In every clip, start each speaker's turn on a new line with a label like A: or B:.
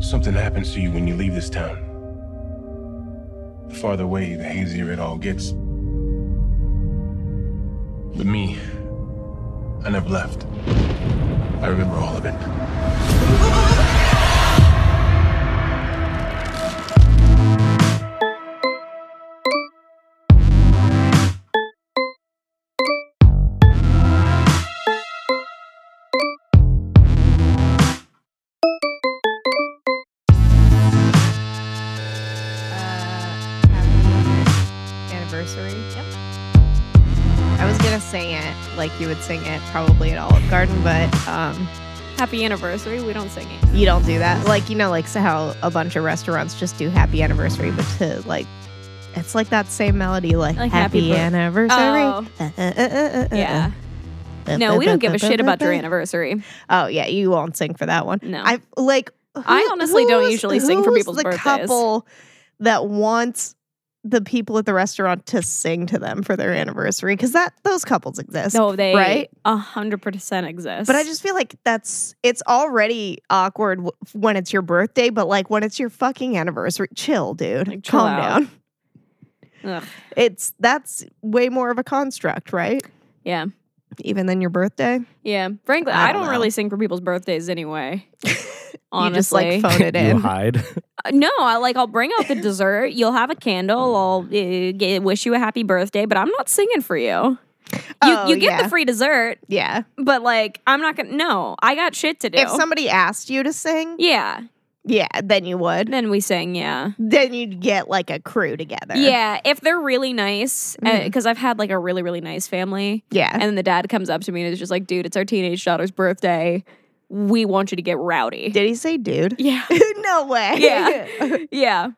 A: Something happens to you when you leave this town. The farther away, the hazier it all gets. But me, I never left. I remember all of it.
B: Uh, happy anniversary.
C: Yep.
B: I was gonna sing it like you would sing it probably at Olive Garden, but um,
C: Happy anniversary. We don't sing it.
B: you don't do that. Like you know, like so how a bunch of restaurants just do happy anniversary, but to like. It's like that same melody, like,
C: Like happy
B: happy,
C: bir-
B: anniversary.
C: Oh.
B: Uh, uh, uh, uh, uh, uh.
C: Yeah.
B: Uh-uh.
C: No, we don't give a shit about your anniversary.
B: Oh yeah, you won't sing for that one.
C: No.
B: I like.
C: I honestly don't
B: who's-
C: usually sing for
B: who's
C: people's
B: the
C: birthdays.
B: Couple that wants the people at the restaurant to sing to them for their anniversary because that those couples exist.
C: No, they
B: Right?
C: a hundred percent exist.
B: But I just feel like that's it's already awkward w- when it's your birthday, but like when it's your fucking anniversary, chill, dude.
C: Like, chill
B: Calm
C: out.
B: down.
C: Ugh.
B: It's that's way more of a construct, right?
C: yeah,
B: Even than your birthday,
C: yeah. Frankly,
B: I
C: I
B: don't
C: don't,
B: know.
C: really sing for people's birthdays anyway.
B: you just like
C: Honestly,
B: phone it
D: You
B: in.
D: hide.
C: Uh, no. I like I'll bring out the dessert. You'll have a candle. I'll uh, g- wish you a happy birthday, but I'm not singing for you. You
B: Oh,
C: you get
B: yeah.
C: the free dessert,
B: yeah.
C: but like I'm not gonna. No, I got shit to do.
B: If somebody asked you to sing,
C: yeah,
B: yeah, then you would.
C: then we sing. Yeah.
B: then you'd get like a crew together.
C: Yeah, if they're really nice,
B: Mhm.
C: because I've had like a really, really nice family,
B: Yeah.
C: and then the dad comes up to me and is just like, dude, it's our teenage daughter's birthday. We want you to get rowdy.
B: Did he say dude?
C: yeah.
B: no way.
C: Yeah. yeah.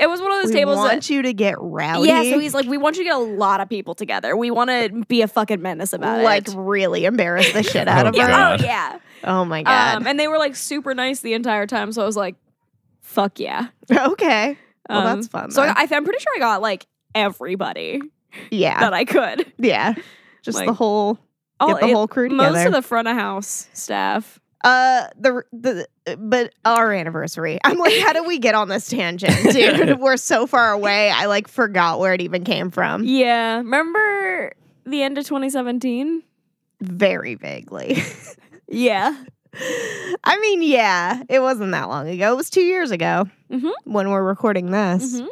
C: It was one of those
B: we
C: tables
B: want
C: that.
B: you to get rowdy.
C: Yeah, so he's like, we want you to get a lot of people together. We want to be a fucking menace about
B: like
C: it.
B: really embarrass the shit out of
D: Oh,
B: her.
C: Yeah.
D: God.
C: Oh, yeah.
B: Oh my god.
C: Um, and they were like super nice the entire time. So I was like, fuck yeah. Um,
B: okay. Well, that's fun,
C: So I,
B: then.
C: I, I'm pretty sure I got like everybody
B: Yeah.
C: that I could.
B: yeah. Just
C: like,
B: the whole
C: All-
B: get the
C: it-
B: whole crew together.
C: Most of the front of house staff.
B: uh the the but our anniversary. I'm like, how did we get on this tangent, dude? We're so far away. I like forgot where it even came from.
C: Yeah. Remember the end of 2017?
B: Very vaguely.
C: Yeah.
B: I mean, yeah, it wasn't that long ago. It was two years ago
C: Mhm.
B: when we're recording this.
C: Mhm.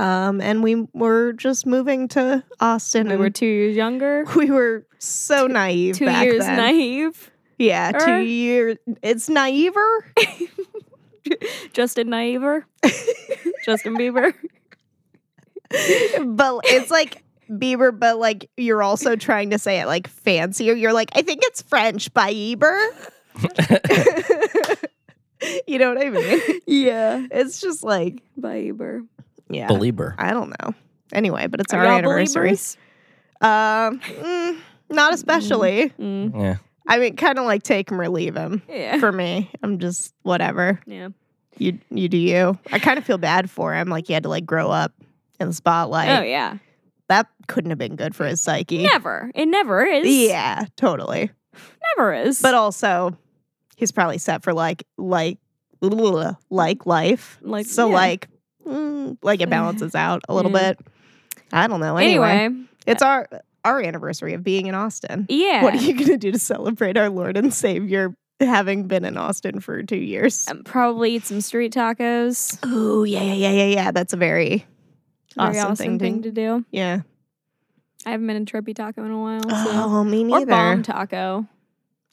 B: Um, and we were just moving to Austin.
C: We
B: and
C: were two years younger.
B: we were so naive.
C: Two
B: back
C: years
B: then.
C: naive. Er.
B: Yeah, two
C: Or-
B: years. It's naiver.
C: Justin Naiver. Justin Bieber.
B: but it's like Bieber, but like you're also trying to say it like fancier. You're like, I think it's French by Eber. you know what I mean?
C: Yeah.
B: It's just like,
C: Bieber.
B: yeah,
D: Belieber.
B: I don't know. Anyway, but it's
C: Are
B: our
C: y'all
B: anniversary.
C: believers?
B: Um, mm, not especially.
C: Mm.
D: Yeah.
B: I mean, kind of like take him or leave him.
C: Yeah.
B: For me, I'm just whatever.
C: yeah.
B: You you do you. I kind of feel bad for him. Like he had to like grow up in the spotlight.
C: oh, yeah.
B: That couldn't have been good for his psyche.
C: Never. It never is.
B: Yeah, totally.
C: Never is.
B: But also, he's probably set for like like like life.
C: Like-
B: so
C: yeah.
B: like mm, like it balances out a little
C: Yeah.
B: bit. I don't know. Anyway,
C: anyway.
B: it's our our anniversary of being in Austin.
C: Yeah.
B: What are you going to do to celebrate our Lord and Savior having been in Austin for two years?
C: Um, probably eat some street tacos.
B: oh, yeah, yeah, yeah, yeah, yeah. That's a very,
C: Very
B: awesome, thing. to-
C: to do.
B: yeah.
C: I haven't been in Trippy Taco in a while. So.
B: Oh, me
C: or bomb
B: neither.
C: taco.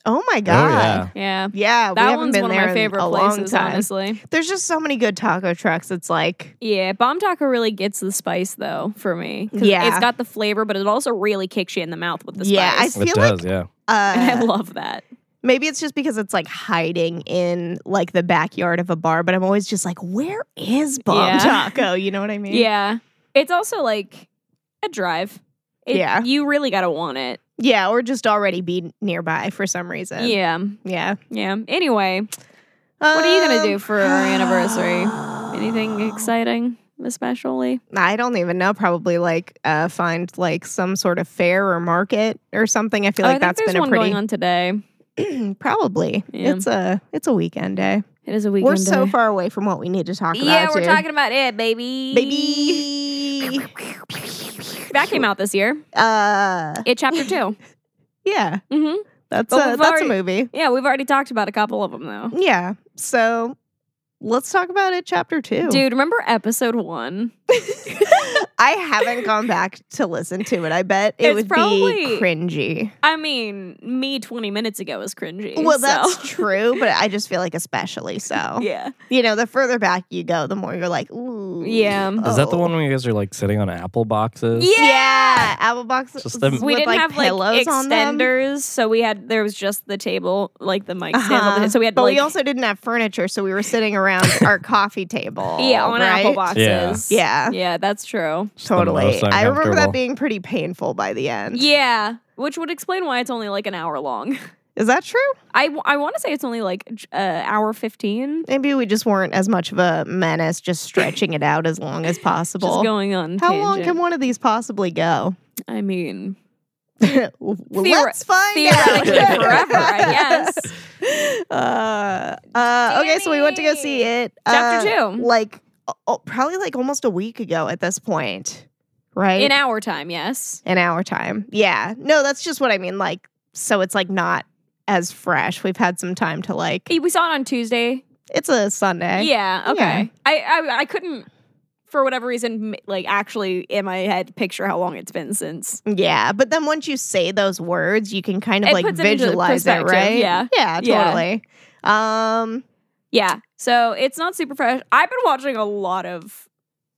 B: Oh, my
D: Oh,
B: God. yeah.
D: yeah.
C: Yeah.
B: Uh, we
C: That
B: haven't
C: one's
B: been
C: one of
B: there
C: my
B: in
C: favorite
B: a long
C: places,
B: time.
C: honestly.
B: There's just so many good taco trucks. It's like,
C: Yeah, bomb taco really gets the spice though for me. 'Cause
B: Yeah.
C: it's got the flavor, but it also really kicks you in the mouth with the
B: Yeah, I
C: spice.
B: feel
D: It
B: like-
D: does, yeah.
C: and I
B: uh,
C: love that.
B: maybe it's just because it's like hiding in like the backyard of a bar, but I'm always just like, where is Bomb
C: Yeah.
B: Taco? You know what I mean?
C: Yeah, it's also like a drive. It-
B: Yeah.
C: you really gotta want it.
B: Yeah, or just already be nearby for some reason.
C: Yeah,
B: Yeah.
C: yeah. Anyway, what are you gonna do
B: Um,
C: for our anniversary? Anything exciting, especially?
B: Ah.
C: Oh,
B: I don't even know. Probably like uh, find like some sort of fair or market or something. I feel
C: Oh, I
B: like
C: think
B: that's
C: there's
B: been a
C: one
B: pretty
C: going on today.
B: probably.
C: Yeah.
B: It's a it's a weekend day.
C: It is a weekend.
B: We're so
C: day.
B: far away from what we need to talk about.
C: Yeah, we're
B: dude.
C: talking about it, baby.
B: baby.
C: That came out this year.
B: Uh,
C: It chapter 2
B: yeah,
C: mm-hmm.
B: that's
C: But
B: a
C: we've
B: that's
C: already-
B: a movie.
C: Yeah, we've already talked about a couple of them though.
B: Yeah, so let's talk about it. Chapter two,
C: Dude, remember episode one?
B: I haven't gone back to listen to it. I bet it
C: It's
B: would
C: probably-
B: be cringy.
C: I mean, me 20 minutes ago was cringy.
B: Well,
C: so-
B: that's true, but I just feel like especially so.
C: yeah.
B: You know, the further back you go, the more you're like, ooh.
C: Yeah.
D: Is that the
B: oh.
D: one where you guys are like sitting on apple boxes?
B: Yeah, apple boxes.
D: Just them-
C: We
B: with,
C: didn't
B: like,
C: have like
B: pillows on them.
C: extenders, so we had there was just the table, like the mic stand. on
B: Uh-huh.
C: the- So we had
B: but
C: like
B: we also didn't have furniture, so we were sitting around our coffee table.
C: yeah on apple
B: right?
C: boxes.
B: Yeah.
C: yeah, that's true.
D: Just the
B: Totally.
D: most
B: I remember that
D: uncomfortable.
B: being pretty painful by the end.
C: Yeah, which would explain why it's only like an hour long.
B: Is that true?
C: I, want to say it's only like j- uh, hour fifteen.
B: Maybe we just weren't as much of a menace, just stretching it out as long as possible.
C: Just going on.
B: How long
C: tangent.
B: can one of these possibly go?
C: I mean,
B: Well,
C: Theor-
B: let's find out.
C: theoretically forever, I guess.
B: Uh, uh, okay, so we went to go see it.
C: Chapter
B: uh,
C: two.
B: Like, oh, probably like almost a week ago at this point, right?
C: In our time, yes.
B: an hour time. Yeah. No, that's just what I mean. Like, so it's like not as fresh. We've had some time to like.
C: We saw it on Tuesday.
B: It's a Sunday.
C: Yeah. Okay.
B: Yeah.
C: I, I I couldn't for whatever reason m- like actually in my head picture how long it's been since.
B: Yeah, but then once you say those words, you can kind of
C: It
B: like
C: puts it into
B: visualize it,
C: perspective,
B: right?
C: yeah.
B: Yeah.
C: Yeah.
B: Totally. Um.
C: Yeah. So it's not super fresh. I've been watching a lot of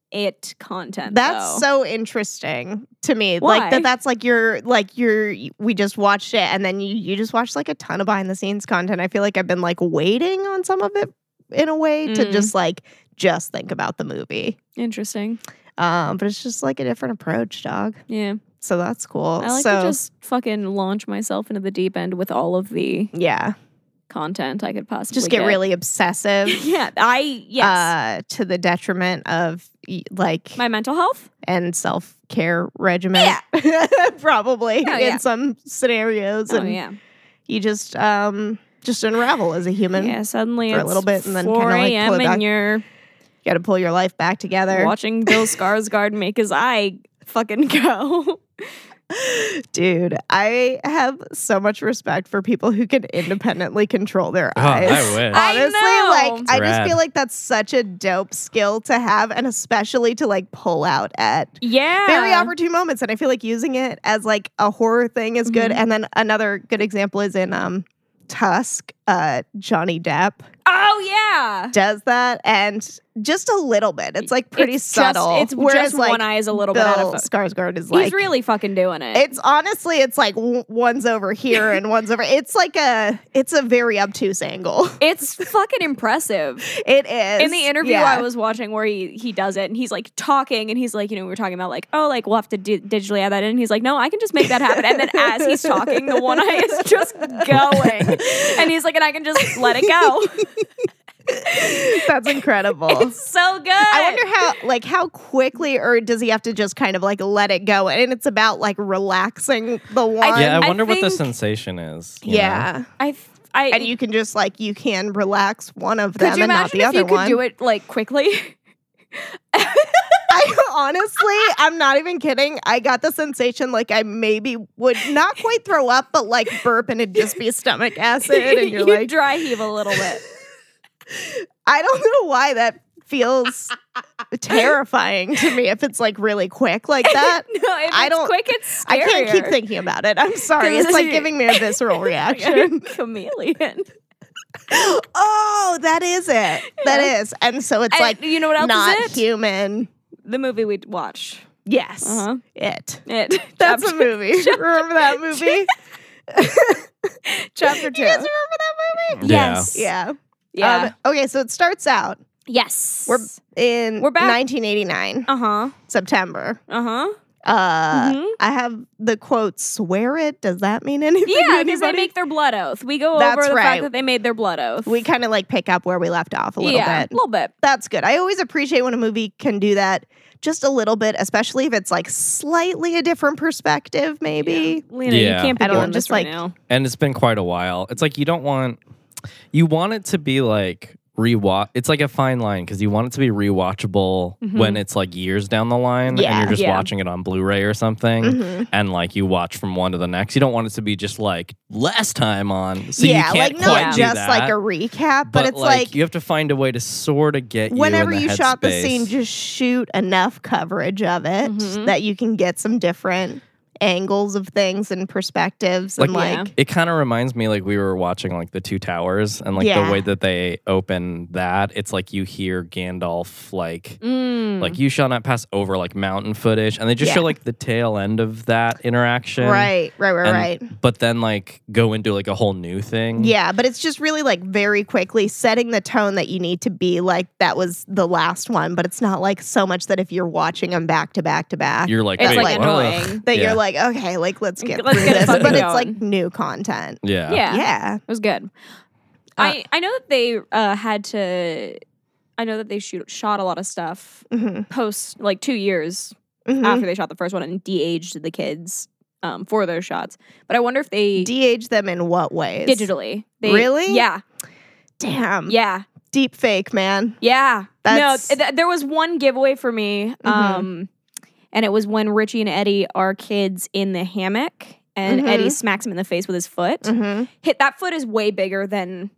C: it content.
B: That's
C: though.
B: so interesting to me.
C: Why?
B: Like that that's like your like your we just watched it and then you you just watched like a ton of behind the scenes content. I feel like I've been like waiting on some of it in a way to
C: Mm.
B: just like just think about the movie.
C: interesting.
B: Um but it's just like a different approach, dog.
C: Yeah.
B: So that's cool.
C: I like
B: so
C: to just fucking launch myself into the deep end with all of the
B: yeah,
C: content I could possibly
B: just get, really obsessive.
C: yeah. I yes.
B: Uh, to the detriment of y- like
C: my mental health.
B: and self care regimen, probably
C: Oh,
B: in
C: yeah.
B: some scenarios.
C: Oh
B: and
C: yeah.
B: you just um just unravel as a human.
C: Yeah. Suddenly
B: for a
C: it's
B: little bit and then kinda,
C: four
B: like,
C: a.m.
B: pull it back
C: and you're
B: You got to pull your life back together,
C: watching Bill Skarsgård make his eye fucking go.
B: dude. I have so much respect for people who can independently control their
D: Oh,
B: eyes.
D: I wish.
C: I
B: Honestly,
C: know.
B: like
D: It's
B: I just
D: rad.
B: feel like that's such a dope skill to have, and especially to like pull out at
C: Yeah.
B: very opportune moments and i feel like using it as like a horror thing is good
C: Mhm.
B: and then another good example is in um tusk uh johnny depp
C: Oh yeah.
B: does that and just a little bit it's like pretty
C: It's just-
B: subtle
C: it's
B: whereas
C: just
B: like
C: one eye is a little
B: bill
C: bit out of focus.
B: Skarsgård is like
C: He's really fucking doing it.
B: it's honestly it's like w- one's over here and one's over it's like a it's a very obtuse angle
C: It's fucking impressive.
B: it is
C: In the interview
B: Yeah.
C: I was watching where he, he does it and he's like talking and he's like, you know, we were talking about like, oh, like we'll have to di- digitally add that in. And he's like, no, I can just make that happen. And then as he's talking, the one eye is just going. And he's like, and I can just let it go.
B: that's incredible
C: It's so good.
B: I wonder how like how quickly or does he have to just kind of like let it go and it's about like relaxing the wand.
D: Yeah, I
C: I
D: wonder what the
C: think-
D: sensation is. you know?
B: Yeah.
C: I, f- I
B: And you can just like you can relax one of
C: could
B: them
C: you
B: and not
C: imagine
B: the
C: if
B: other
C: you could
B: one.
C: do it like quickly?
B: I honestly, I'm not even kidding. I got the sensation like I maybe would not quite throw up, but like burp and it'd just be stomach acid and you're
C: You'd
B: like
C: dry heave a little bit.
B: I don't know why that feels terrifying to me if it's like really quick like that.
C: No, if
B: I
C: it's
B: don't-
C: quick, it's
B: I can't keep
C: scarier.
B: thinking about it. I'm sorry.
C: Because
B: It's like
C: you-
B: giving me a visceral
C: Like a
B: reaction.
C: chameleon.
B: oh, that is it. That is. And so it's
C: And
B: like
C: you know what else
B: not
C: is it?
B: human.
C: the movie we watch.
B: Yes.
C: Uh-huh.
B: It.
C: It.
B: That's
C: chapter,
B: a movie. Remember that movie? you
C: chapter two.
B: guys remember that movie?
C: Yes.
B: Yeah.
C: Yeah.
B: Um, okay, so it starts out
C: yes.
B: we're- in
C: We're back.
B: 1989,
C: Uh huh.
B: September.
C: Uh huh.
B: Uh,
C: Mhm.
B: I have the quote, swear it. Does that mean anything? to
C: Yeah, because they
B: anybody?
C: make their blood oath. We go
B: That's
C: over the fact
B: right.
C: that they made their blood oath.
B: we kind of like pick up where we left off a little
C: yeah,
B: bit.
C: a little bit.
B: that's good. I always appreciate when a movie can do that just a little bit, especially if it's like slightly a different perspective, maybe.
C: Yeah. Lena,
D: Yeah.
C: you can't be
B: I don't know,
C: doing this
B: just
C: right
B: like-
C: now.
D: And it's been quite a while. It's like you don't want you want it to be like rewatch. It's like a fine line because you want it to be rewatchable
C: Mhm.
D: when it's like years down the line and
B: Yeah.
D: you're just
C: Yeah.
D: watching it on Blu-ray or something,
B: Mhm.
D: and like you watch from one to the next. You don't want it to be just like last time on. So
B: yeah,
D: you
B: like
D: can't
B: not
D: quite do
B: just like
D: that,
B: a recap, but, it's like,
D: you have to find a way to sort of get
B: whenever
D: you,
B: you,
D: in the
B: shot the
D: headspace.
B: scene, just shoot enough coverage of it
C: Mhm.
B: that you can get some different angles of things and perspectives and
C: Like-
B: like,
C: Yeah.
D: it kind of reminds me like we were watching like the two towers and like
B: Yeah.
D: the way that they open that it's like you hear gandalf like
B: Mm-hmm.
C: Mm.
D: like you shall not pass over like mountain footage and they just
B: Yeah.
D: show like the tail end of that interaction
B: right, right, right,
D: And-
B: right.
D: but then like go into like a whole new thing
B: Yeah, but it's just really like very quickly setting the tone that you need to be like that was the last one, but it's not like so much that if you're watching them back to back to back
D: you're like
C: It's,
D: wait,
B: like,
D: what?
C: annoying.
B: that
D: Yeah.
B: you're like okay, like let's get
C: Let's
B: through
C: get
B: this,
C: fucking
B: but it's like
C: going.
B: new content.
D: yeah
C: yeah.
B: Yeah. Uh,
C: It was good. I I know that they uh, had to. I know that they shoot shot a lot of stuff
B: Mhm.
C: post like two years
B: Mhm.
C: after they shot the first one and de-aged the kids um, for those shots. But I wonder if they
B: de-age them in what ways?
C: digitally they,
B: Really?
C: yeah
B: Damn.
C: yeah
B: Deep fake, man.
C: yeah.
B: That's- Mm-hmm.
C: No, th- there was one giveaway for me, um, and it was when Richie and Eddie are kids in the hammock. And
B: Mhm.
C: Eddie smacks him in the face with his foot.
B: hmm
C: Hit that foot is way bigger than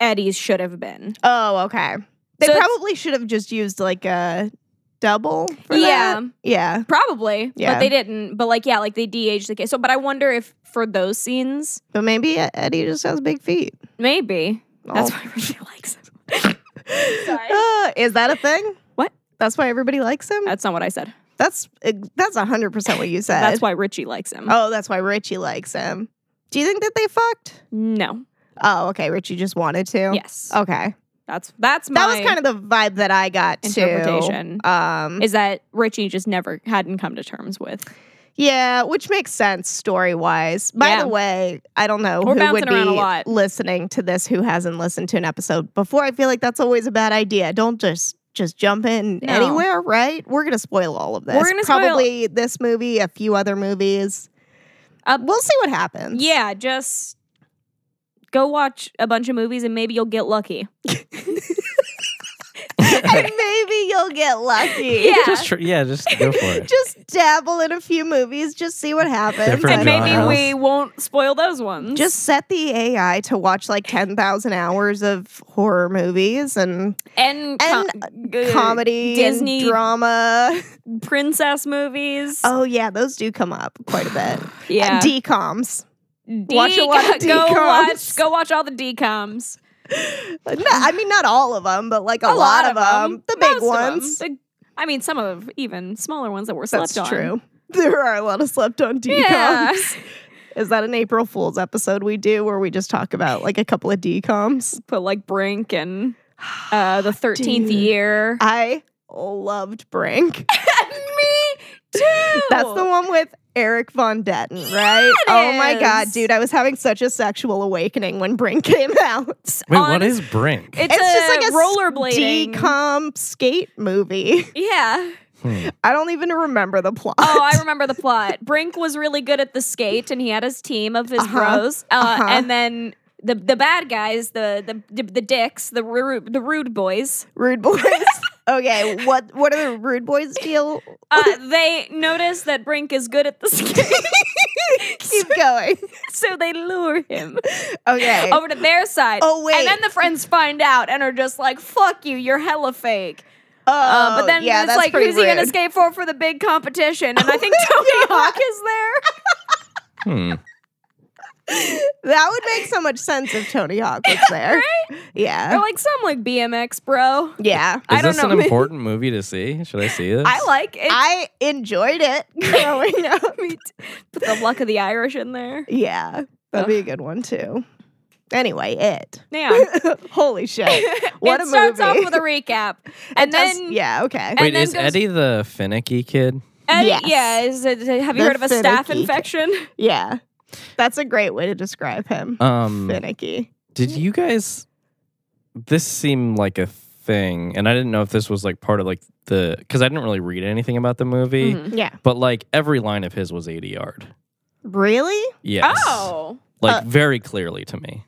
C: Eddie's should have been.
B: Oh, okay. They
C: So it's-
B: probably should have just used like a double for
C: yeah,
B: that. Yeah.
C: Probably.
B: Yeah.
C: But they didn't. But like, yeah, like they de-aged the kid. So, but I wonder if for those scenes,
B: But maybe E- Eddie just has big feet.
C: maybe that's
B: Oh.
C: why Richie likes him.
B: Uh, is that a thing?
C: What?
B: That's why everybody likes him?
C: That's not what I said.
B: That's uh, that's 100% what you said.
C: That's why Richie likes him.
B: Oh, that's why Richie likes him. Do you think that they fucked?
C: No.
B: Oh, okay. Richie just wanted to.
C: Yes.
B: Okay.
C: That's that's my
B: Oh. That was kind of the vibe that I got too.
C: Interpretation.
B: Um,
C: is that Richie just never hadn't come to terms with.
B: Mm. Yeah, which makes sense story wise. By
C: Yeah.
B: the way, I don't know
C: We're
B: who
C: bouncing
B: would be
C: around a lot.
B: listening to this who hasn't listened to an episode before. I feel like that's always a bad idea. Don't just just jump in
C: No.
B: anywhere, right? We're gonna spoil all of this.
C: We're gonna spoil-
B: probably this movie, a few other movies.
C: Uh,
B: we'll see what happens.
C: Yeah, just go watch a bunch of movies and maybe you'll get lucky.
B: and maybe you'll get lucky.
C: Yeah.
D: just tr- yeah just go for it
B: just dabble in a few movies. Just see what happens.
D: Different
C: and maybe
D: genres.
C: we won't spoil those ones.
B: Just set the AI to watch like 10,000 hours of horror movies and
C: and, com- uh,
B: comedy,
C: Disney
B: and drama.
C: princess movies.
B: Oh, yeah, those do come up quite a bit.
C: yeah.
B: And DCOMs. Watch a
C: Deco-
B: lot of
C: go watch
B: decoms.
C: go watch all the decoms.
B: No, I mean, not all of them, but like a, lot, of them. The big
C: Most of 'em.
B: ones.
C: The- I mean, some of even smaller ones that were
B: That's
C: slept on.
B: true. There are a lot of slept on DCOMs.
C: Yeah.
B: Is that an April Fool's episode we do where we just talk about like a couple of DCOMs?
C: Put like Brink and uh, the thirteenth
B: Dude.
C: year.
B: I loved Brink.
C: Me too.
B: That's the one with Eric Von Detten, right?
C: it
B: oh my god,
C: is.
B: dude, I was having such a sexual awakening when Brink came out. It's,
D: wait
C: on-
D: what is brink
C: It's,
B: just like a
C: rollerblading.
B: decom skate movie.
C: yeah.
D: Hmm.
B: I don't even remember the plot.
C: Oh, I remember the plot. Brink was really good at the skate, and he had his team of his
B: Uh-huh.
C: bros. Uh,
B: Uh-huh.
C: And then the the bad guys, the the the dicks, the rude, the rude boys.
B: Rude Boys. okay, what what are the Rude Boys deal?
C: Uh, they notice that Brink is good at the skate,
B: Keep going.
C: so they lure him
B: Okay.
C: over to their side.
B: Oh, wait.
C: And then the friends find out and are just like, "Fuck you, you're hella fake." Uh,
B: Oh,
C: but then
B: yeah,
C: it's
B: that's
C: like,
B: pretty
C: who's he gonna
B: rude.
C: skate for for the big competition? And I think Tony Hawk is there.
D: Hmm.
B: That would make so much sense if Tony Hawk was there.
C: Or
B: Yeah.
C: like some like BMX bro.
B: Yeah.
C: Oh, I
D: Is
C: don't
D: this
C: know.
D: an important movie to see? Should I see this?
C: I like it.
B: I enjoyed it growing up.
C: Put the luck of the Irish in there.
B: Yeah, that'd be a good one too. Anyway, it.
C: Yeah.
B: Holy shit! What
C: it
B: a
C: starts
B: movie.
C: off with a recap. And
B: Just-
C: then
B: yeah, okay.
C: and
D: Wait,
C: then
D: is
C: goes-
D: Eddie the finicky kid?
C: Eddie,
B: Yes.
C: yeah, is it, have you
B: The
C: heard of a staph
B: finicky.
C: infection?
B: yeah, that's a great way to describe him.
D: Um,
B: Finicky.
D: Did you guys? This seemed like a thing, and I didn't know if this was like part of like the because I didn't really read anything about the movie,
C: Mhm.
B: Yeah.
D: but like every line of his was eighty yard.
B: Really?
D: Yes,
C: Oh.
D: like very clearly to me.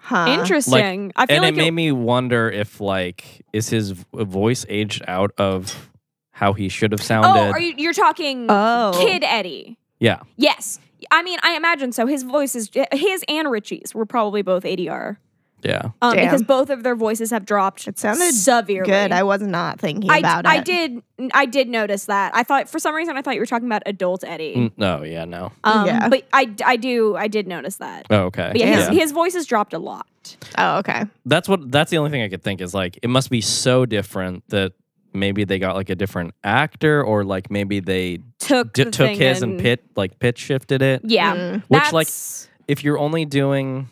B: Huh.
C: Interesting. I feel
D: and
C: like
D: it made me wonder if like is his v- voice aged out of how he should have sounded.
C: Oh, are you, you're talking
B: Oh.
C: Kid Eddie?
D: yeah,
C: Yes. I mean, I imagine so. His voice is his and Richie's were probably both ADR
D: yeah.
C: um,
B: Damn.
C: because both of their voices have dropped.
B: It sounded
C: severely.
B: Good. I was not thinking
C: I,
B: about
C: I
B: it.
C: did I did notice that. I thought for some reason I thought you were talking about adult Eddie.
D: Mm, No, yeah, no.
C: Um,
B: Yeah.
C: But I, I do I did notice that.
D: Oh, okay.
C: But yeah,
D: yeah.
C: his, his voice has dropped a lot.
B: Oh, okay.
D: That's what. That's the only thing I could think is like it must be so different that maybe they got like a different actor or like maybe they
C: Took
D: d-
C: the
D: took
C: thing
D: his and pit like pitch shifted it.
C: Yeah,
B: Mm.
D: Which, like,
C: That's-
D: If you're only doing,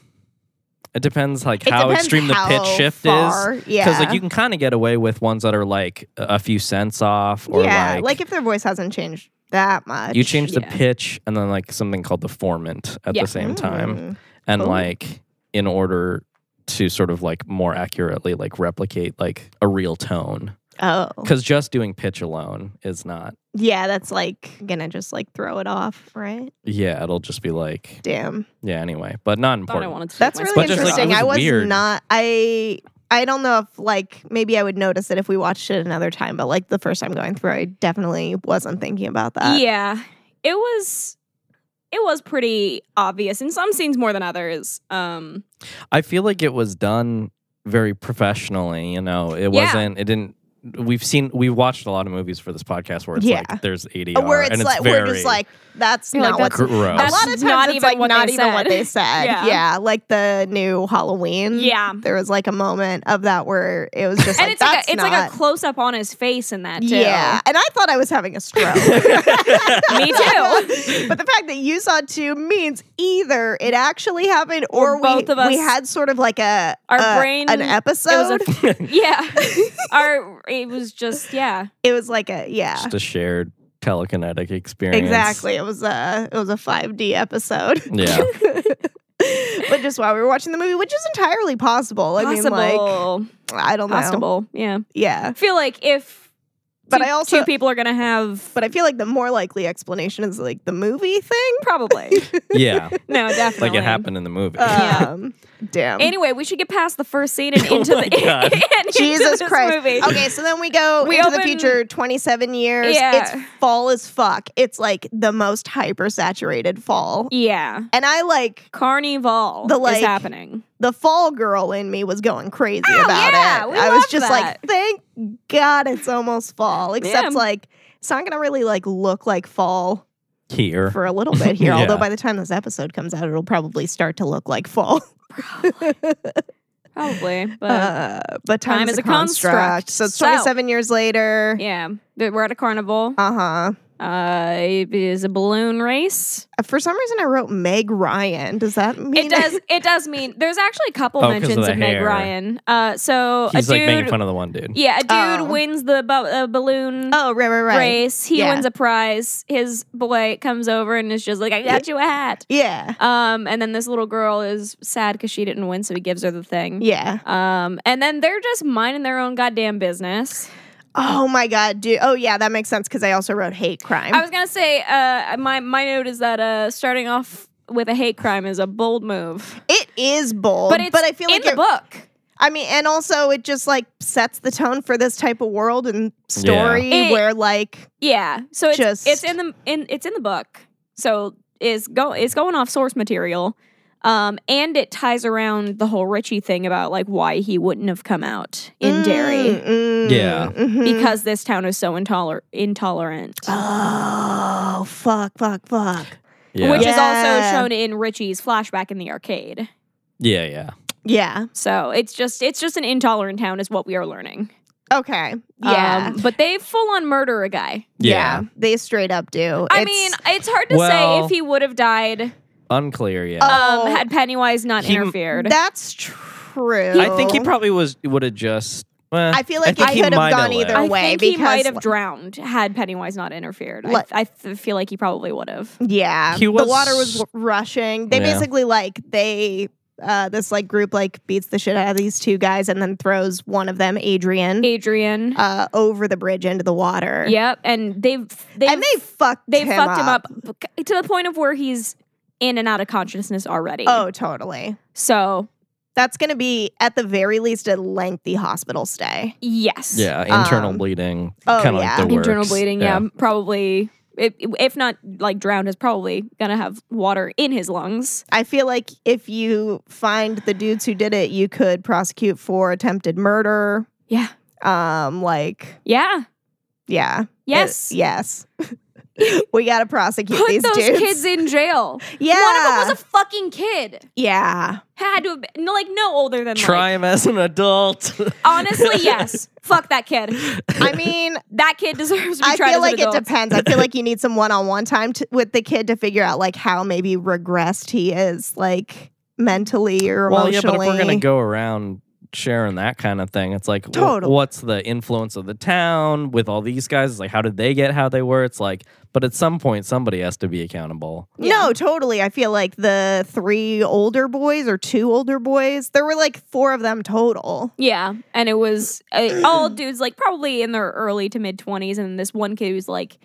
D: it depends like
B: It
D: how
B: depends
D: extreme
B: how
D: the pitch shift is.
B: far. Yeah.
D: Because like you can kind of get away with ones that are like a few cents off, or
B: yeah,
D: like,
B: if their voice hasn't changed that much.
D: you change the
C: yeah.
D: pitch and then like something called the formant at
C: Yeah.
D: the same time,
B: Mm.
D: and
B: Cool.
D: like in order to sort of like more accurately like replicate like a real tone,
B: Oh,
D: because just doing pitch alone is not.
B: yeah. That's like gonna just like throw it off, right?
D: Yeah, it'll just be like
B: Damn,
D: yeah. Anyway, but not
C: thought I
D: important.
C: wanted to.
B: that's
C: take
B: really
C: my
D: But just, like,
B: interesting.
D: it was
B: I was
D: weird.
B: not. I I don't know if like maybe I would notice it if we watched it another time, but like the first time going through, I definitely wasn't thinking about that.
C: yeah, it was it was pretty obvious in some scenes more than others. Um,
D: I feel like it was done very professionally. You know, it
C: Yeah.
D: wasn't. It didn't. We've seen. We watched a lot of movies for this podcast where it's
B: Yeah. Uh,
D: like there's ADR
B: where it's
D: and it's
B: like
D: very
B: we're just like that's
C: You're
B: not what's.
C: like,
D: gross.
B: a lot of
C: That's
B: times
C: not
B: it's
C: even
B: like
C: what
B: not
C: they
B: even what
C: said.
B: they said.
C: Yeah.
B: yeah, like the new Halloween.
C: yeah,
B: there was like a moment of that where it was just
C: and
B: like,
C: it's like
B: "That's
C: a, it's
B: not-
C: like a close up on his face in that. Too.
B: yeah and i thought i was having a stroke
C: me too.
B: but the fact that you saw two means either it actually happened or,
C: Or
B: we,
C: both of
B: we
C: us-
B: had sort of like a
C: Our
B: a-
C: brain-
B: an
C: it was
B: episode
C: It was a, yeah, our it was just yeah.
B: it was like a yeah
D: just a shared telekinetic experience.
B: exactly it was a it was a 5d episode
D: Yeah.
B: but just while we were watching the movie which is entirely possible i
C: possible,
B: mean like i don't know
C: possible. Yeah,
B: yeah
C: I feel like if
B: But
C: two,
B: I also-
C: two people are gonna have
B: but i feel like the more likely explanation is like the movie thing
C: probably
D: yeah.
C: no definitely
D: Like it happened in the movie.
C: Yeah.
B: um damn
C: Anyway, we should get past the first scene and into
D: my
C: the
D: God.
C: and into
B: Oh Jesus
C: this
B: Christ.
C: movie.
B: Okay, so then we go
C: We
B: into the
C: open-
B: future 27 years.
C: Yeah.
B: It's fall as fuck. It's like the most hypersaturated fall.
C: Yeah,
B: And I like
C: Carnival
B: The,
C: is
B: like,
C: happening.
B: the fall girl in me was going crazy about
C: yeah,
B: it.
C: we
B: I was
C: love
B: just
C: that.
B: like, thank God it's almost fall. Except
C: Yeah.
B: like it's not gonna really like look like fall
D: Here.
B: for a little bit here.
D: Yeah.
B: Although by the time this episode comes out, it'll probably start to look like fall.
C: Probably, but
B: Uh, but time, is, a construct. So it's
C: So-
B: 27 years later.
C: yeah, But we're at a carnival.
B: Uh huh.
C: Uh, it is a balloon race.
B: Uh, For some reason, I wrote Meg Ryan. Does that mean
C: It does. It does mean there's actually a couple
D: Oh, 'cause of
C: mentions of,
D: the
C: Meg
D: hair.
C: Ryan. Uh, so
D: He's
C: a
D: like
C: dude,
D: making fun of the one dude.
C: yeah, a dude
B: Oh.
C: wins the bu- uh, balloon.
B: Oh, right, right, right.
C: Race. He
B: Yeah.
C: wins a prize. His boy comes over and is just like, "I got you a hat."
B: Yeah,
C: Um, and then this little girl is sad because she didn't win, so he gives her the thing.
B: yeah.
C: Um, and then they're just minding their own goddamn business.
B: Oh my God, dude. Oh yeah, that makes sense because I also wrote hate crime.
C: I was gonna say, uh, my my note is that uh, starting off with a hate crime is a bold move,
B: it is bold,
C: but
B: but,
C: it's
B: I feel
C: in
B: like
C: the
B: it,
C: book.
B: I mean, and also it just like sets the tone for this type of world and story
C: It-
B: where like
C: Yeah, so it's
B: Just-
C: it's in the in it's in the book. So is go it's going off source material. Um, and it ties around the whole Richie thing about like why he wouldn't have come out in Derry
B: mm, mm,
D: Yeah.
B: mhm.
C: because this town is so intoler- intolerant.
B: Uh, oh fuck, fuck, fuck.
D: Yeah.
C: which is
B: Yeah.
C: also shown in Richie's flashback in the arcade.
D: yeah. Yeah.
B: Yeah.
C: So it's just it's just an intolerant town is what we are learning.
B: Okay. Yeah.
C: Um, but they full on murder a guy.
D: Yeah.
B: They straight up do.
C: I
B: It's-
C: mean, it's hard to say
D: Well-
C: if he would have died um,
D: Unclear. Yeah.
B: Oh.
C: had Pennywise not
D: He-
C: interfered.
B: that's true.
D: I think he probably was would have just. well,
B: I feel like
D: think
B: it
D: he
B: could have
D: might
B: gone
D: lived.
B: either
C: I
B: way
C: think he
B: because
C: might have drowned had Pennywise not interfered. I,
B: Like-
C: I th- feel like he probably would have.
B: Yeah,
D: He was-
B: the water was w- rushing. They
D: Yeah.
B: basically like they uh this like group like beats the shit out of these two guys and then throws one of them, Adrian,
C: Adrian.
B: Mm. uh over the bridge into the water.
C: yep. And they've they
B: and they fucked
C: they
B: him up.
C: fucked him up to the point of where he's in and out of consciousness already.
B: Oh, totally.
C: So
B: That's going to be, at the very least, a lengthy hospital stay.
C: Yes.
D: Yeah, internal
B: Um,
D: bleeding.
B: oh,
D: kind of
B: yeah.
D: like the works.
C: Internal bleeding. Yeah, probably. If, if not like drowned, is probably gonna have water in his lungs.
B: I feel like if you find the dudes who did it, you could prosecute for attempted murder.
C: Yeah.
B: Um, like,
C: Yeah.
B: yeah. It-
C: Yes.
B: yes. we got to prosecute
C: Put
B: these
C: those
B: dudes.
C: kids in jail.
B: yeah.
C: One of them was a fucking kid.
B: yeah.
C: Had to have been, no, like no older than
D: Try
C: Like,
D: him as an adult.
C: honestly, yes. Fuck that kid.
B: I mean,
C: That kid deserves to be
B: I
C: tried
B: feel
C: as
B: like
C: an adult.
B: it depends. I feel like you need some one-on-one time to, with the kid to figure out like how maybe regressed he is, like mentally or
D: well, yeah, but if
B: emotionally.
D: we're gonna go around sharing that kind of thing, it's like, wh-
B: Totally.
D: what's the influence of the town with all these guys? It's like, how did they get how they were? It's like, but at some point, somebody has to be accountable.
B: No, totally. I feel like the three older boys or two older boys, there were like four of them total.
C: Yeah, and it was uh, all dudes like probably in their early to mid twenties, and this one kid was like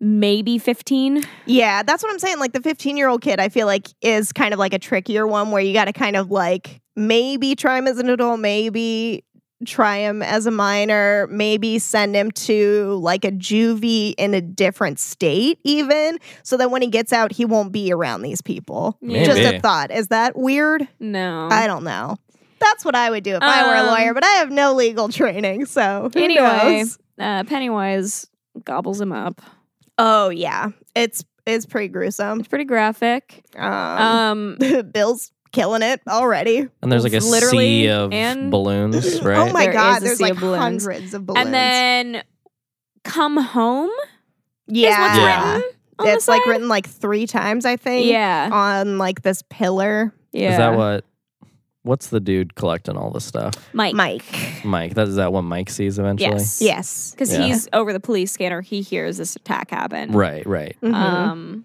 C: maybe fifteen.
B: Yeah, that's what I'm saying. Like the 15 year old kid, I feel like is kind of like a trickier one where you got to kind of like maybe try him as an adult, maybe try him as a minor, maybe send him to like a juvie in a different state, even so that when he gets out, he won't be around these people.
D: Maybe.
B: Just a thought. Is that weird?
C: no.
B: I don't know. That's what I would do if I were a
C: Um,
B: lawyer, but I have no legal training, so who
C: anyway,
B: knows?
C: Uh, Pennywise gobbles him up.
B: Oh yeah, it's it's pretty gruesome.
C: It's pretty graphic.
B: Um,
C: Um,
B: Bill's killing it already.
D: And there's like a
C: Literally,
D: sea of
C: and-
D: balloons, right?
B: Oh my
C: There
B: god,
C: is a
B: there's
C: sea
B: like
C: of balloons.
B: hundreds of balloons.
C: and then come home is
B: yeah,
C: what's
D: Yeah.
C: written. On
B: it's
C: the
B: like
C: side?
B: written like three times, I think.
C: Yeah,
B: on like this pillar,
C: yeah.
D: Is that what? What's the dude collecting all this stuff?
C: Mike?
B: Mike.
D: Mike. That is that what Mike sees eventually.
C: Yes.
B: Yes.
C: Because
D: Yeah.
C: he's over the police scanner, he hears this attack happen.
D: Right. Right.
B: Mhm.
C: um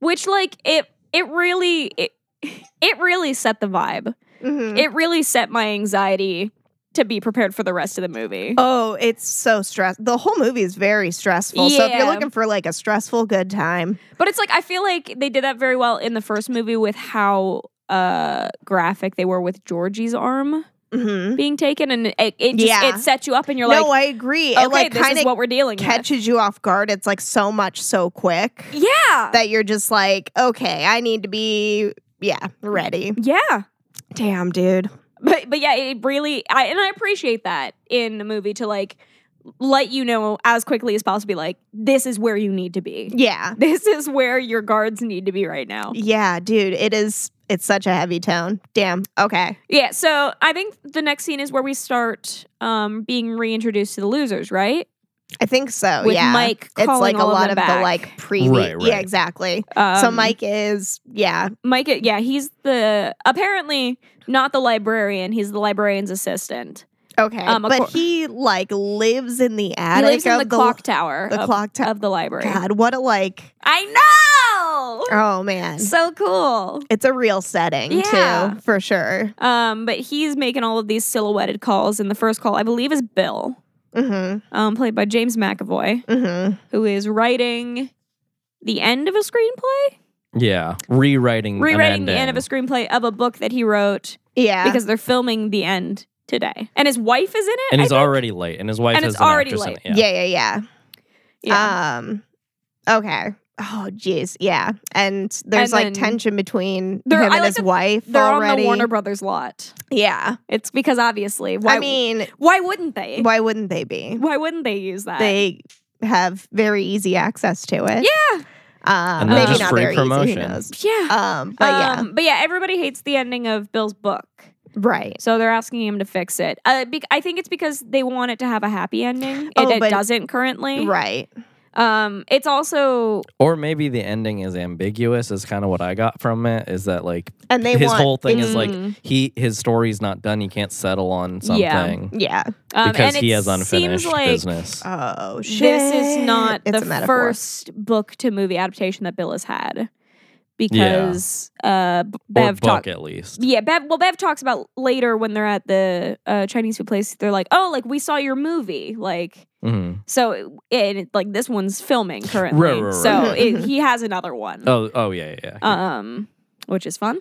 C: which like it it really it, it really set the vibe
B: Mhm.
C: it really set my anxiety to be prepared for the rest of the movie
B: oh, it's so stress. The whole movie is very stressful. So if you're
C: Yeah.
B: looking for like a stressful good time,
C: but it's like i feel like they did that very well in the first movie with how uh graphic they were with georgie's arm
B: Mhm.
C: being taken and it, it just
B: Yeah.
C: it sets you up and you're
B: no,
C: like
B: I agree.
C: okay
B: it like
C: this
B: kind
C: is
B: of
C: what we're dealing
B: catches you off guard. It's like so much so quick
C: with yeah
B: that you're just like, okay, I need to be yeah
C: Mm-hmm.
B: ready.
C: yeah
B: Damn, dude.
C: but but yeah it really i and i appreciate that in a movie to like let you know as quickly as possible be like this is where you need to be
B: Yeah.
C: this is where your guards need to be right now
B: Yeah, dude, it is. It's such a heavy tone. Damn. Okay.
C: yeah so i think the next scene is where we start um being reintroduced to the losers right
B: I think so.
C: with
B: Oh, yeah.
C: mike
B: it's
C: calling
B: like a
C: all
B: lot
C: them
B: of
C: back.
B: the like pre.
D: Right, right.
B: Yeah, exactly.
C: um,
B: so Mike is yeah.
C: mike yeah he's the apparently not the librarian he's the librarian's assistant
B: Okay.
C: Um, of
B: but
C: cour-
B: he like lives in the attic
C: he lives in
B: of
C: the, clock tower
B: the
C: of,
B: clock tower.
C: of the library
B: God, what a like.
C: i know
B: Oh man.
C: so cool
B: it's a real setting
C: Yeah.
B: too, for sure.
C: Um, but he's making all of these silhouetted calls, and the first call I believe is Bill,
B: Mm-hmm.
C: um, played by James McAvoy,
B: Mm-hmm.
C: who is writing the end of a screenplay,
D: Yeah. Rewriting. an
C: rewriting the end of
D: ending.
C: a screenplay of a book that he wrote
B: Yeah.
C: because they're filming the end today, and his wife is in it.
D: And
C: I
D: he's
C: think?
D: already late. And his wife
C: And
D: is
C: it's
D: an
C: already
D: actress in
C: late.
D: it,
B: yeah. Yeah. Yeah.
C: yeah,
B: Um. Okay. Oh jeez. Yeah. And there's
C: And
B: like
C: then-
B: tension between
C: They're-
B: him and
C: I like
B: his
C: that
B: wife
C: they're on
B: already.
C: the Warner Brothers lot.
B: yeah.
C: It's because obviously, why?
B: I mean,
C: why wouldn't they? Why,
B: why wouldn't they be?
C: wouldn't they use that?
B: They have very easy access to it.
C: yeah,
B: Um,
D: And
C: they're
B: maybe
C: just
B: not
D: free
B: very easy. Who
D: promotion.
B: knows?
C: yeah.
B: Um. But yeah.
C: Um, but yeah, everybody hates the ending of Bill's book.
B: Right.
C: So they're asking him to fix it. Uh, bec I think it's because they want it to have a happy ending. It,
B: Oh,
C: it
B: but-
C: doesn't currently.
B: Right.
C: Um, it's also
D: Or maybe the ending is ambiguous. Is kind of what I got from it. Is that like
B: And they
D: his
B: want
D: whole thing is like
C: Mm.
D: he his story's not done. He can't settle
C: Yeah.
D: on something
B: Yeah.
C: um,
D: because
C: and
D: he
C: it
D: has unfinished
C: seems like uh,
D: business.
B: Oh shit.
C: This is not
B: It's a
C: the
B: metaphor.
C: first book to movie adaptation that Bill has had because uh, B-
D: Or
C: Bev
D: book
C: talked.
D: at least.
C: Yeah, Bev. Well, Bev talks about later when they're at the uh, Chinese food place. They're like, "Oh, like we saw your movie." Like,
D: Mhm.
C: so it, and it, like this one's filming currently.
D: Right, right, right.
C: So
B: Mhm,
C: it,
B: mhm.
C: he has another one.
D: Oh, oh yeah, yeah. yeah.
C: um, which is fun.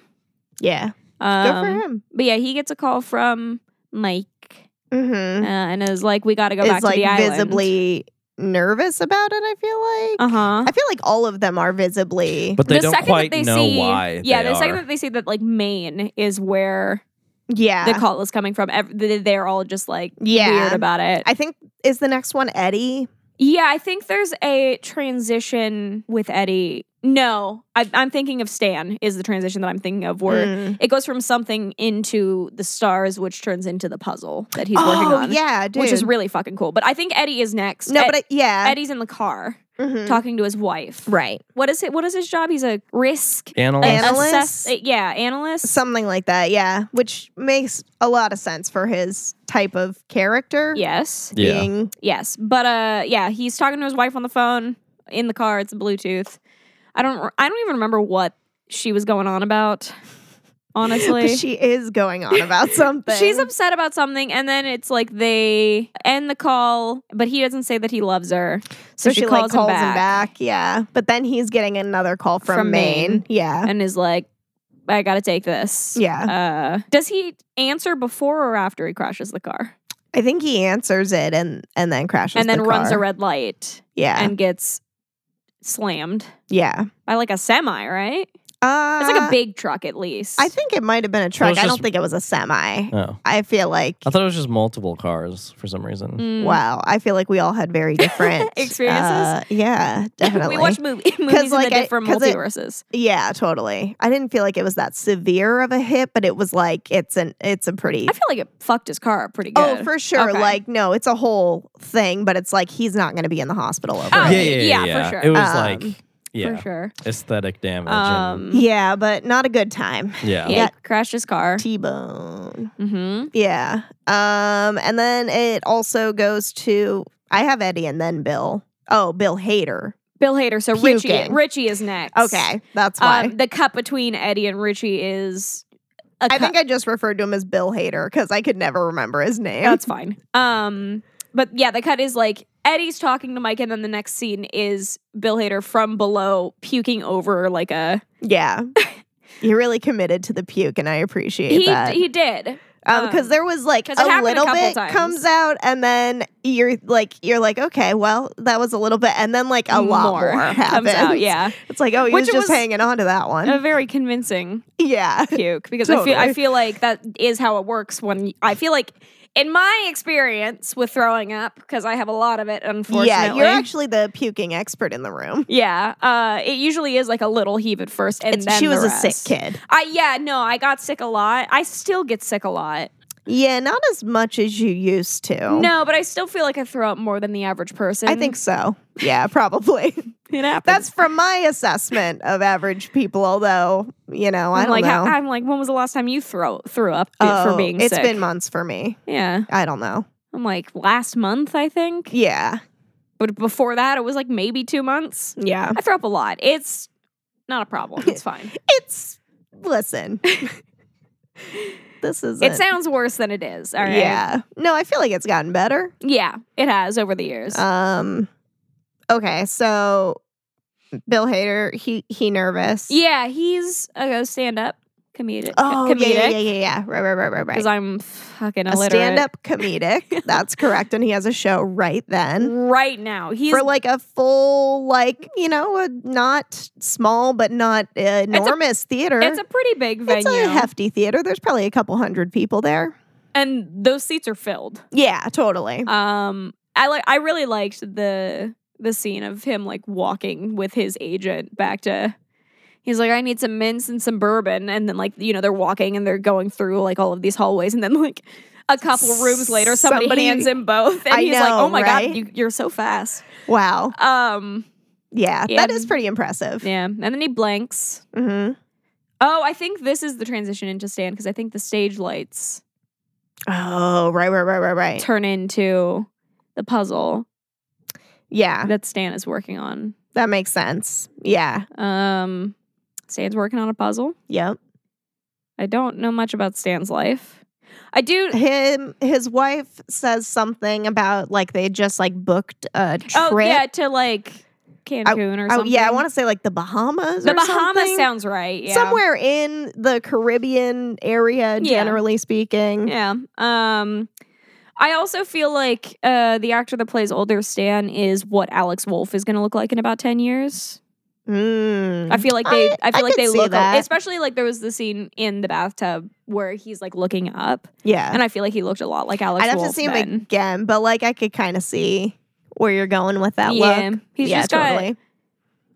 B: Yeah. Good
C: Um,
B: for him.
C: But yeah, he gets a call from Mike
B: Mm-hmm.
C: uh, and is like, "We got to go back
B: is
C: to
B: like
C: the island."
B: visibly nervous about it. I feel
C: uh
B: like.
C: huh.
B: I feel like all of them are visibly.
D: But they
C: the
D: don't
C: second
D: quite
C: that they
D: know
C: see,
D: why.
C: Yeah,
D: they
C: the second
D: are.
C: that they see that like Maine is where
B: yeah.
C: the call is coming from, ev- th- they're all just like
B: Yeah.
C: weird about it.
B: I think is the next one Eddie.
C: yeah, I think there's a transition with Eddie. No, I, I'm thinking of Stan is the transition that I'm thinking of where
B: Mm.
C: it goes from something into the stars, which turns into the puzzle that he's working
B: oh,
C: on,
B: Yeah, dude.
C: which is really fucking cool. But I think Eddie is next.
B: no,
C: Ed-
B: but I, yeah,
C: Eddie's in the car
B: Mhm.
C: talking to his wife.
B: right,
C: What is it? What is his job? He's a risk
D: Analyst.
B: Analyst.
C: uh, yeah, analyst.
B: something like that. Yeah, which makes a lot of sense for his type of character.
C: yes,
D: Yeah.
B: being
C: yes. But uh, yeah, he's talking to his wife on the phone in the car. It's Bluetooth. I don't. I don't even remember what she was going on about. Honestly,
B: but she is going on about something.
C: She's upset about something, and then it's like they end the call, but he doesn't say that he loves her.
B: so,
C: So,
B: she,
C: she,
B: like
C: calls, him, back
B: Yeah, but then he's getting another call from,
C: From
B: Maine.
C: Maine.
B: Yeah,
C: and is like, I gotta take this.
B: yeah.
C: Uh, does he answer before or after he crashes the car?
B: I think he answers it and and then crashes
C: and then
B: the
C: runs a
B: car.
C: red light
B: Yeah,
C: and gets slammed
B: yeah.
C: by like a semi, right?
B: Uh,
C: It's like a big truck at least.
B: I think it might have been a truck.
D: was
B: I
D: just-
B: don't think it was a semi.
D: Oh.
B: I feel like
D: I thought it was just multiple cars for some reason.
C: Mm.
B: Wow, I feel like we all had very different
C: Experiences?
B: uh, yeah, definitely.
C: we watch movie, movies in
B: like,
C: the
B: I-
C: different
B: 'cause it-
C: multiverses.
B: yeah, totally. I didn't feel like it was that severe of a hit, but it was like it's an it's a pretty.
C: I feel like it fucked his car pretty good.
B: Oh, for sure.
C: Okay.
B: Like no, it's a whole thing, but it's like he's not going to be in the hospital over.
C: Oh,
B: it.
D: yeah, yeah, yeah,
C: yeah, for
D: yeah.
C: sure.
D: It was
B: Um,
D: like, yeah,
C: for sure.
D: aesthetic damage. and,
C: Um,
B: Yeah, but not a good time.
C: yeah,
D: yeah.
B: Yeah.
C: he crashed his car.
B: T bone.
C: Mm-hmm.
B: Yeah. Um, and then it also goes to I have Eddie and then Bill. Oh, Bill Hader.
C: Bill Hader. So Richie,
B: Puking.
C: Richie is next.
B: Okay, that's why.
C: Um, the cut between Eddie and Richie is. A
B: I
C: cut.
B: think I just referred to him as Bill Hader because I could never remember his name.
C: that's fine. Um, but yeah, the cut is like Eddie's talking to Mike, and then the next scene is Bill Hader from below puking over like a.
B: yeah. He really committed to the puke, and I appreciate
C: He
B: that.
C: he did.
B: Um, because
C: um,
B: there was like
C: 'cause it happened
B: a
C: a
B: little
C: couple
B: bit
C: times.
B: comes out, and then you're like, you're like, okay, well, that was a little bit, and then like a lot more, happens.
C: comes out. Yeah,
B: it's like, oh, he
C: Which
B: was just
C: was-
B: hanging on to that one.
C: a very convincing
B: yeah,
C: puke because I feel I
B: Totally.
C: feel like that is how it works when I feel like in my experience with throwing up because I have a lot of it unfortunately.
B: yeah. You're actually the puking expert in the room.
C: Yeah, uh, it usually is like a little heave at first, and
B: It's-
C: then
B: she
C: the
B: was a
C: rest.
B: sick kid.
C: I yeah no, I got sick a lot. I still get sick a lot.
B: Yeah, not as much as you used to.
C: No, but I still feel like I throw up more than the average person.
B: Oh. I think so. Yeah, probably.
C: it happens.
B: That's from my assessment of average people, although, you know, I
C: I'm
B: don't
C: like
B: know.
C: how- I'm like, when was the last time you throw threw up bi- for
B: Oh,
C: being
B: It's
C: sick?
B: been months for me.
C: yeah.
B: I don't know.
C: I'm like last month, I think.
B: Yeah.
C: But before that, it was like maybe two months.
B: Yeah.
C: I throw up a lot. It's not a problem. It's fine.
B: It's listen. this is
C: it sounds worse than it is. All right.
B: Yeah. No, I feel like it's gotten better.
C: Yeah. It has over the years.
B: Um Okay, so Bill Hader, he he nervous.
C: yeah. He's a stand up comedic.
B: Oh,
C: comedic.
B: yeah, yeah, yeah, yeah, yeah. Right, right, right, right, right.
C: Because I'm fucking
B: a
C: illiterate.
B: stand-up comedic. That's correct, and he has a show right then
C: right now. He's
B: for like a full, like you know, a not small but not enormous theater.
C: it's a pretty big
B: It's
C: venue.
B: a hefty theater. There's probably a couple hundred people there.
C: and those seats are filled.
B: Yeah, totally.
C: Um, I like. I really liked the the scene of him like walking with his agent back to. He's like, I need some mints and some bourbon, and then like you know they're walking and they're going through like all of these hallways, and then like a couple rooms later, somebody,
B: Somebody-
C: hands him both, and
B: I
C: he's like,
B: know,
C: Oh my
B: right?
C: god, you, you're so fast.
B: wow.
C: Um,
B: Yeah,
C: Yeah.
B: that is pretty impressive.
C: yeah, and then he blanks.
B: hmm
C: Oh, I think this is the transition into stand because I think the stage lights
B: Oh, right, right, right, right, right.
C: turn into the puzzle
B: Yeah,
C: that Stan is working on.
B: that makes sense. Yeah.
C: Um, Stan's working on a puzzle.
B: Yep.
C: I don't know much about Stan's life. I do.
B: Him, his wife says something about like they just like booked a trip.
C: Oh yeah, oh, to like Cancun or
B: Oh,
C: something.
B: yeah, I want to say like the Bahamas.
C: The
B: or
C: Bahamas
B: something.
C: sounds right. Yeah.
B: somewhere in the Caribbean area,
C: Yeah.
B: generally speaking.
C: Yeah. Um I also feel like uh the actor that plays older Stan is what Alex Wolf is going to look like in about 10 years.
B: Mm.
C: I feel like they I,
B: I- I
C: feel like
B: could
C: they
B: see
C: look
B: that.
C: especially like there was the scene in the bathtub where he's like looking up
B: yeah,
C: and I feel like he looked a lot like Alex
B: I'd have
C: Wolf
B: to see him
C: then.
B: again, but like I could kind of see where you're going with that
C: yeah.
B: look.
C: He's
B: yeah,
C: just got
B: totally.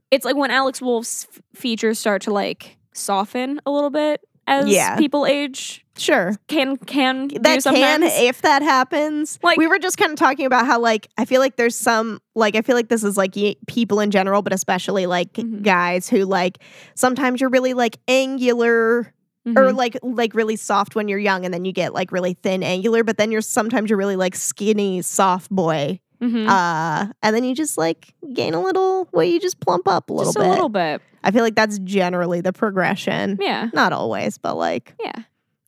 C: it's like when Alex Wolf's f- features start to like soften a little bit as
B: Yeah.
C: people age
B: Sure,
C: can can do
B: that can
C: sometimes.
B: if that happens.
C: Like-
B: we were just kind of talking about how like I feel like there's some like I feel like this is like y- people in general, but especially like
C: Mhm.
B: guys who like sometimes you're really like angular
C: Mhm.
B: or like like really soft when you're young and then you get like really thin angular but then you're sometimes you're really like skinny soft boy
C: Mhm.
B: uh and then you just like gain a little well you just plump up a little
C: just
B: bit
C: a little bit.
B: i feel like that's generally the progression
C: Yeah.
B: not always but like
C: Yeah.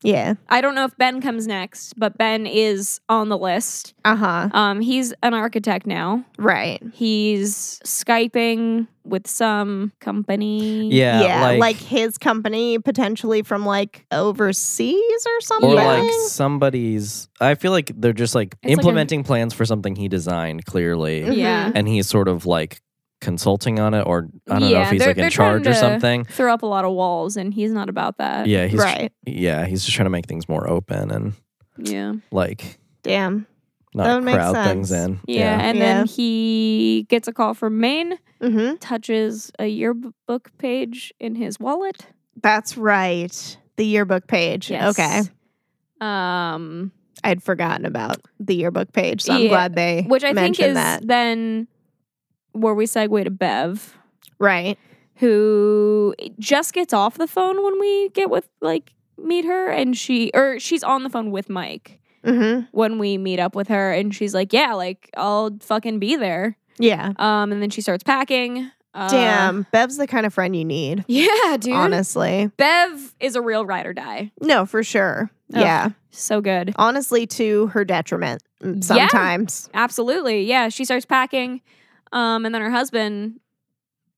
B: yeah
C: I don't know if Ben comes next, but Ben is on the list.
B: uh-huh
C: Um, he's an architect now.
B: right
C: He's skyping with some company.
D: Yeah,
B: like, his company potentially from like overseas or something
D: or
C: Yeah.
D: like somebody's. I feel like they're just like
C: like a-
D: implementing plans for something he designed clearly,
B: Mhm.
C: Yeah.
D: and he's sort of like consulting on it, or I don't know
C: Yeah,
D: if he's
C: they're-
D: like in
C: they're trying
D: charge or
C: to- uh,
D: something.
C: Threw up a lot of walls, and he's not about that.
D: Yeah, he's
B: right
D: yeah, he's just trying to make things more open and
C: Yeah.
D: like
B: damn That
D: not
B: would make
D: crowd things
B: sense.
D: in.
C: Yeah. And
B: Yeah.
C: then he gets a call from Maine,
B: mm-hmm
C: touches a yearbook page in his wallet.
B: that's right the yearbook page
C: Yes.
B: okay
C: Um,
B: I'd forgotten about the yearbook page, so I'm
C: Yeah,
B: glad they
C: which I think
B: mentioned
C: is
B: that.
C: then where we segue to Bev.
B: Right.
C: who just gets off the phone when we get with like meet her and she or she's on the phone with Mike
B: hmm
C: when we meet up with her and she's like, "Yeah, like I'll fucking be there."
B: Yeah.
C: Um and then she starts packing. Uh,
B: Damn, Bev's the kind of friend you need.
C: Yeah, dude.
B: Honestly,
C: Bev is a real ride or die.
B: no, for sure.
C: Ugh.
B: Yeah,
C: So good.
B: honestly, to her detriment mm, sometimes.
C: Absolutely. Yeah, she starts packing. Um and then her husband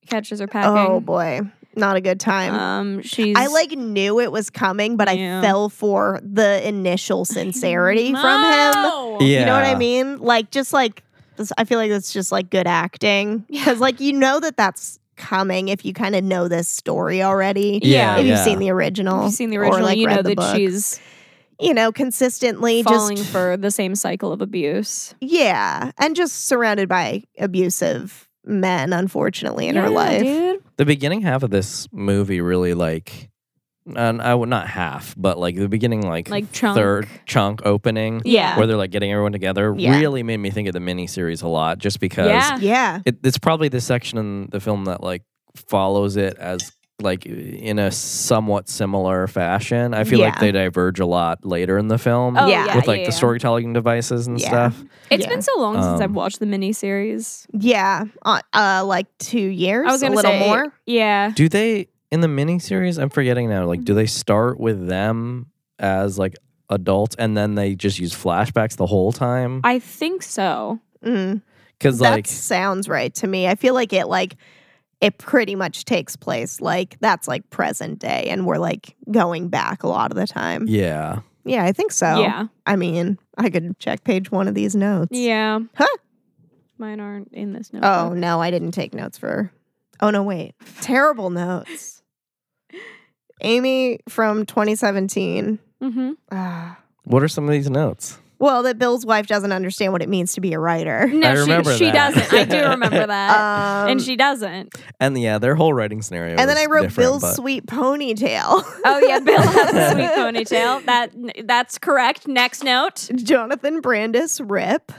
C: catches her packing.
B: Oh boy, not a good time.
C: Um she's
B: I like knew it was coming, but
C: Yeah.
B: I fell for the initial sincerity from him.
C: No!
D: Yeah.
B: You know what I mean? Like, just like this- I feel like that's just like good acting because, like, you know that that's coming if you kind of know this story already.
D: Yeah,
B: if
D: yeah.
B: you've seen the original,
C: If you've seen the
B: or,
C: original,
B: like,
C: you
B: read
C: know
B: the
C: that
B: book.
C: she's
B: you know, consistently
C: falling
B: just
C: for the same cycle of abuse.
B: yeah, and just surrounded by abusive men, unfortunately, in her
C: Yeah,
B: life.
C: dude.
D: the beginning half of this movie really like and I would not half, but like the beginning like,
C: Like chunk.
D: third chunk opening
C: Yeah.
D: where they're like getting everyone together
B: Yeah.
D: really made me think of the miniseries a lot just because
C: Yeah.
B: Yeah,
D: it, it's probably the section in the film that like follows it as like in a somewhat similar fashion. I feel like
B: Yeah.
D: they diverge a lot later in the film
C: Oh,
B: Yeah.
C: yeah.
D: with like
C: yeah,
D: the
C: yeah.
D: storytelling devices and
B: Yeah.
D: stuff.
C: It's
B: Yeah.
C: been so long since I've
D: Um,
C: watched the miniseries.
B: yeah, uh, uh, like two years,
C: I was
B: a
C: gonna
B: little
C: say,
B: more.
C: Yeah.
D: Do they in the miniseries? I'm forgetting now. Like,
C: Mm-hmm.
D: do they start with them as like adults and then they just use flashbacks the whole time?
C: I think so.
B: Mm.
D: Because
B: that
D: like,
B: sounds right to me. I feel like it like it pretty much takes place like that's like present day, and we're like going back a lot of the time. Yeah,
D: yeah,
B: I think so.
C: Yeah.
B: I mean, I could check page one of these notes.
C: Yeah.
B: Huh?
C: Mine aren't in this notebook.
B: Oh no, I didn't take notes for. Oh no, wait. Terrible notes. Amy from 2017.
C: hmm
B: Ah.
D: what are some of these notes?
B: well, that Bill's wife doesn't understand what it means to be a writer.
C: No,
D: I remember
C: she, she
D: that.
C: doesn't. I do remember that.
B: Um,
C: and she doesn't.
D: And yeah, their whole writing scenario.
B: and then
D: was
B: I wrote
D: different,
B: Bill's
D: but-
B: sweet ponytail.
C: Oh yeah, Bill has a sweet ponytail. That that's correct. Next note.
B: Jonathan Brandis Rip.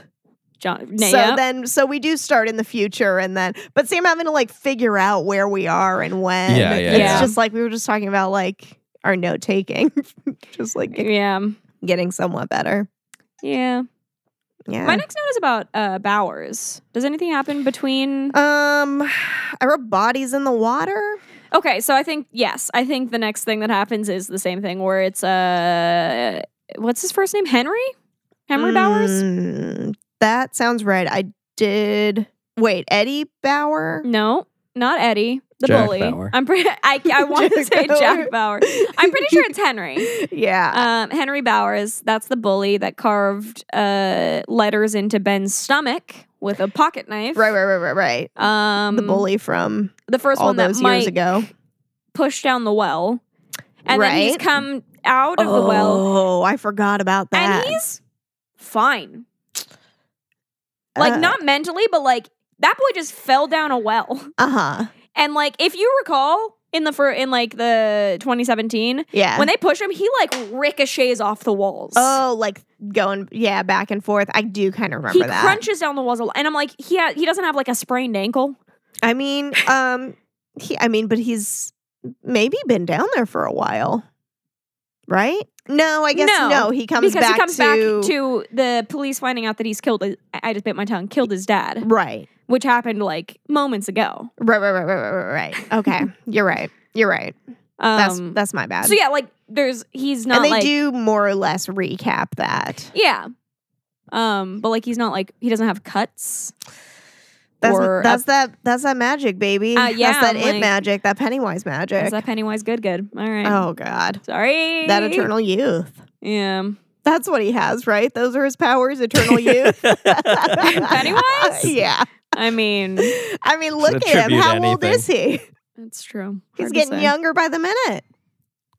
C: John
B: So
C: yep.
B: then, so we do start in the future, and then, but see, I'm having to like figure out where we are and when.
D: Yeah, yeah,
B: it's
C: yeah.
B: just like we were just talking about like our note taking, just like get-
C: Yeah.
B: getting somewhat better.
C: Yeah.
B: Yeah.
C: My next note is about uh, Bowers. Does anything happen between?
B: Um, I wrote bodies in the water.
C: Okay, so I think yes. I think the next thing that happens is the same thing where it's uh, what's his first name? Henry, Henry Bowers.
B: Mm, That sounds right. I did Wait, Eddie Bauer?
C: No, not Eddie, the
D: Jack
C: bully.
D: Bauer.
C: I'm pretty. I, I want to
B: Jack
C: say
B: Bauer.
C: Jack Bauer. I'm pretty sure it's Henry.
B: Yeah.
C: Um, Henry Bowers. That's the bully that carved uh, letters into Ben's stomach with a pocket knife.
B: right, right, right, right, right.
C: Um,
B: the bully from
C: The first
B: all
C: one that
B: those years
C: Mike
B: ago.
C: pushed down the well, and then he's
B: Right.
C: come out of the well,
B: Oh, I forgot about that.
C: and he's fine. Like
B: Uh,
C: not mentally, but like that boy just fell down a well.
B: Uh-huh.
C: And like if you recall in the fir- in like the 2017,
B: Yeah.
C: when they push him, he like ricochets off the walls.
B: Oh, like going yeah, back and forth. I do kind of remember
C: he
B: that.
C: crunches down the walls a lot, and I'm like, he ha- he doesn't have like a sprained ankle.
B: I mean, um he I mean, but he's maybe been down there for a while. Right? No, I guess
C: No,
B: no. he comes
C: because
B: back
C: he comes
B: to
C: back to the police finding out that he's killed. His, I I just bit my tongue. Killed his dad,
B: Right.
C: which happened like moments ago.
B: Right, right, right, right, right, right, right. Okay. You're right. You're right.
C: Um,
B: That's that's my bad.
C: so yeah, like there's he's not
B: and they
C: like
B: do more or less recap that.
C: yeah, um, but like he's not like he doesn't have cuts.
B: That's
C: or a-
B: that's that that's that magic, baby.
C: Uh, yeah,
B: that's that
C: I'm
B: it
C: like-
B: magic, that Pennywise magic.
C: Is that Pennywise good? Good. All right.
B: oh God,
C: sorry.
B: that eternal youth.
C: Yeah.
B: That's what he has, right? Those are his powers, eternal youth.
C: Pennywise?
B: yeah.
C: I mean,
B: I mean, look at him.
D: attribute
B: How old
D: anything.
B: is he?
C: that's true.
B: He's
C: Hard to
B: getting
C: say.
B: younger by the minute.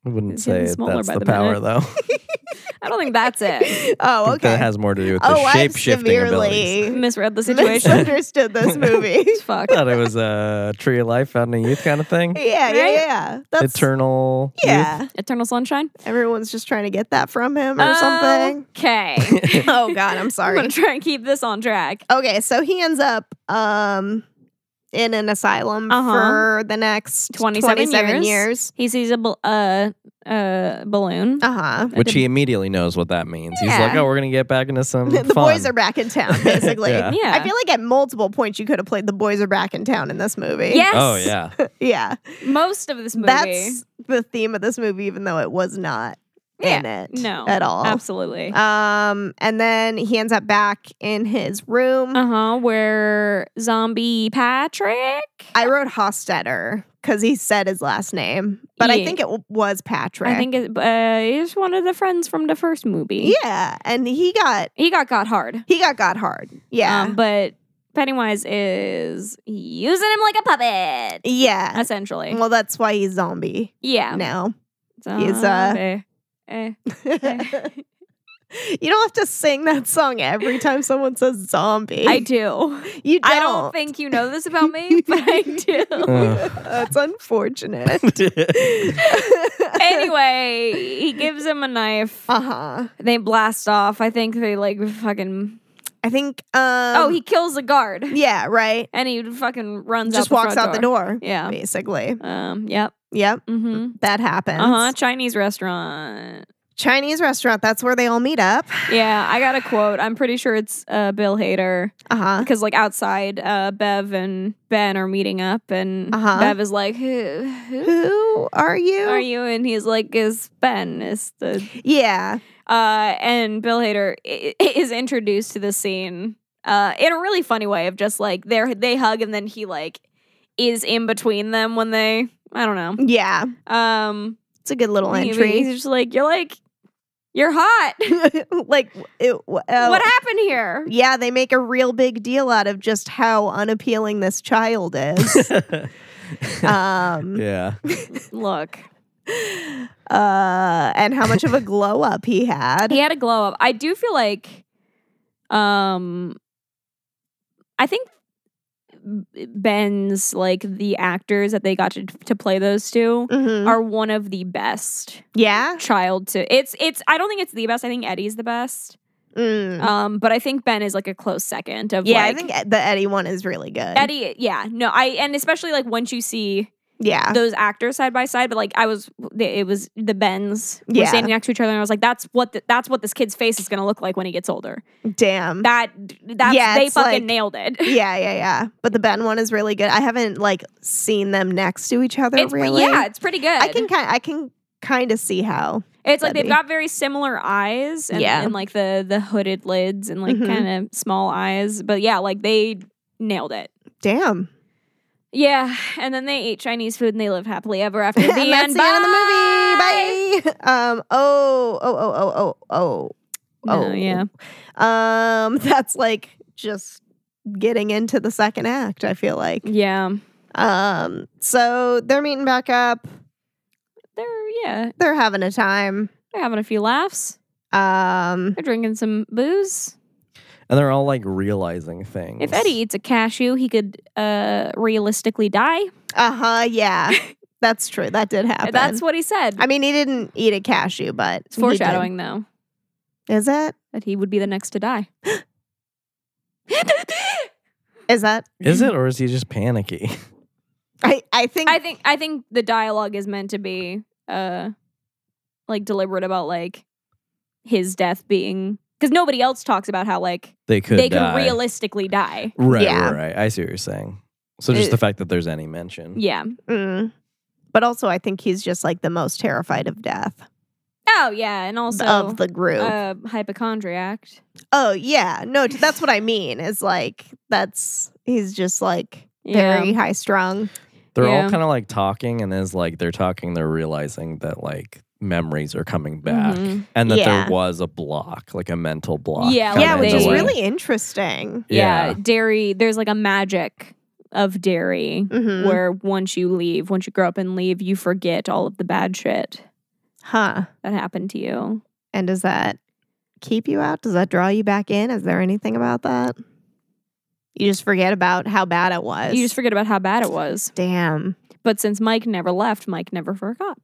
D: I wouldn't
C: It's
D: say
C: getting
D: that's
C: smaller by
D: the,
C: the
D: power,
C: minute.
D: though.
C: I don't think that's it.
B: Oh,
D: I think That
B: okay.
D: has more to do with the
B: Oh, I've
D: shape shifting abilities.
B: severely
C: Misread the situation.
B: misunderstood this movie.
C: Fuck.
D: I thought it was a tree of life, found in youth kind of thing.
B: yeah, yeah,
C: Right?
B: yeah. That's
D: Eternal.
B: yeah.
C: Eternal Sunshine
B: Everyone's just trying to get that from him or something.
C: Okay.
B: Oh God, I'm
C: Um, I'm
B: sorry.
C: gonna try and keep this on track.
B: Okay, so he ends up um in an asylum
C: Uh-huh.
B: for the next
C: 27
B: 27
C: years.
B: years.
C: He sees a bal- uh, uh, balloon.
B: Uh-huh.
D: Which he immediately knows what that means. He's like,
B: Yeah.
D: oh, we're going to get back into some.
B: the
D: fun.
B: boys are back in town, basically.
D: Yeah.
C: Yeah.
B: I feel like at multiple points you could have played the boys are back in town in this movie.
C: yes.
D: Oh, yeah.
B: Yeah.
C: Most of this movie.
B: That's the theme of this movie, even though it was not
C: Yeah.
B: in it
C: No.
B: at all.
C: Absolutely.
B: Um, and then he ends up back in his room.
C: Uh huh. Where zombie Patrick?
B: I wrote Hostetter because he said his last name, but I
C: Yeah.
B: think it w- was Patrick.
C: I think it, uh, he's one of the friends from the first movie.
B: Yeah, and he got
C: He got got hard.
B: he got got hard. Yeah,
C: Um, but Pennywise is using him like a puppet,
B: yeah.
C: essentially.
B: Well, that's why he's zombie
C: Yeah.
B: now. he's, uh,
C: Zombie. Eh.
B: you don't have to sing that song every time someone says zombie.
C: I do.
B: You don't.
C: I don't think you know this about me, but I do.
D: Ugh.
B: that's unfortunate.
C: anyway, he gives him a knife.
B: uh huh.
C: They blast off. I think they like fucking.
B: I think. Um,
C: oh, he kills the guard,
B: Yeah. Right.
C: and he fucking runs.
B: Just
C: out the
B: walks
C: front
B: out the door.
C: Yeah.
B: Basically.
C: Um. Yep.
B: Yep.
C: Mm-hmm.
B: That happens.
C: Uh huh. Chinese restaurant.
B: Chinese restaurant. That's where they all meet up.
C: Yeah, I got a quote. I'm pretty sure it's uh, Bill Hader
B: Uh huh.
C: because like outside, uh, Bev and Ben are meeting up, and
B: Uh-huh.
C: Bev is like, "Who, who
B: Who are you?
C: are you?" And he's like, "Is Ben is the
B: Yeah.
C: uh, and Bill Hader i- i- is introduced to the scene uh, in a really funny way of just like they are they hug and then he like is in between them when they I don't know.
B: Yeah.
C: Um,
B: It's a good little
C: he-
B: entry.
C: He's just like you're like you're hot.
B: like it, w- uh,
C: what happened here?
B: yeah they make a real big deal out of just how unappealing this child is um
D: yeah.
C: Look,
B: uh and how much of a glow up he had
C: he had a glow up. I do feel like, um, I think Ben's like the actors that they got to to play those 2
B: Mhm.
C: are one of the best.
B: yeah
C: child to it's it's I don't think it's the best. I think Eddie's the best.
B: Mm.
C: Um, but I think Ben is like a close second of
B: yeah i
C: like,
B: think E- the eddie one is really good
C: Eddie yeah, no, I and especially like once you see
B: yeah
C: those actors side by side, but like I was it was the Bens were
B: Yeah.
C: standing next to each other and I was like, that's what the, that's what this kid's face is gonna look like when he gets older.
B: damn
C: That that's
B: Mm-hmm. Yeah,
C: they
B: it's
C: fucking
B: like-
C: nailed it.
B: yeah yeah yeah but the ben one is really good i haven't like seen them next to each other
C: It's,
B: really
C: Yeah, it's pretty good.
B: i can kind i can kind of see how
C: It's like they've
B: Debbie.
C: got very similar eyes and,
B: Yeah.
C: and like the the hooded lids and like
B: Mhm.
C: kind of small eyes. But yeah, like they nailed it.
B: Damn.
C: Yeah, and then they ate Chinese food and they lived happily ever after. The
B: and that's
C: end.
B: the end of the movie. Bye. Um. Oh. Oh. Oh. Oh. Oh. Oh.
C: No,
B: oh.
C: yeah.
B: Um. That's like just getting into the second act. I feel like.
C: Yeah,
B: Um. So they're meeting back up.
C: they're yeah
B: They're having a time.
C: they're having a few laughs.
B: Um.
C: They're drinking some booze.
D: And they're all like realizing things.
C: If Eddie eats a cashew, he could uh realistically die.
B: Uh huh. Yeah. That's true. That did happen.
C: That's what he said.
B: I mean, he didn't eat a cashew, but
C: it's
B: he did.
C: foreshadowing though
B: Is it?
C: that he would be the next to die.
B: Is that?
D: Is it or is he just panicky?
B: I. I think.
C: I think I think the dialogue is meant to be uh like deliberate about like his death being because nobody else talks about how like
D: They could
C: they
D: die.
C: could realistically die.
D: Right,
B: Yeah. Uh,
D: right, right. I see what you're saying. So just
B: It-
D: the fact that there's any mention.
C: Yeah.
B: Mm. But also, I think he's just like the most terrified of death
C: Oh yeah, and also
B: of the group.
C: uh, hypochondriac.
B: oh yeah, no, t- that's what I mean. Is like that's he's just like
C: Yeah.
B: very high strung.
D: They're
C: Yeah.
D: all kind of like talking, and as like they're talking, they're realizing that like memories are coming back,
C: Mhm.
D: and
B: Mm-hmm.
D: that
B: Yeah.
D: there was a block, like a mental block.
C: Yeah,
D: kinda
B: Yeah,
D: in
B: which
D: the
B: is
D: way.
B: really interesting.
C: Yeah.
D: Yeah.
C: dairy. There's like a magic of dairy
B: Mhm.
C: where once you leave, once you grow up and leave, you forget all of the bad shit
B: Huh?
C: that happened to you.
B: And does that keep you out? Does that draw you back in? Is there anything about that? You just forget about how bad it was.
C: You just forget about how bad it was.
B: damn
C: But since Mike never left, Mike never forgot.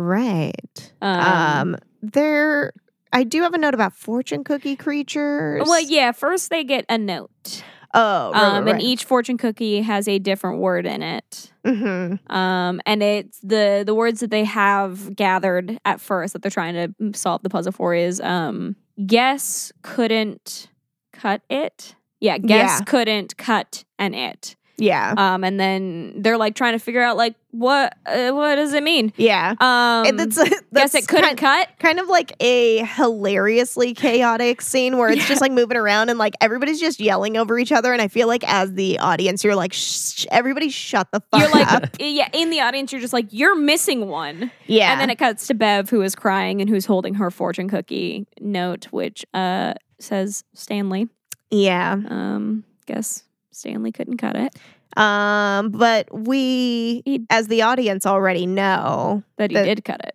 B: right.
C: Um,
B: Um, there. I do have a note about fortune cookie creatures.
C: well, yeah. First, they get a note,
B: Oh, right,
C: um,
B: right,
C: and each fortune cookie has a different word in it.
B: hmm
C: Um, and it's the the words that they have gathered at first that they're trying to solve the puzzle for is um, guess couldn't cut it. Yeah, guess
B: Yeah.
C: couldn't cut an it.
B: Yeah,
C: Um, and then they're like trying to figure out like what uh, what does it mean?
B: yeah.
C: Um,
B: And that's, that's
C: guess it couldn't
B: kind,
C: cut.
B: kind of like a hilariously chaotic scene where it's
C: Yeah.
B: just like moving around and like everybody's just yelling over each other. And I feel like as the audience, you're like, Shh, everybody, shut the fuck
C: You're
B: up.
C: like yeah, in the audience, you're just like you're missing one.
B: yeah,
C: And then it cuts to Bev, who is crying and who's holding her fortune cookie note, which uh, says Stanley.
B: yeah.
C: Um, guess Stanley couldn't cut it.
B: Um, but we,
C: He-
B: as the audience, already know.
C: But he
B: The-
C: did cut it.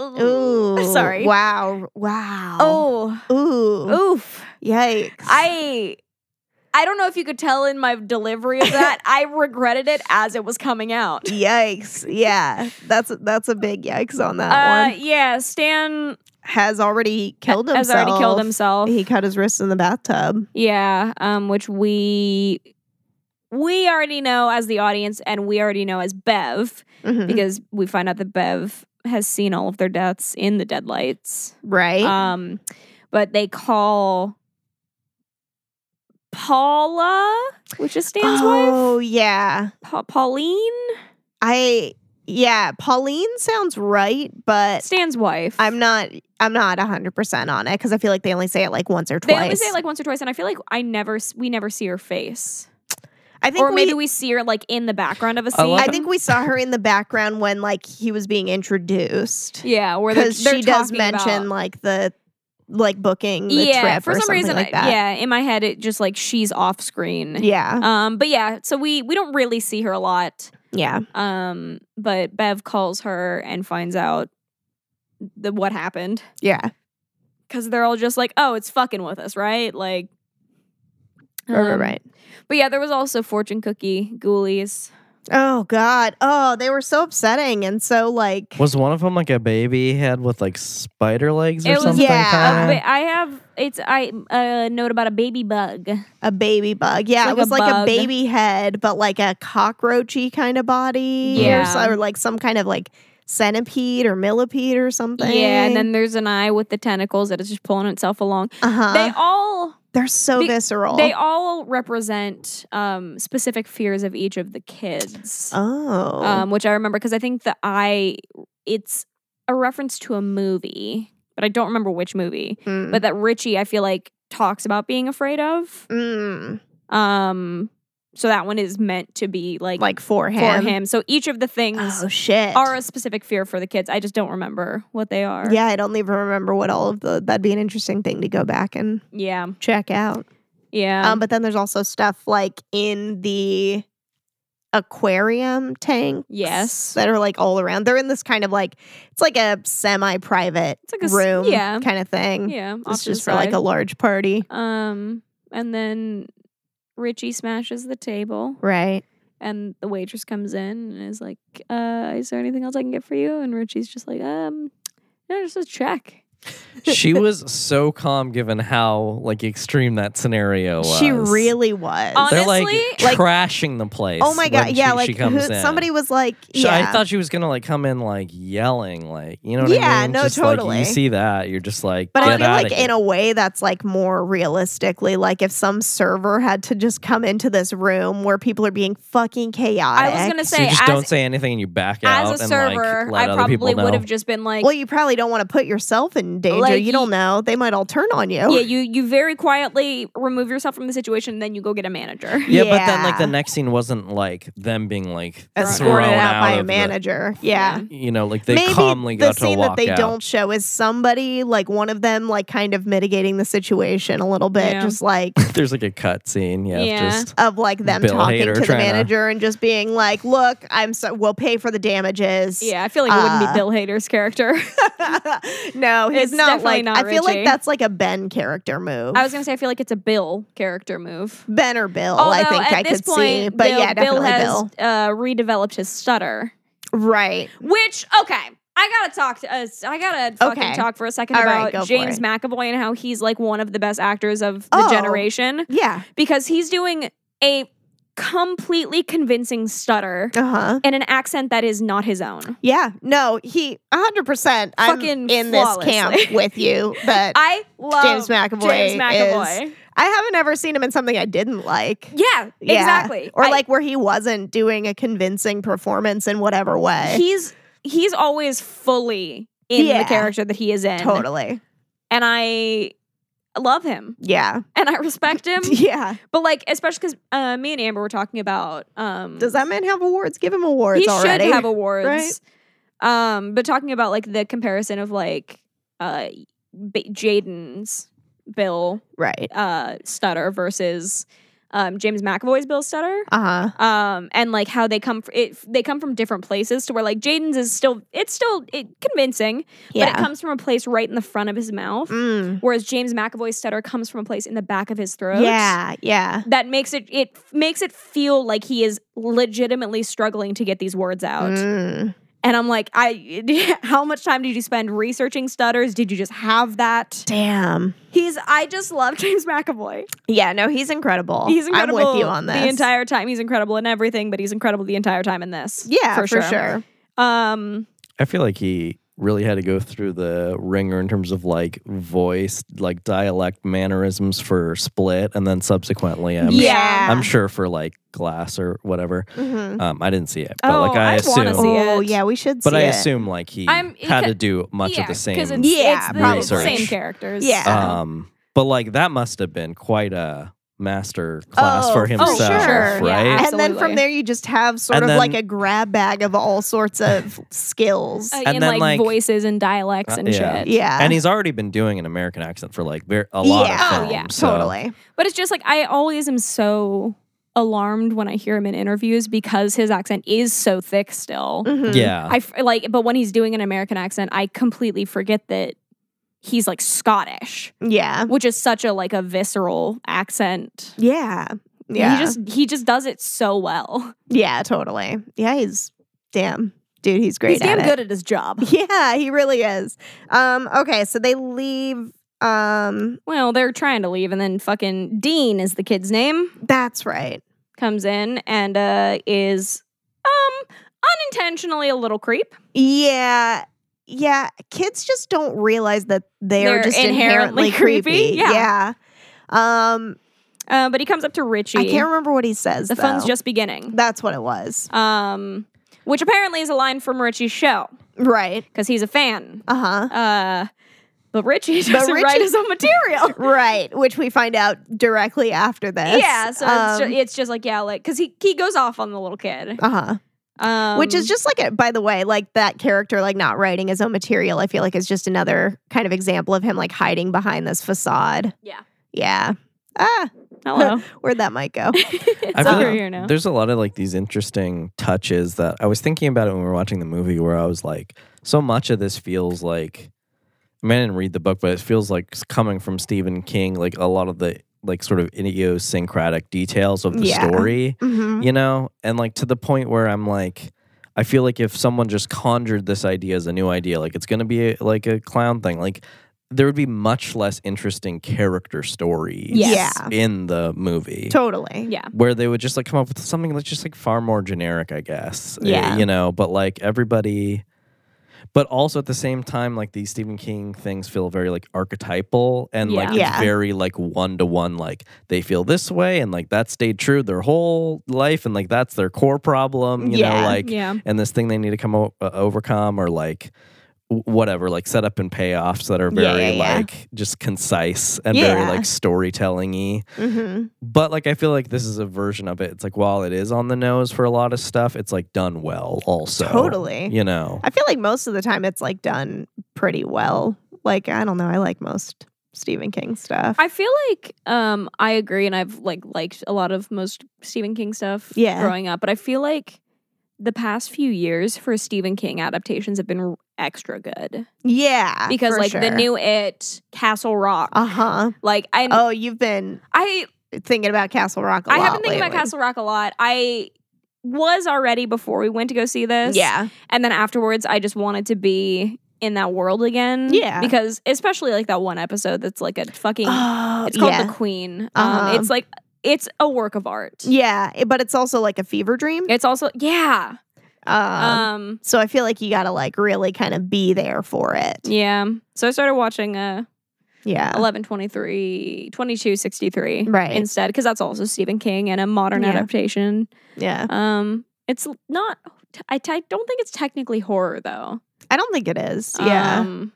B: Ooh,
C: sorry.
B: Wow, wow.
C: Oh,
B: ooh,
C: oof.
B: yikes!
C: I I don't know if you could tell in my delivery of that. I regretted it as it was coming out.
B: yikes. Yeah, that's that's a big yikes on that one.
C: Uh, yeah, Stan
B: has already killed himself.
C: has already killed himself.
B: He cut his wrist in the bathtub.
C: yeah, um, which we we already know as the audience, and we already know as Bev
B: Mhm.
C: because we find out that Bev has seen all of their deaths in the deadlights.
B: Right?
C: Um, but they call Paula, which is Stan's
B: oh
C: wife,
B: yeah,
C: pa- Pauline,
B: I yeah. Pauline sounds right, but
C: Stan's wife.
B: I'm not. I'm not hundred percent on it because I feel like they only say it like once or
C: They
B: twice.
C: only say it like once or twice, and I feel like I never, s- we never see her face,
B: I think
C: or maybe
B: we.
C: we see her like in the background of a
D: I
C: scene.
D: love
B: I think we saw her in the background when like he was being introduced
C: yeah, where they're,
B: because
C: they're
B: she does
C: talking
B: mention
C: about-
B: like the like booking the
C: yeah,
B: trip
C: for
B: or
C: some
B: something
C: reason,
B: like
C: I-
B: that.
C: yeah, in my head, it just like she's off screen.
B: yeah,
C: Um, but yeah, so we we don't really see her a lot.
B: yeah.
C: Um, but Bev calls her and finds out the what happened.
B: yeah.
C: because they're all just like, oh, it's fucking with us, right? Like,
B: Right, right,
C: um,
B: right.
C: But yeah, there was also fortune cookie ghoulies.
B: Oh God! Oh, they were so upsetting and so like
D: Was one of them like a baby head with like spider legs or
C: it was
D: something?
B: Yeah,
C: yeah. Oh,
D: kinda?
C: But I have it's I a note about a baby bug.
B: a baby bug. Yeah,
C: Like
B: it was
C: a
B: like a
C: bug.
B: baby head, but like a cockroachy kind of body. or,
C: Yeah.
B: so, or like some kind of like centipede or millipede or something.
C: Yeah, and then there's an eye with the tentacles that is just pulling itself along.
B: uh huh,
C: they all
B: they, are so
C: they-
B: visceral.
C: they all represent um, specific fears of each of the kids,
B: oh,
C: um, which I remember because I think the eye it's a reference to a movie, but I don't remember which movie.
B: mm.
C: but that Richie I feel like talks about being afraid of.
B: Mm.
C: Um So that one is meant to be like,
B: like for
C: for
B: him.
C: him. So each of the things
B: Oh shit.
C: are a specific fear for the kids. I just don't remember what they are.
B: yeah, I don't even remember what all of the. That'd be an interesting thing to go back and
C: Yeah.
B: check out.
C: Yeah.
B: Um, but then there's also stuff like in the aquarium tanks.
C: Yes.
B: That are like all around. They're in this kind of like it's like a semi-private
C: It's like a s-
B: room
C: yeah.
B: kind of thing.
C: yeah. off
B: It's
C: to the
B: just for like
C: side.
B: a large party.
C: Um, and then Richie smashes the table,
B: Right.
C: and the waitress comes in and is like, uh, "Is there anything else I can get for you?" And Richie's just like, "Um, no, just a check."
D: she was so calm given how like extreme that scenario was.
B: She really was.
C: On-
D: They're like
C: Honestly,
B: like-
D: trashing the place.
B: oh my god.
D: when
B: yeah,
D: she-
B: like
D: she comes
B: who,
D: in.
B: somebody was like
D: She-
B: yeah.
D: I thought she was gonna like come in like yelling, like you know what
B: Yeah,
D: I mean?
B: no,
D: Just, like,
B: totally.
D: you see that, you're just like,
B: But I
D: get
B: feel
D: out
B: like
D: of here.
B: in a way that's like more realistically, like if some server had to just come into this room where people are being fucking
C: I
B: chaotic.
C: was gonna
D: so you
C: say,
D: just
C: as,
D: don't say anything and you back out
C: as a
D: and
C: server,
D: like let
C: I
D: other people
C: probably would
D: know.
C: have just been like,
B: well, you probably don't want to put yourself in danger.
C: Like,
B: you don't know; they might all turn on you.
C: "Yeah, you you very quietly remove yourself from the situation, and then you go get a manager."
D: yeah, but then like the
B: Yeah.
D: next scene wasn't like them being like
B: escorted
D: thrown
B: out by a
D: of the-
B: manager. yeah.
D: you know, like they
B: Maybe
D: calmly
B: the
D: got to
B: scene
D: walk
B: that they
D: out.
B: don't show is somebody like one of them like kind of mitigating the situation a little bit,
C: Yeah.
B: just like
D: There's like a cut scene, yeah, of
C: Yeah.
D: just
B: of like them
D: Bill
B: talking
D: Hader
B: to the
D: trying to-
B: manager and just being like, "Look, I'm so we'll pay for the damages."
C: Yeah, I feel like it wouldn't
B: Uh,
C: be Bill Hader's character.
B: no, he's
C: It's
B: not
C: definitely
B: like.
C: not
B: I feel like
C: Richie.
B: that's like a Ben character move.
C: I was gonna say, I feel like it's a Bill character move.
B: ben or Bill,
C: Although
B: I think
C: at
B: I
C: this
B: could
C: point,
B: see, but
C: Bill,
B: yeah, definitely
C: Bill has
B: Bill.
C: Uh, redeveloped his stutter.
B: Right.
C: Which okay, I gotta talk to us. I gotta fucking
B: Okay.
C: talk for a second
B: All right,
C: about
B: go for
C: James
B: it.
C: McAvoy and how he's like one of the best actors of the
B: Oh.
C: generation
B: Yeah.
C: because he's doing a completely convincing stutter
B: Uh huh.
C: in an accent that is not his own.
B: Yeah. No, he 100%. I'm
C: Fucking
B: in this
C: flawlessly.
B: camp with you, but
C: I love
B: James McAvoy
C: James McAvoy.
B: I haven't ever seen him in something I didn't like.
C: yeah,
B: Yeah.
C: exactly.
B: Or
C: I-
B: like where he wasn't doing a convincing performance in whatever way.
C: he's he's always fully in
B: uh, Yeah.
C: the character that he is in.
B: totally.
C: and I love him
B: Yeah.
C: and I respect him.
B: Yeah.
C: But like, especially because uh, me and Amber were talking about um,
B: Does that man have awards? Give him awards
C: he
B: already.
C: should have awards. Um, but talking about like the comparison of like uh, B- Jaden's Bill
B: right.
C: uh, Stutter versus um, James McAvoy's Bill Stutter.
B: Uh huh.
C: Um, and like how they come, fr- it, they come from different places to where like Jaden's is still, it's still it, convincing,
B: Yeah.
C: but it comes from a place right in the front of his mouth.
B: Mm.
C: Whereas James McAvoy's stutter comes from a place in the back of his throat.
B: Yeah. Yeah.
C: that makes it it makes it feel like he is legitimately struggling to get these words out.
B: Mm.
C: And I'm like, I how much time did you spend researching stutters? Did you just have that?
B: Damn.
C: He's I just love James McAvoy.
B: Yeah. No, he's incredible.
C: He's incredible.
B: I'm with you on this.
C: The entire time he's incredible in everything, but he's incredible the entire time in this.
B: Yeah, for, sure.
C: Um
D: I feel like he really had to go through the ringer in terms of like voice, like dialect mannerisms for Split, and then subsequently, I'm,
C: Yeah.
D: I'm sure for like Glass or whatever.
B: Mhm.
D: Um, I didn't see it, but
C: Oh,
D: like I,
C: I wanna
D: assume,
C: see it.
B: Oh, yeah. We should.
D: but
B: see
D: I
B: it.
D: assume like he
C: I'm- it
D: had
C: ca-
D: to do much
C: yeah,
D: of the
C: 'cause
D: same.
C: It's,
B: Yeah,
C: it's the
D: research.
C: same characters. Uh,
B: Yeah.
D: Um, but like that must have been quite a master class
B: Oh,
D: for
B: for
D: himself,
B: sure.
C: Yeah,
D: right?
B: And then
C: Absolutely.
B: from there, you just have sort
D: And
B: of
D: then-
B: like a grab bag of all sorts of skills.
C: Uh,
D: And
C: in
D: then,
C: like,
D: like-
C: voices and dialects
D: Uh,
C: and
D: yeah.
C: shit.
B: yeah.
D: And he's already been doing an American accent for like ver- a lot
B: Yeah.
D: of
B: Oh,
D: films.
C: yeah,
D: so-
B: totally.
C: But it's just like I always am so alarmed when I hear him in interviews because his accent is so thick still.
B: Mhm.
D: Yeah.
C: I f- like, but when he's doing an American accent, I completely forget that he's like Scottish,
B: Yeah.
C: which is such a like a visceral accent.
B: Yeah. Yeah.
C: he just he just does it so well.
B: yeah. Totally. Yeah. He's damn dude. He's great.
C: he's damn
B: at it.
C: good at his job.
B: Yeah, he really is. Um, okay, so they leave. Um,
C: Well, they're trying to leave, and then fucking Dean is the kid's name.
B: that's right.
C: Comes in and uh, is um unintentionally a little creep.
B: Yeah, yeah. Kids just don't realize that they're,
C: They're
B: just
C: inherently
B: inherently,
C: creepy, yeah.
B: Yeah. Um,
C: Uh, but he comes up to Richie.
B: I can't remember what he says.
C: the fun's
B: though.
C: just beginning.
B: That's what it was.
C: Um, which apparently is a line from Richie's show
B: Right.
C: because he's a fan.
B: Uh huh.
C: Uh, But Richie doesn't write
B: Richie-
C: his own material.
B: Right, which we find out directly after this. Um,
C: yeah, so it's, just, it's just like yeah, like because he he goes off on the little kid,
B: uh huh.
C: um,
B: Which is just like a, by the way, like that character like not writing his own material, I feel like is just another kind of example of him like hiding behind this facade.
C: yeah.
B: Yeah. Ah,
C: Hello,
B: where'd that might go?
C: it's
D: I've
C: over
D: been-
C: here now.
D: There's a lot of like these interesting touches that I was thinking about it when we were watching the movie where I was like, so much of this feels like I mean I didn't read the book, but it feels like it's coming from Stephen King, like a lot of the like sort of idiosyncratic details of the
B: Yeah.
D: story.
B: hmm
D: You know? And like to the point where I'm like I feel like if someone just conjured this idea as a new idea, like it's gonna be a, like a clown thing, like there would be much less interesting character stories
C: Yes.
B: Yeah.
D: in the movie
B: Totally.
C: yeah,
D: where they would just like come up with something that's just like far more generic, I guess. Uh,
B: Yeah.
D: You know, but like everybody, but also at the same time, like these Stephen King things feel very like archetypal and like
C: Yeah.
D: it's
B: Yeah.
D: very like one to one. Like they feel this way and like that stayed true their whole life and like that's their core problem, you
B: Yeah.
D: know, like,
C: yeah,
D: and this thing they need to come o- uh, overcome or like, w- Whatever, like setup and payoffs that are
B: Yeah,
D: very
B: yeah, yeah.
D: like just concise and very
B: Yeah.
D: like storytelling y
B: hmm
D: but like I feel like this is a version of it. It's like while it is on the nose for a lot of stuff, it's like done well also.
B: Totally.
D: You know.
B: I feel like most of the time it's like done pretty well. Like, I don't know. I like most Stephen King stuff.
C: I feel like um I agree and I've like liked a lot of most Stephen King stuff
B: Yeah.
C: growing up, but I feel like the past few years for Stephen King adaptations have been r- extra good
B: yeah.
C: because
B: for
C: like the
B: sure.
C: new It, Castle Rock,
B: Uh huh.
C: like and
B: Oh, you've been
C: I
B: thinking about Castle Rock a
C: I
B: lot.
C: have been thinking about
B: lately.
C: Castle Rock a lot. I was already before we went to go see this.
B: Yeah.
C: And then afterwards, I just wanted to be in that world again.
B: Yeah.
C: Because especially like that one episode that's like a fucking.
B: Oh,
C: it's called
B: yeah.
C: The Queen.
B: Uh-huh.
C: Um, it's like it's a work of art.
B: Yeah, it- but it's also like a fever dream.
C: It's also yeah. Um,
B: Um, so I feel like you got to like really kind of be there for it.
C: yeah. So I started watching uh
B: Yeah.
C: 11 23 22 63
B: Right.
C: instead because that's also Stephen King and a modern
B: Yeah.
C: adaptation.
B: Yeah.
C: Um it's not I t- I don't think it's technically horror though.
B: I don't think it is. Yeah.
C: Um,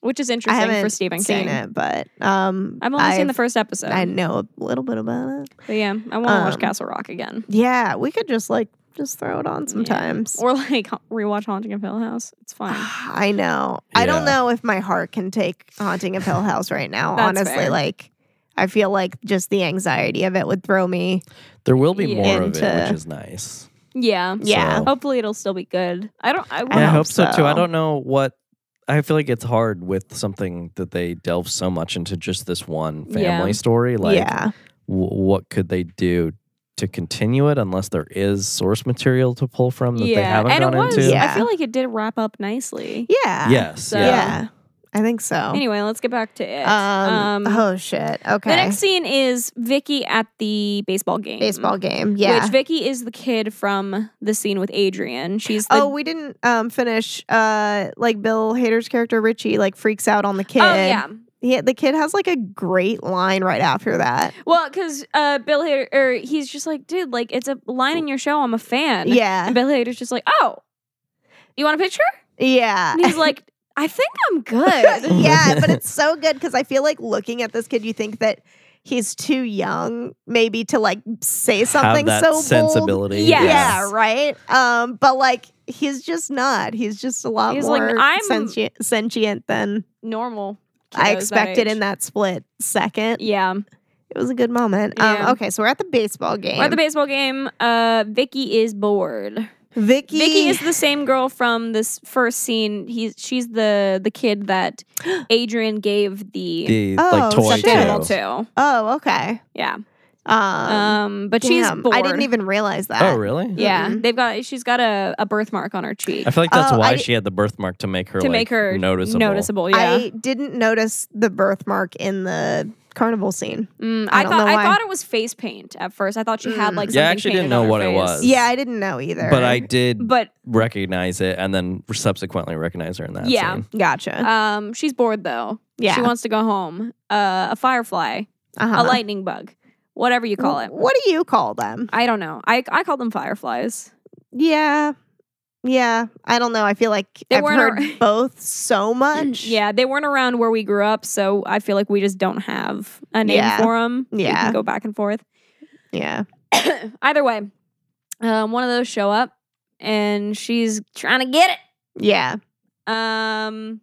C: which is
B: I
C: interesting
B: haven't
C: for Stephen
B: seen
C: King.
B: it, but um
C: I've only seen the
B: I've-
C: first episode.
B: I know a little bit about it.
C: But yeah, I want to watch
B: Um,
C: Castle Rock again.
B: Yeah, we could just like just throw it on
C: Yeah.
B: sometimes.
C: Or like rewatch Haunting of Hill House. It's fine.
B: I know. I don't
D: Yeah.
B: know if my heart can take haunting of Hill House right now.
C: That's
B: honestly,
C: fair.
B: like I feel like just the anxiety of it would throw me.
D: There will be
C: Yeah.
D: more of it,
B: Into-
D: which is nice.
C: Yeah.
B: Yeah.
D: So-
C: Hopefully it'll still be good. I don't. I,
D: I,
B: hope
D: hope so. too.
B: so.
D: I don't know what I feel like it's hard with something that they delve so much into just this one family
C: Yeah.
D: story. Like
B: yeah.
D: w- what could they do to continue it unless there is source material to pull from that they haven't
C: and
D: gone
C: it was.
D: into?
B: Yeah.
C: I feel like it did wrap up nicely.
B: Yeah.
D: Yes.
C: So-
B: Yeah.
D: yeah.
B: I think so.
C: Anyway, let's get back to it.
B: Um,
C: Um,
B: oh shit. Okay.
C: The next scene is Vicky at the baseball game.
B: baseball game. Yeah.
C: Which Vicky is the kid from the scene with Adrian. She's the
B: oh, we didn't um finish uh like Bill Hader's character Richie like freaks out on the kid.
C: Oh, yeah.
B: Yeah, the kid has like a great line right after that.
C: Well, because uh, Bill Hader, or he's just like, dude, like it's a line in your show. I'm a fan.
B: Yeah.
C: And Bill Hader's just like, oh, you want a picture?
B: Yeah.
C: And he's like, I think I'm good.
B: yeah, but it's so good because I feel like looking at this kid, you think that he's too young, maybe to like say something
D: Have that
B: so bold.
D: sensibility.
C: Yeah.
D: Yeah.
B: Yeah, right. Um, but like he's just not. He's just a lot
C: He's like,
B: more
C: "I'm-
B: sentient, sentient than
C: Normal.
B: I
C: kiddos
B: expected
C: age.
B: in that split second.
C: Yeah.
B: It was a good moment. Um,
C: Yeah.
B: okay, so we're at the baseball game.
C: We're at the baseball game. Uh, Vicky is bored.
B: Vicky,
C: Vicky is the same girl from this first scene. He's she's the the kid that Adrian gave the,
D: The
B: Oh,
D: like toy
B: shit.
D: too.
C: animal to.
B: oh okay.
C: Yeah.
B: Um,
C: Um, but she's
B: damn,
C: bored.
B: I didn't even realize that.
D: Oh really?
C: Yeah,
B: Mhm.
C: they've got. She's got a, a birthmark on her cheek
D: I feel like that's
B: Oh, I
D: why
B: di-
D: she had the birthmark to make her
C: Uh, to
D: like,
C: make her
D: noticeable.
C: Noticeable. Yeah.
B: I didn't notice the birthmark in the carnival scene.
C: Mm,
B: I
C: I,
B: don't
C: thought
B: know
C: I
B: why.
C: thought it was face paint at first. I thought she had
B: Mm.
C: like
D: Yeah,
C: something
D: I actually didn't
C: painted on
D: know
C: her
D: what it
C: face.
D: was.
B: Yeah, I didn't know either.
D: But I did
C: But
D: recognize it and then subsequently recognize her in that
C: Yeah.
D: scene.
B: gotcha.
C: um, she's bored though.
B: Yeah.
C: She wants to go home. Uh, a firefly,
B: Uh-huh.
C: a lightning bug, whatever you call it.
B: What do you call them?
C: I don't know. I I call them fireflies.
B: Yeah, Yeah, I don't know. I feel like
C: They
B: I've
C: weren't
B: heard
C: ar-
B: both so much.
C: Yeah, they weren't around where we grew up, so I feel like we just don't have a name
B: Yeah.
C: for them.
B: Yeah.
C: go back and forth.
B: yeah.
C: Either way, um, one of those show up, and she's trying to get it.
B: Yeah.
C: Um,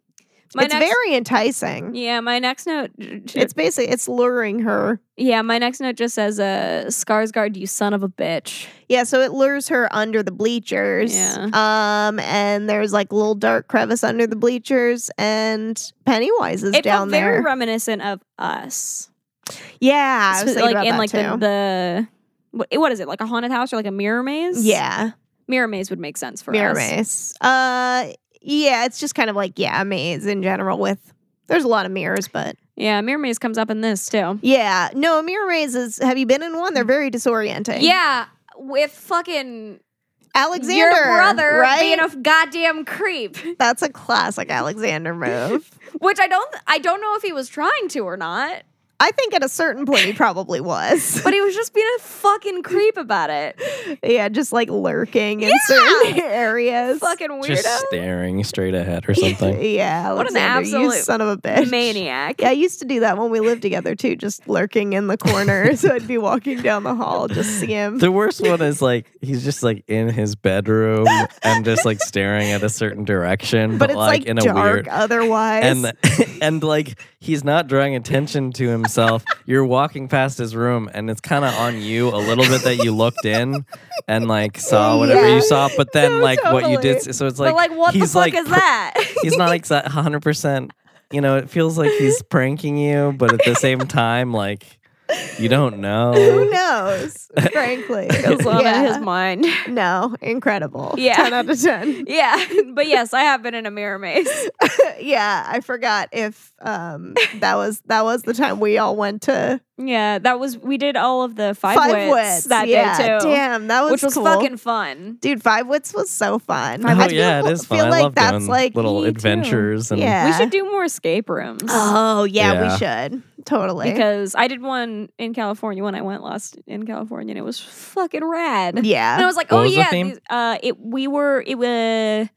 C: my
B: it's
C: next,
B: very enticing.
C: yeah. My next note,
B: It's basically it's luring her.
C: yeah. My next note just says, "Uh, Skarsgård, you son of a bitch."
B: Yeah, so it lures her under the bleachers.
C: Yeah.
B: Um, and there's like a little dark crevice under the bleachers, and Pennywise is
C: It
B: down
C: felt very
B: there.
C: reminiscent of us.
B: yeah, I was
C: Spe-
B: thinking
C: like
B: about
C: in
B: that
C: like
B: too.
C: the the wh- what is it like a haunted house or like a mirror maze?
B: yeah,
C: mirror maze would make sense for
B: mirror
C: us.
B: maze. Uh, yeah, it's just kind of like yeah, a maze in general. With there's a lot of mirrors, but
C: Yeah, mirror maze comes up in this too.
B: yeah, no, a mirror maze is. Have you been in one? They're very disorienting.
C: Yeah, with fucking
B: Alexander,
C: your brother
B: right?
C: being a goddamn creep,
B: That's a classic Alexander move.
C: which I don't I don't know if he was trying to or not,
B: I think at a certain point he probably was.
C: but he was just being a fucking creep about it.
B: Yeah, just like lurking in certain areas.
C: Fucking weirdo.
D: Just staring straight ahead or something.
B: Yeah,
C: What an
B: Alexander, you
C: absolute
B: son of a bitch.
C: Maniac.
B: Yeah, I used to do that when we lived together too, just lurking in the corner. so I'd be walking down the hall, just see him.
D: the worst one is like he's just like in his bedroom and just like staring at a certain direction,
B: But
D: but,
B: it's like,
D: in a
B: dark
D: weird
B: otherwise.
D: and and like he's not drawing attention to himself. You're walking past his room, and it's kind of on you a little bit that you looked in and like saw whatever
B: Yeah.
D: you saw, but then
B: No,
D: like what you
B: totally.
D: did. So it's like,
C: but like, what the
D: he's
C: fuck
D: like
C: is
D: pr-
C: that?
D: He's not like hundred percent. You know, it feels like he's pranking you, but at the same time, like you don't
B: who
D: know.
B: knows? Frankly.
C: Goes on in his
B: Yeah.
C: mind.
B: No, incredible.
C: Yeah.
B: 10 out of 10.
C: Yeah, but yes, I have been in a mirror maze.
B: yeah, I forgot if um that was that was the time we all went to
C: Yeah, that was we did all of the five, wits, that
B: yeah.
C: day too,
B: Damn, that was
C: which was
B: cool.
C: fucking fun.
B: Dude, Five Wits was so fun.
D: Oh
B: I
D: yeah,
B: feel,
D: it is fun.
B: Feel
D: I
B: like
D: love
B: that's
D: doing
B: like
D: little
C: Me too.
D: adventures and
B: yeah.
C: We should do more escape rooms.
B: Oh yeah, we should totally.
C: because I did one in California when I went last in California, and it was fucking rad. And I
B: yeah,
C: was like,
D: What
C: oh
D: was the
C: yeah,
D: theme?
C: these- uh, it we were it was.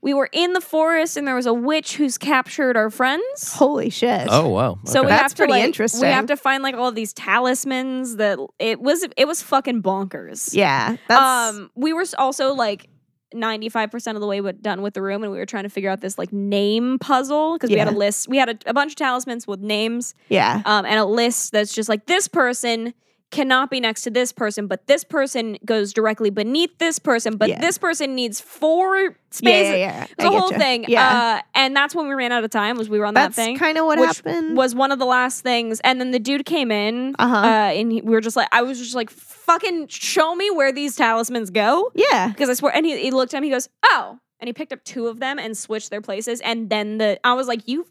C: We were in the forest and there was a witch who's captured our friends.
B: holy shit.
D: Oh wow.
C: So we
D: Okay.
B: That's
C: have to
B: pretty
C: like,
B: interesting.
C: We have to find like all these talismans that it was it was fucking bonkers.
B: yeah, that's
C: Um, we were s- also like 95% of the way but done with the room and we were trying to figure out this like name puzzle because we had
B: Yeah.
C: a list we had a, a bunch of talismans with names
B: yeah,
C: um, and a list that's just like this person cannot be next to this person but this person goes directly beneath this person but
B: Yeah.
C: this person needs four spaces
B: yeah, yeah, yeah.
C: It was
B: I
C: a
B: get
C: whole
B: ya.
C: thing
B: Yeah,
C: uh, and that's when we ran out of time was we were on
B: that's
C: that thing
B: kind of what
C: which
B: happened.
C: was one of the last things and then the dude came in
B: Uh-huh.
C: uh, and he, we were just like i was just like fucking show me where these talismans go
B: yeah,
C: because I swear, and he, he looked at me, he goes, Oh. And he picked up two of them and switched their places. And then the, I was like, You,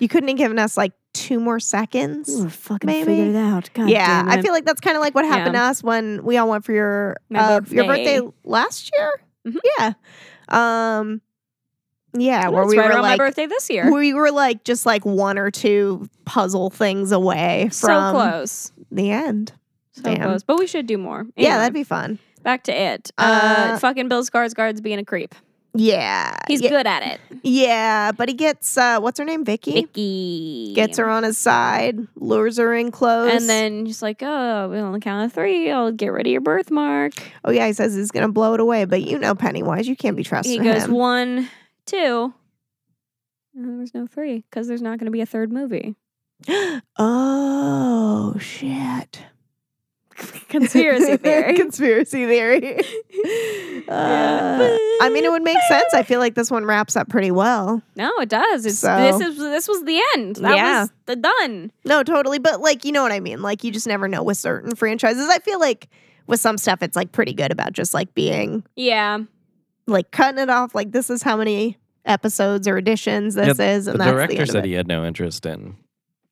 B: you couldn't have given us like two more seconds.
C: fucking
B: Maybe. figured it
C: out.
B: yeah, I feel like that's kind of like what happened
C: Yeah.
B: to us when we all went for your
C: My
B: uh, your
C: birthday.
B: birthday last year.
C: Mhm.
B: Yeah, um, yeah, where we
C: right
B: were
C: around
B: like
C: my birthday this year.
B: We were like just like one or two puzzle things away
C: so
B: from
C: close.
B: the end.
C: So
B: Damn.
C: close. But we should do more.
B: Yeah,
C: Anyway,
B: that'd be fun.
C: back to it. Uh,
B: Uh,
C: fucking Bill Skarsgård's being a creep.
B: Yeah.
C: He's
B: yeah,
C: good at it.
B: Yeah, but he gets uh what's her name? Vicky?
C: Vicky.
B: Gets her on his side, lures her in close.
C: And then he's like, Oh, on the count of three, I'll get rid of your birthmark.
B: Oh yeah, he says he's gonna blow it away, but you know Pennywise, you can't be
C: He
B: trusting
C: goes
B: him.
C: one, two. And then there's no three because there's not going to be a third movie.
B: oh shit.
C: Conspiracy theory.
B: Conspiracy theory. Uh, I mean, it would make sense. I feel like this one wraps up pretty well.
C: No, it does. It's
B: So-
C: this is this was the end. That
B: Yeah.
C: was the done.
B: No, totally. But like, you know what I mean? Like, you just never know with certain franchises. I feel like with some stuff, it's like pretty good about just like being
C: Yeah.
B: like cutting it off. Like, this is how many episodes or editions this
D: Yeah,
B: is,
D: the
B: and that's
D: director
B: the end
D: said
B: of it.
D: he had no interest in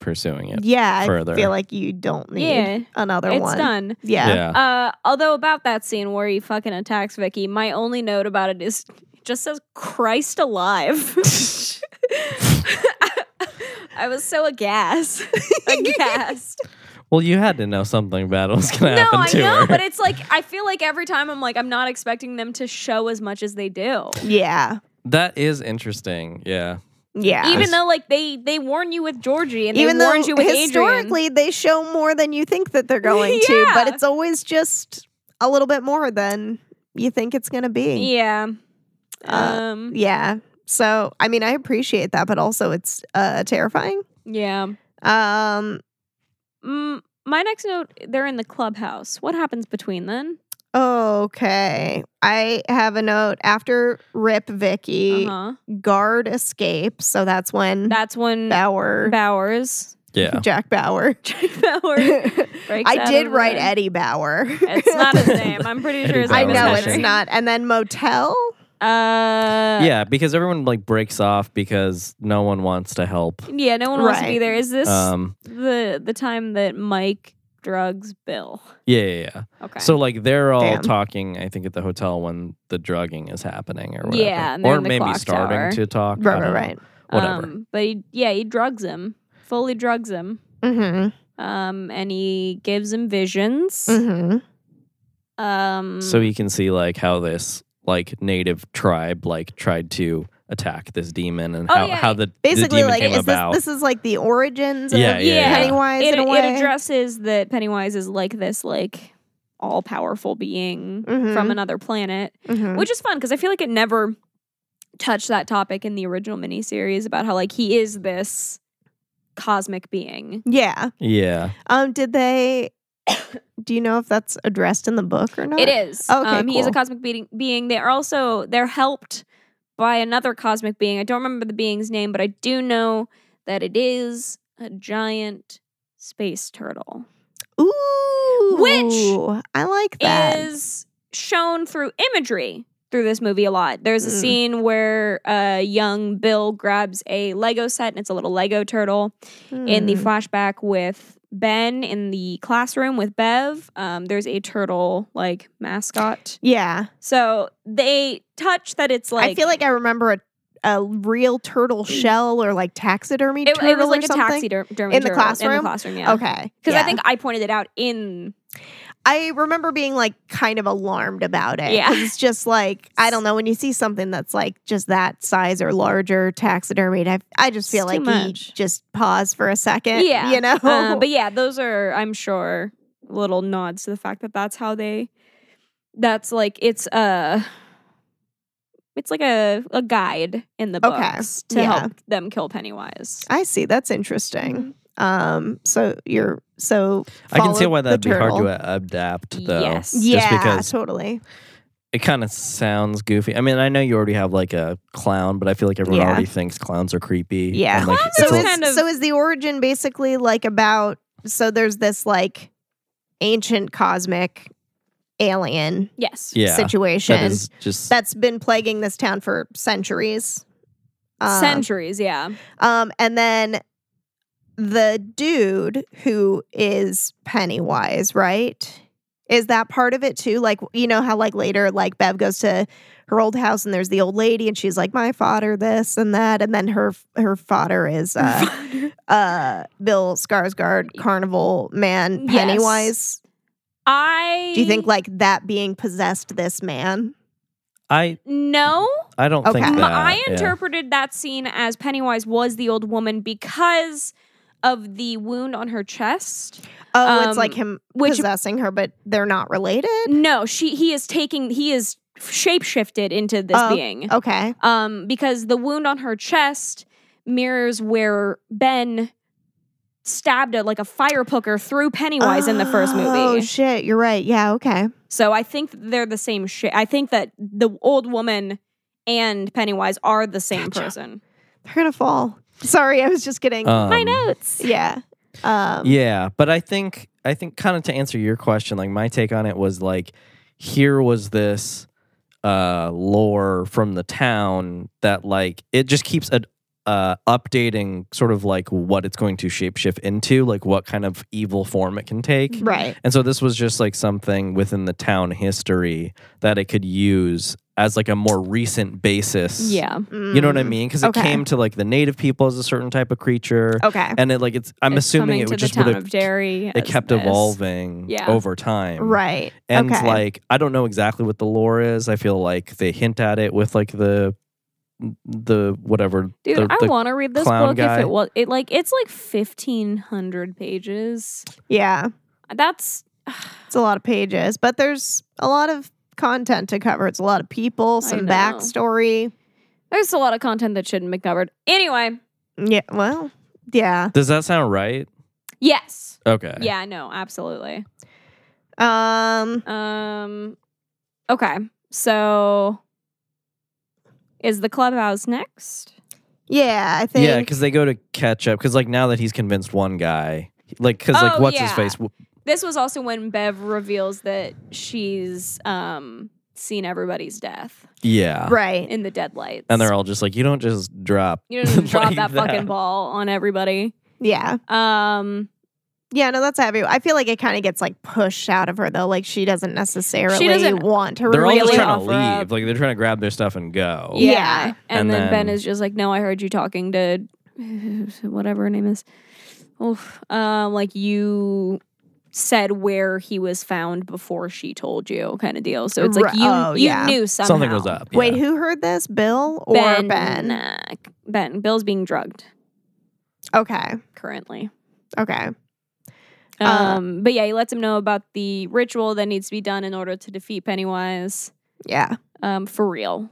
D: pursuing it.
B: yeah, I
D: further.
B: feel like you don't need
C: Yeah.
B: another
C: It's
B: one.
C: done.
B: Yeah.
C: Uh although about that scene where he fucking attacks Vicky, my only note about it is it just says Christ alive. I was so aghast. aghast.
D: Well, Well, you had to know something bad was going to
C: No,
D: happen
C: I
D: to
C: know,
D: her.
C: but it's like I feel like every time I'm like I'm not expecting them to show as much as they do.
B: Yeah.
D: that is interesting. Yeah.
B: Yeah.
C: Even
D: Yes.
C: though like they they warn you with Georgie and
B: Even
C: they
B: though
C: warned you with Adrian.
B: historically they show more than you think that they're going to, but
C: Yeah.
B: it's always just a little bit more than you think it's going to be.
C: Yeah.
B: Uh,
C: um
B: Yeah. So, I mean, I appreciate that, but also it's uh, terrifying.
C: yeah.
B: Um,
C: Mm, my next note they're in the clubhouse. What happens between then?
B: okay. I have a note after Rip Vicky,
C: Uh-huh.
B: guard escapes. So that's when
C: That's when
B: Bauer,
C: Bowers.
D: Yeah.
B: Jack Bauer.
C: Jack Bauer. breaks
B: I
C: out
B: did
C: of
B: write
C: the-
B: Eddie Bauer.
C: It's not his name. I'm pretty sure
D: Eddie
C: his
B: I
C: name is
B: know
D: Bauer.
B: it's
C: Henry.
B: not. And then Motel.
C: Uh,
D: yeah, because everyone like breaks off because no one wants to help.
C: Yeah, no one wants to be
B: Right.
C: there. Is this
D: Um,
C: the the time that Mike drugs Bill?
D: yeah, yeah, yeah.
C: Okay.
D: So like they're all
B: Damn.
D: talking, I think, at the hotel when the drugging is happening or whatever.
C: Yeah, and they're
D: or
C: in the
D: maybe
C: clock
D: starting
C: tower.
D: to talk. I
B: Right,
D: don't
B: right,
D: know.
B: right.
D: Whatever.
C: Um, but he, yeah, he drugs him. Fully drugs him.
B: Mm-hmm.
C: Um, and he gives him visions.
B: Mm-hmm.
C: Um,
D: so you can see like how this like native tribe like tried to attack this demon and
C: Oh,
D: how,
C: yeah.
D: how the, the
B: Basically,
D: demon
B: like,
D: came
B: is this,
D: about.
B: this is like the origins of
D: Yeah, yeah, yeah.
B: Pennywise
C: it,
B: in a
C: it
B: way.
C: addresses that Pennywise is like this like all powerful being
B: Mhm.
C: from another planet,
B: Mhm.
C: which is fun because I feel like it never touched that topic in the original miniseries about how like he is this cosmic being.
B: Yeah.
D: yeah.
B: Um. Did they? do you know if that's addressed in the book or not?
C: It is.
B: Okay,
C: um, He is a
B: cool.
C: cosmic being. being. They are also they're helped by another cosmic being. I don't remember the being's name, but I do know that it is a giant space turtle.
B: Ooh.
C: Which
B: I like that.
C: Is shown through imagery through this movie a lot. There's a
B: Mm.
C: scene where uh, young Bill grabs a Lego set and it's a little Lego turtle. in the
B: Hmm.
C: flashback with Ben in the classroom with Bev. Um, there's a turtle like mascot.
B: yeah.
C: So they touch that it's like Mm.
B: I feel like I remember a a real turtle shell or like taxidermy
C: it,
B: turtle
C: it was like
B: or
C: a
B: something.
C: taxidermy turtle
B: In the
C: In the
B: classroom?
C: classroom, yeah.
B: Okay.
C: Because I
B: yeah.
C: think I pointed it out in
B: I remember being like kind of alarmed about it.
C: Yeah.
B: 'Cause It's just like, I don't know, when you see something that's like just that size or larger taxidermied, I, I just feel
C: It's too
B: like you
C: much.
B: just pause for a second.
C: yeah,
B: You know?
C: Uh, but yeah, those are I'm sure little nods to the fact that that's how they. That's like it's a. It's like a, a guide in the
B: Okay,
C: books to
B: yeah.
C: help them kill Pennywise.
B: I see. That's interesting.
C: Mm-hmm.
B: Um, so you're, so
D: I can see
B: follow
D: why
B: the
D: that'd be hard
B: turtle.
D: to uh, adapt though.
C: Yes.
B: Yeah,
D: Just because
B: totally.
D: it kind of sounds goofy. I mean, I know you already have like a clown, but I feel like everyone
B: Yeah.
D: already thinks clowns are creepy.
B: Yeah.
D: And, like,
C: Clowns
D: it's
B: So
C: are
D: a-
B: is,
C: kind of-
B: so is the origin basically like about, so there's this like ancient cosmic alien
C: Yes.
D: yeah,
B: situation.
D: that is just
B: that's been plaguing this town for centuries. Um,
C: Centuries, yeah.
B: um, and then the dude who is Pennywise, right? Is that part of it too? Like you know how like later like Bev goes to her old house and there's the old lady and she's like my father this and that and then her her father is uh, uh Bill Skarsgård Carnival Man
C: Yes.
B: Pennywise.
C: I
B: Do you think like that being possessed this man?
D: I
C: no?
D: I don't think
B: Okay.
D: that.
C: M- I
D: yeah.
C: interpreted that scene as Pennywise was the old woman because of the wound on her chest.
B: Oh,
C: Um,
B: it's like him
C: which-
B: possessing her, but they're not related.
C: No, she he is taking he is shapeshifted into this
B: Oh,
C: being.
B: Okay.
C: Um because the wound on her chest mirrors where Ben stabbed a, like a fire poker through Pennywise in the first movie.
B: Oh shit, you're right. Yeah, okay.
C: So I think that they're the same shit. I think that the old woman and Pennywise are the same
B: Gotcha.
C: person.
B: They're gonna fall. Sorry, I was just kidding.
C: My
D: Um,
C: notes.
B: yeah. Um
D: Yeah, but I think I think kind of to answer your question, like my take on it was like here was this uh lore from the town that like it just keeps ad- uh updating sort of like what it's going to shapeshift into, like what kind of evil form it can take.
B: Right.
D: And so this was just like something within the town history that it could use as like a more recent basis.
C: Yeah.
D: You know what I
B: Mm.
D: mean? Because it
B: Okay.
D: came to like the native people as a certain type of creature.
B: Okay.
D: And it like it's I'm
C: It's
D: assuming
C: coming
D: it
C: to
D: would
C: the
D: just
C: town
D: would
C: of
D: have
C: Derry.
D: it
C: as
D: kept
C: this.
D: evolving
C: Yeah.
D: over time.
B: right.
D: And
B: okay.
D: like I don't know exactly what the lore is. I feel like they hint at it with like the the whatever
C: Dude,
D: the,
C: I
D: the-
C: want to read this
D: clown
C: book if
D: guy.
C: it was it like it's like fifteen hundred pages.
B: yeah,
C: That's
B: it's a lot of pages, but there's a lot of content to cover. It's a lot of people,
C: I
B: some
C: know.
B: backstory.
C: there's a lot of content that shouldn't be covered. Anyway,
B: Yeah. Well. Yeah.
D: Does that sound right?
C: yes.
D: Okay.
C: Yeah, no, absolutely.
B: Um.
C: Um okay. So is the clubhouse next?
B: Yeah. I think.
D: Yeah, because they go to catch up. Because like now that he's convinced one guy, like because like
C: Oh,
D: what's his
C: yeah.
D: face? w-
C: This was also when Bev reveals that she's um seen everybody's death
D: Yeah,
B: right.
C: in the deadlights.
D: And they're all just like, you don't just drop.
C: you know, just drop
D: like
C: that, fucking ball on everybody.
B: Yeah.
C: Um
B: Yeah, no, that's heavy. I feel like it kind of gets like pushed out of her though. Like she doesn't necessarily
C: doesn't-
B: want to
D: They're all
B: really.
D: just trying to
C: offer
D: leave.
C: up.
D: Like they're trying to grab their stuff and go.
C: Yeah.
B: Yeah.
C: And,
D: Oh. And
C: then, Ben
D: then-
C: is just like, no, I heard you talking to whatever her name is. Oof. Um, like you said where he was found before she told you kind of deal. So it's like
B: Ri-
C: you
B: oh,
C: you
B: yeah.
C: knew somehow.
D: Something was up. yeah.
B: Wait, who heard this? Bill or Ben?
C: Ben. uh, Ben. Bill's being drugged
B: Okay.
C: currently.
B: Okay. Uh,
C: Um, but yeah, he lets him know about the ritual that needs to be done in order to defeat Pennywise.
B: Yeah.
C: Um, for real.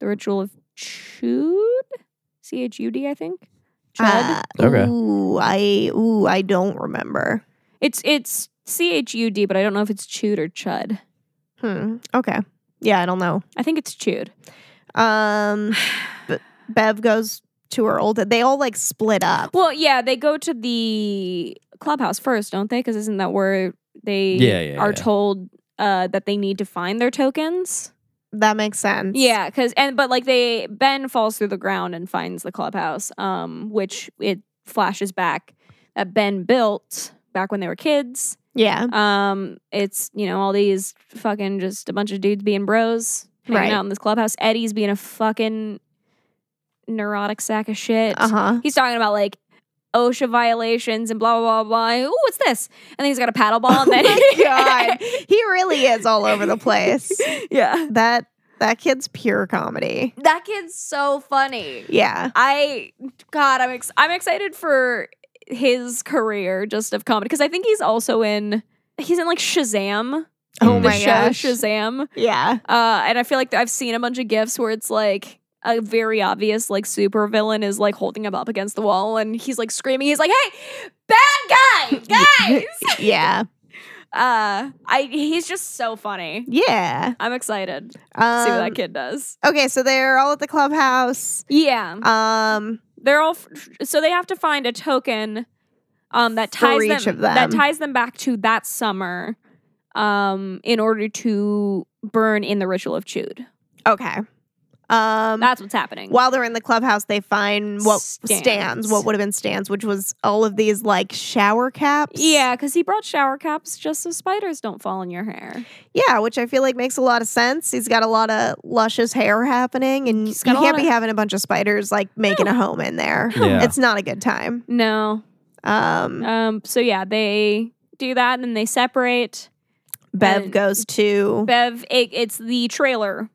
C: The ritual of Chud? C H U D, I think. Chud.
B: Uh,
D: Okay.
B: Ooh, I ooh, I don't remember.
C: It's it's C H U D, but I don't know if it's chewed or chud.
B: Hmm. Okay. Yeah, I don't know.
C: I think it's chewed.
B: Um B- Bev goes to her old they all like split up.
C: Well, yeah, they go to the clubhouse first, don't they? Because isn't that where they
D: Yeah, yeah,
C: are
D: yeah.
C: told uh, that they need to find their tokens?
B: That makes sense.
C: Yeah, because and but like they Ben falls through the ground and finds the clubhouse, um, which it flashes back that Ben built back when they were kids.
B: Yeah.
C: Um, it's you know all these fucking just a bunch of dudes being bros hanging
B: Right.
C: out in this clubhouse. Eddie's being a fucking neurotic sack of shit.
B: Uh-huh.
C: He's talking about like OSHA violations and blah blah blah. blah. Oh, what's this? And then he's got a paddle ball. and then
B: Oh my God. He really is all over the place.
C: yeah,
B: That that kid's pure comedy.
C: that kid's so funny.
B: Yeah.
C: I God, I'm ex- I'm excited for his career just of comedy because I think he's also in he's in like Shazam.
B: Oh
D: Mm.
C: The
B: my
C: show
B: gosh.
C: Shazam.
B: Yeah.
C: Uh, and I feel like I've seen a bunch of gifs where it's like a very obvious like super villain is like holding him up against the wall and he's like screaming. He's like, "Hey, bad guy, guys!"
B: Yeah.
C: uh, I he's just so funny.
B: Yeah.
C: I'm excited to
B: Um,
C: see what that kid does.
B: Okay, so they're all at the clubhouse.
C: Yeah,
B: Um,
C: they're all f- so they have to find a token um, that
B: For
C: ties
B: each
C: them,
B: of
C: that
B: them.
C: ties them back to that summer um, in order to burn in the ritual of Chud.
B: okay. Um,
C: That's what's happening.
B: while they're in the clubhouse, they find what stands,
C: Stands.
B: what would have been stands, which was all of these like shower caps.
C: Yeah, because he brought shower caps just so spiders don't fall in your hair.
B: Yeah, which I feel like makes a lot of sense. He's got a lot of luscious hair happening, and
C: He's
B: you
C: got a
B: can't
C: lot
B: be
C: of-
B: having a bunch of spiders like making a home in there.
D: Yeah.
B: It's not a good time.
C: No.
B: Um,
C: Um. So yeah, they do that, and then they separate.
B: Bev
C: and-
B: goes to
C: Bev, it, it's the trailer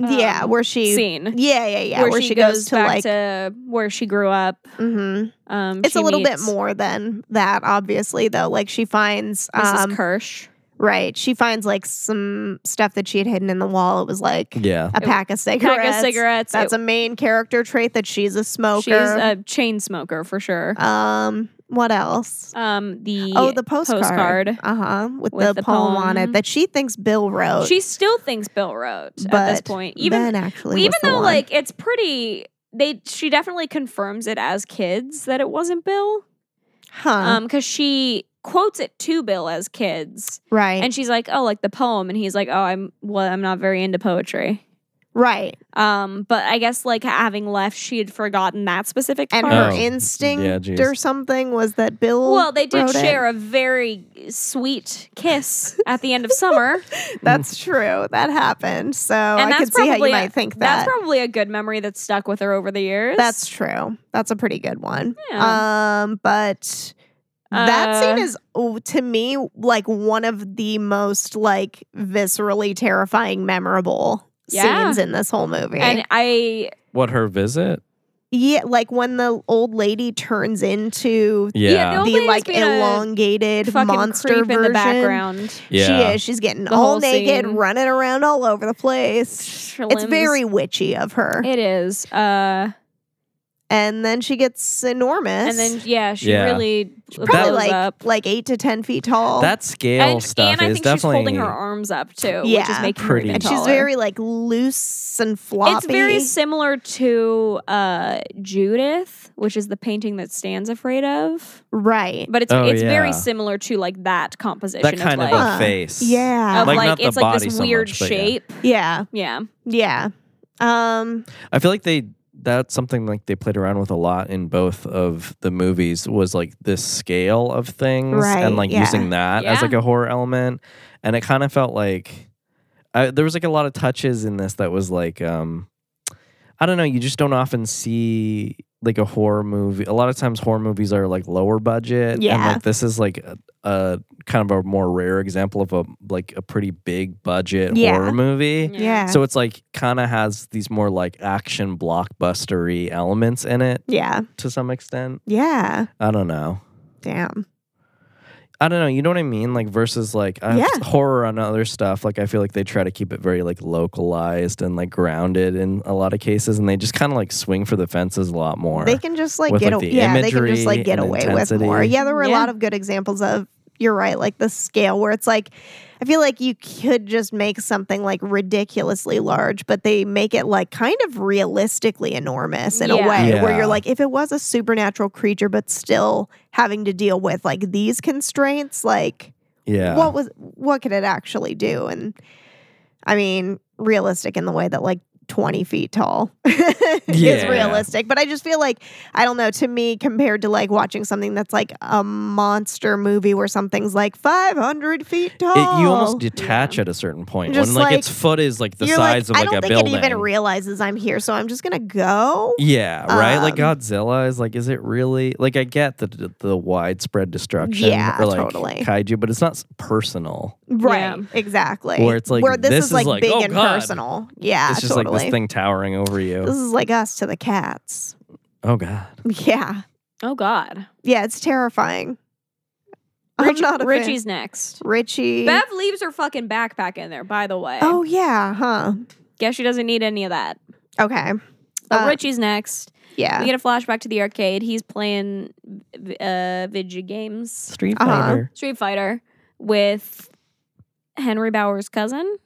B: yeah,
C: um,
B: where she
C: scene
B: yeah yeah yeah
C: where, she, goes,
B: to
C: back
B: like
C: to where she grew up.
B: mhm.
C: Um,
B: it's
C: she
B: a little
C: meets
B: bit more than that obviously though like she finds
C: Mrs.
B: um
C: Kirsch.
B: right she finds like some stuff that she had hidden in the wall it was like
D: Yeah.
B: a pack of cigarettes
C: Pack of cigarettes.
B: that's
C: It-
B: a main character trait that she's a smoker
C: She's a chain smoker for sure.
B: um what else
C: Um. The
B: oh the postcard,
C: postcard.
B: uh-huh with,
C: With
B: the,
C: the
B: poem, on it
C: poem.
B: that she thinks bill wrote
C: she still thinks Bill wrote at this
B: but
C: point. Even
B: ben actually
C: even
B: was the
C: though
B: one.
C: like it's pretty they she definitely confirms it as kids that it wasn't bill
B: huh
C: um because she quotes it to bill as kids
B: right
C: and she's like oh like the poem and he's like oh i'm well i'm not very into poetry
B: right.
C: Um, but I guess like having left, she had forgotten that specific
B: And
C: part.
B: her
D: Oh.
B: instinct
D: Yeah, geez.
B: or something was that Bill.
C: Well, they did
B: wrote it.
C: share a very sweet kiss at the end of summer,
B: That's true. That happened. So
C: and
B: I
C: that's
B: could see how
C: probably
B: you
C: a-
B: might think that.
C: That's probably a good memory that stuck with her over the years.
B: That's true. That's a pretty good one. Um, but
C: Uh,
B: that scene is oh, to me like one of the most like viscerally terrifying, memorable
C: Yeah.
B: scenes in this whole movie.
C: and I
D: What her visit?
B: yeah, like when the old lady turns into
D: Yeah.
C: Yeah, the old-
B: the
C: lady's
B: like
C: being a
B: elongated
C: fucking
B: monster
C: creep
B: version.
C: in the background.
D: Yeah.
B: She is. She's getting
C: The
B: all
C: whole
B: naked,
C: scene.
B: running around all over the place.
C: Her
B: It's
C: limbs-
B: very witchy of her.
C: It is. Uh,
B: and then she gets enormous.
C: and then yeah, she
D: Yeah.
C: really
B: probably
C: blows
B: like
C: up.
B: like eight to ten feet tall.
D: That scale
C: And,
D: stuff
C: and I
D: is
C: think she's
D: definitely
C: holding her arms up too, which is
B: Yeah.
C: making
D: Pretty.
C: her even
B: and she's
C: taller.
B: very like loose and floppy.
C: It's very similar to uh, Judith, which is the painting that Stan's afraid of.
B: right.
C: But it's
D: Oh,
C: it's very
D: yeah.
C: similar to like that composition.
D: that kind
C: of
D: of
C: like,
B: like-
D: a face.
B: Yeah,
C: of,
D: Like,
C: like,
D: not the
C: it's like
D: body
C: this
D: so
C: weird
D: much, but yeah.
C: shape.
B: yeah,
C: Yeah.
B: yeah. Um,
D: I feel like they that's something like they played around with a lot in both of the movies was like this scale of things
B: Right,
D: and like
B: yeah.
D: using that as
C: Yeah.
D: like a horror element and it kind of felt like I, there was like a lot of touches in this that was like um I don't know you just don't often see like a horror movie a lot of times horror movies are like lower budget and
B: Yeah.
D: like this is like a, a kind of a more rare example of a like a pretty big budget
B: Yeah.
D: horror movie
B: yeah,
D: so it's like kind of has these more like action blockbustery elements in it
B: yeah,
D: to some extent.
B: yeah.
D: I don't know.
B: Damn.
D: I don't know. You know what I mean? Like versus like uh,
B: Yeah.
D: horror on other stuff. Like I feel like they try to keep it very like localized and like grounded in a lot of cases, and they just kind of like swing for the fences a lot more.
B: They can just like
D: with,
B: get
D: like,
B: away.
D: the
B: yeah, they can just like
D: imagery
B: get
D: and
B: away with
D: intensity.
B: more. Yeah, there were a
C: Yeah.
B: lot of good examples of you're right, like the scale where it's like I feel like you could just make something like ridiculously large, but they make it like kind of realistically enormous in a
C: Yeah.
B: way where
D: Yeah.
B: you're like, if it was a supernatural creature, but still having to deal with like these constraints, like
D: yeah.
B: what was what could it actually do? And I mean, realistic in the way that like 20 feet tall is
D: Yeah.
B: realistic. But I just feel like, I don't know, to me, compared to like watching something that's like a monster movie where something's like 500 feet tall.
D: It, you almost detach at a certain point
B: oh. Just
D: when like,
B: like-
D: its foot is like the
B: You're like,
D: size of like
B: I don't
D: a
B: think
D: building.
B: it even realizes I'm here, so I'm just gonna go.
D: Yeah, right. like
B: Um,
D: Godzilla is like, is it really like I get the the widespread destruction,
B: Yeah,
D: or like
B: totally.
D: kaiju, but it's not s- personal.
B: Right, exactly.
D: Where it's like,
B: where this,
D: this
B: is
D: is
B: like
D: like,
B: big
D: oh,
B: and
D: God.
B: personal. Yeah,
D: it's just
B: Ah, totally.
D: like this thing towering over
B: This
D: you.
B: is like us to the cats.
D: Oh God,
B: Yeah,
C: Oh God.
B: yeah, it's terrifying.
C: Rich-
B: I'm not a fan.
C: Richie's next.
B: Richie.
C: Bev leaves her fucking backpack in there, by the way.
B: Oh yeah, huh?
C: Guess she doesn't need any of that.
B: Okay,
C: But
B: Uh,
C: Richie's next.
B: yeah.
C: We get a flashback to the arcade. He's playing uh, video games,
D: Street
B: Uh-huh. Fighter.
C: Street Fighter, with Henry Bauer's cousin.